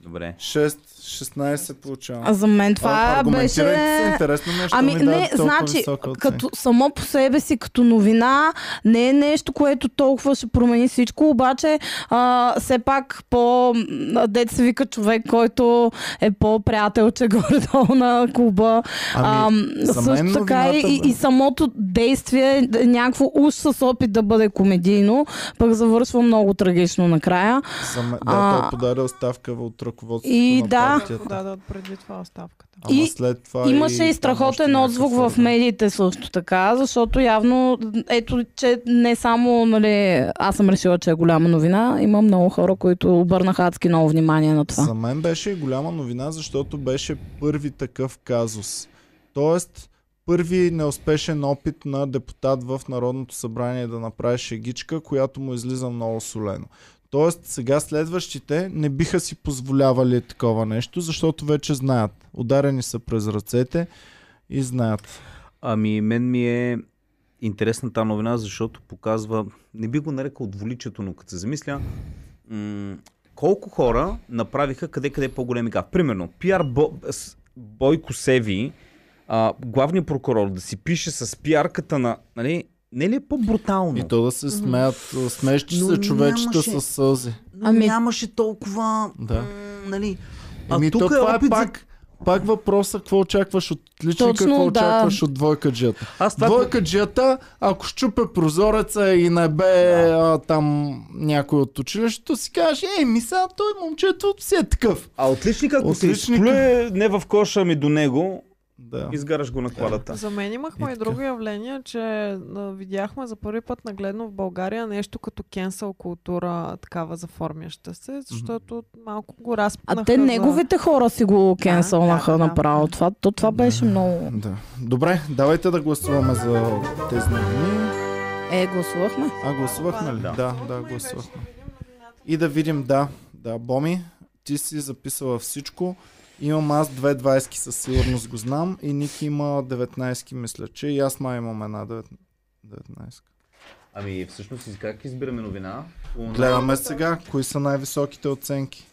Speaker 2: Добре.
Speaker 1: 6, 16 получавам.
Speaker 3: А за мен това беше...
Speaker 1: Аргументирайте се, интересно нещо.
Speaker 3: Ами не, значи, като само по себе си, като новина, не е нещо, което толкова ще промени всичко, обаче а, все пак по м, дет се вика човек, който е по-приятелче горе-долу на клуба.
Speaker 1: Ами,
Speaker 3: а,
Speaker 1: за мен
Speaker 3: също така и,
Speaker 1: новината,
Speaker 3: и,
Speaker 1: бе.
Speaker 3: и самото действие, д- някакво уж с опит да бъде комедийно, пък завършва много трагично накрая.
Speaker 1: Сам... Да,
Speaker 3: а-
Speaker 1: той подаде оставка от ръководството
Speaker 3: И
Speaker 1: на
Speaker 3: да.
Speaker 4: Той
Speaker 1: партията.
Speaker 4: подаде от преди това оставката.
Speaker 1: Ама
Speaker 3: И
Speaker 1: след това
Speaker 3: Имаше и
Speaker 1: там още
Speaker 3: страхотен
Speaker 1: някакъв
Speaker 3: отзвук в
Speaker 1: орган.
Speaker 3: медиите също така, защото явно, ето, че не само, нали, аз съм решила, че е голяма новина, има много хора, които обърнаха адски много внимание на това.
Speaker 1: За мен беше и голяма новина, защото беше първи такъв казус. Тоест, първи неуспешен опит на депутат в Народното събрание да направи шегичка, която му излиза много солено. Тоест, сега следващите не биха си позволявали такова нещо, защото вече знаят. Ударени са през ръцете и знаят.
Speaker 2: Ами, мен ми е интересна тази новина, защото показва, не би го нарекал дволичието, но като се замисля, м- колко хора направиха къде-къде по-големи гав. Примерно, пиар Бо, с- Бойко Севи, а, главният прокурор, да си пише с пиарката на... Нали, не ли е по-брутално?
Speaker 1: И то да се смеят, смещи
Speaker 2: Но
Speaker 1: се човечета с
Speaker 2: нямаше-
Speaker 1: сълзи.
Speaker 2: Но
Speaker 3: Ами-
Speaker 2: нямаше толкова...
Speaker 1: Да.
Speaker 2: м, нали, а
Speaker 1: Еми,
Speaker 2: тук
Speaker 1: то
Speaker 2: е
Speaker 1: това е
Speaker 2: опит за-
Speaker 1: пак, пак въпроса, какво очакваш от лично и
Speaker 3: Точно,
Speaker 1: какво
Speaker 3: да.
Speaker 1: очакваш от двойка джията.
Speaker 2: Аз това...
Speaker 1: Двойка джията, ако щупе прозореца и не бе а, там някой от училището, си кажеш, ей, ми сега той момчето си е такъв.
Speaker 2: А отличника, ако се
Speaker 1: Отличника.
Speaker 2: изплюе не в коша, ми до него,
Speaker 1: Да.
Speaker 2: изгараш го на кладата.
Speaker 4: За мен имахме
Speaker 1: И
Speaker 4: и,
Speaker 1: така.
Speaker 4: друго явление, че а, видяхме за първи път нагледно в България нещо като кенсъл култура, такава заформяща се, защото малко го разпнаха.
Speaker 3: А те
Speaker 4: за-
Speaker 3: неговите хора си го кенселнаха
Speaker 4: да, да.
Speaker 3: направо. Това, то, това беше много...
Speaker 1: да. Добре, давайте да гласуваме за тези новини.
Speaker 3: Е, гласувахме.
Speaker 1: А, гласувахме ли?
Speaker 2: Да.
Speaker 1: да, да гласувахме. И да видим, да, да, Боми, ти си записала всичко. Имам аз 2.20 със сигурност го знам и Ники има 19 мисля, че и аз май имам една 9 19.
Speaker 2: Ами, всъщност, из- как избираме новина? По-
Speaker 1: Гледаме сега, кои са най-високите оценки.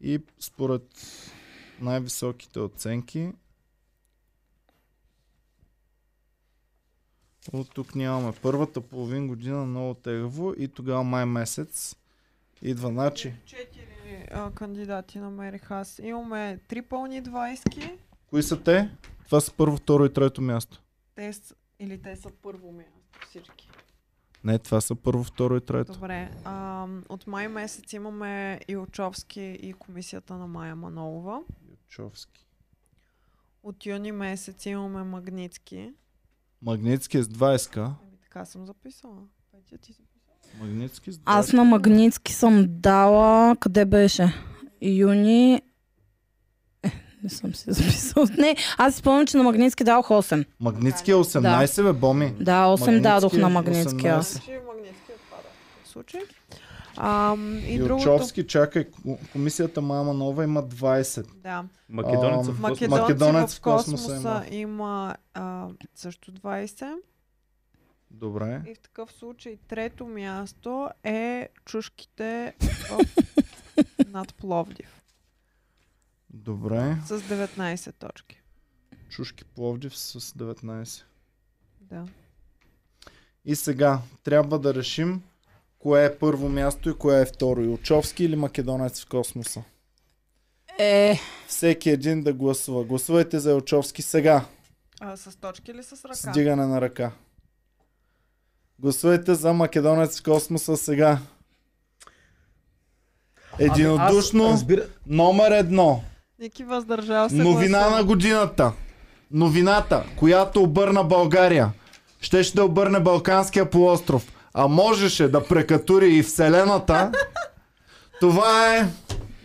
Speaker 1: И според най-високите оценки от тук нямаме първата половин година много тегаво и тогава май месец идва. Значи,
Speaker 4: а, кандидати намерих аз. Имаме три пълни двайски.
Speaker 1: Кои са те? Това са първо, второ и трето място.
Speaker 4: Те с... Или те са първо място всички.
Speaker 1: Не, това са първо, второ и трето.
Speaker 4: Добре. А, от май месец имаме Илчовски и комисията на Майя Манолова.
Speaker 1: Човски.
Speaker 4: От юни месец имаме Магницки.
Speaker 1: Магнитски е с 20
Speaker 4: Ами, Така съм записала. Петя, ти записа.
Speaker 1: Магнитски с 20
Speaker 3: Аз на Магницки съм дала... Къде беше? Юни... Е, не съм си записал. Не, аз си спомням, че на Магницки дал 8.
Speaker 1: Магнитски е 18, бе, Боми.
Speaker 3: Да, 8
Speaker 1: Магнитски
Speaker 3: дадох
Speaker 1: е
Speaker 3: на Магницки
Speaker 1: 18.
Speaker 3: аз.
Speaker 4: Значи Магницки отпада в този случай. А, и другото...
Speaker 1: Илчовски, чакай, ко- комисията Мама Нова има 20.
Speaker 4: Да.
Speaker 2: Македонеца
Speaker 1: Ам,
Speaker 2: в
Speaker 4: Македонци,
Speaker 2: космоса.
Speaker 1: Македонец
Speaker 4: в
Speaker 1: в космоса
Speaker 4: космоса има а, също 20.
Speaker 1: Добре.
Speaker 4: И в такъв случай трето място е чушките в... над Пловдив.
Speaker 1: Добре.
Speaker 4: С 19 точки.
Speaker 1: Чушки Пловдив с 19.
Speaker 4: Да.
Speaker 1: И сега трябва да решим кое е първо място и кое е второ. Илчовски или Македонец в космоса.
Speaker 3: Е,
Speaker 1: Всеки един да гласува. Гласувайте за Илчовски сега.
Speaker 4: А, с точки или с ръка?
Speaker 1: С дигане на ръка. Гласувайте за Македонец в космоса сега. Единодушно,
Speaker 2: Ами Аз разбира...
Speaker 1: номер едно.
Speaker 4: Ники въздържал се.
Speaker 1: Новина
Speaker 4: гласува.
Speaker 1: на годината. Новината, която обърна България. Щеше да обърне Балканския полуостров. А можеше да прекатури и Вселената. Това е...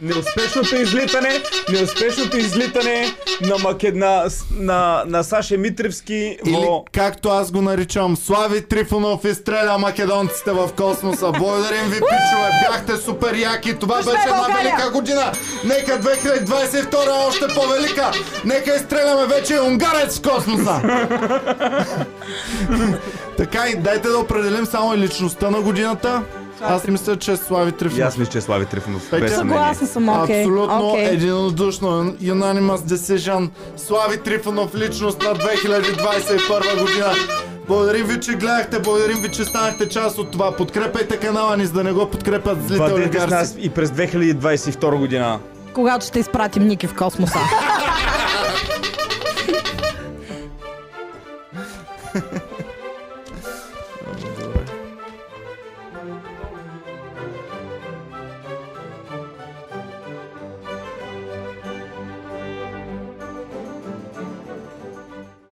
Speaker 2: Неуспешното излитане, неуспешното излитане на, Макед... на, с- на, на Саше Митревски
Speaker 1: Или
Speaker 2: в...
Speaker 1: както аз го наричам, Слави Трифонов изстреля македонците в космоса. Благодарим ви, пичове. Бяхте супер яки. Това беше една велика година. Нека 2022 е още по-велика. Нека изстреляме вече и унгарец в космоса. така и дайте да определим само и личността на годината. Аз мисля, че е Слави
Speaker 2: И
Speaker 1: Трифонов.
Speaker 2: аз мисля, че е Слави Трифонов.
Speaker 1: Петя?
Speaker 2: Без съмнение.
Speaker 3: съгласна съм, окей.
Speaker 1: Абсолютно
Speaker 3: окей.
Speaker 1: единодушно. Unanimous decision. Слави Трифонов, личност на 2021 година. Благодарим ви, че гледахте, благодарим ви, че станахте част от това. Подкрепете канала ни, за да не го подкрепят злите
Speaker 2: Бъдете с
Speaker 1: олигарси.
Speaker 2: нас и през 2022 година.
Speaker 3: Когато ще изпратим Ники в космоса.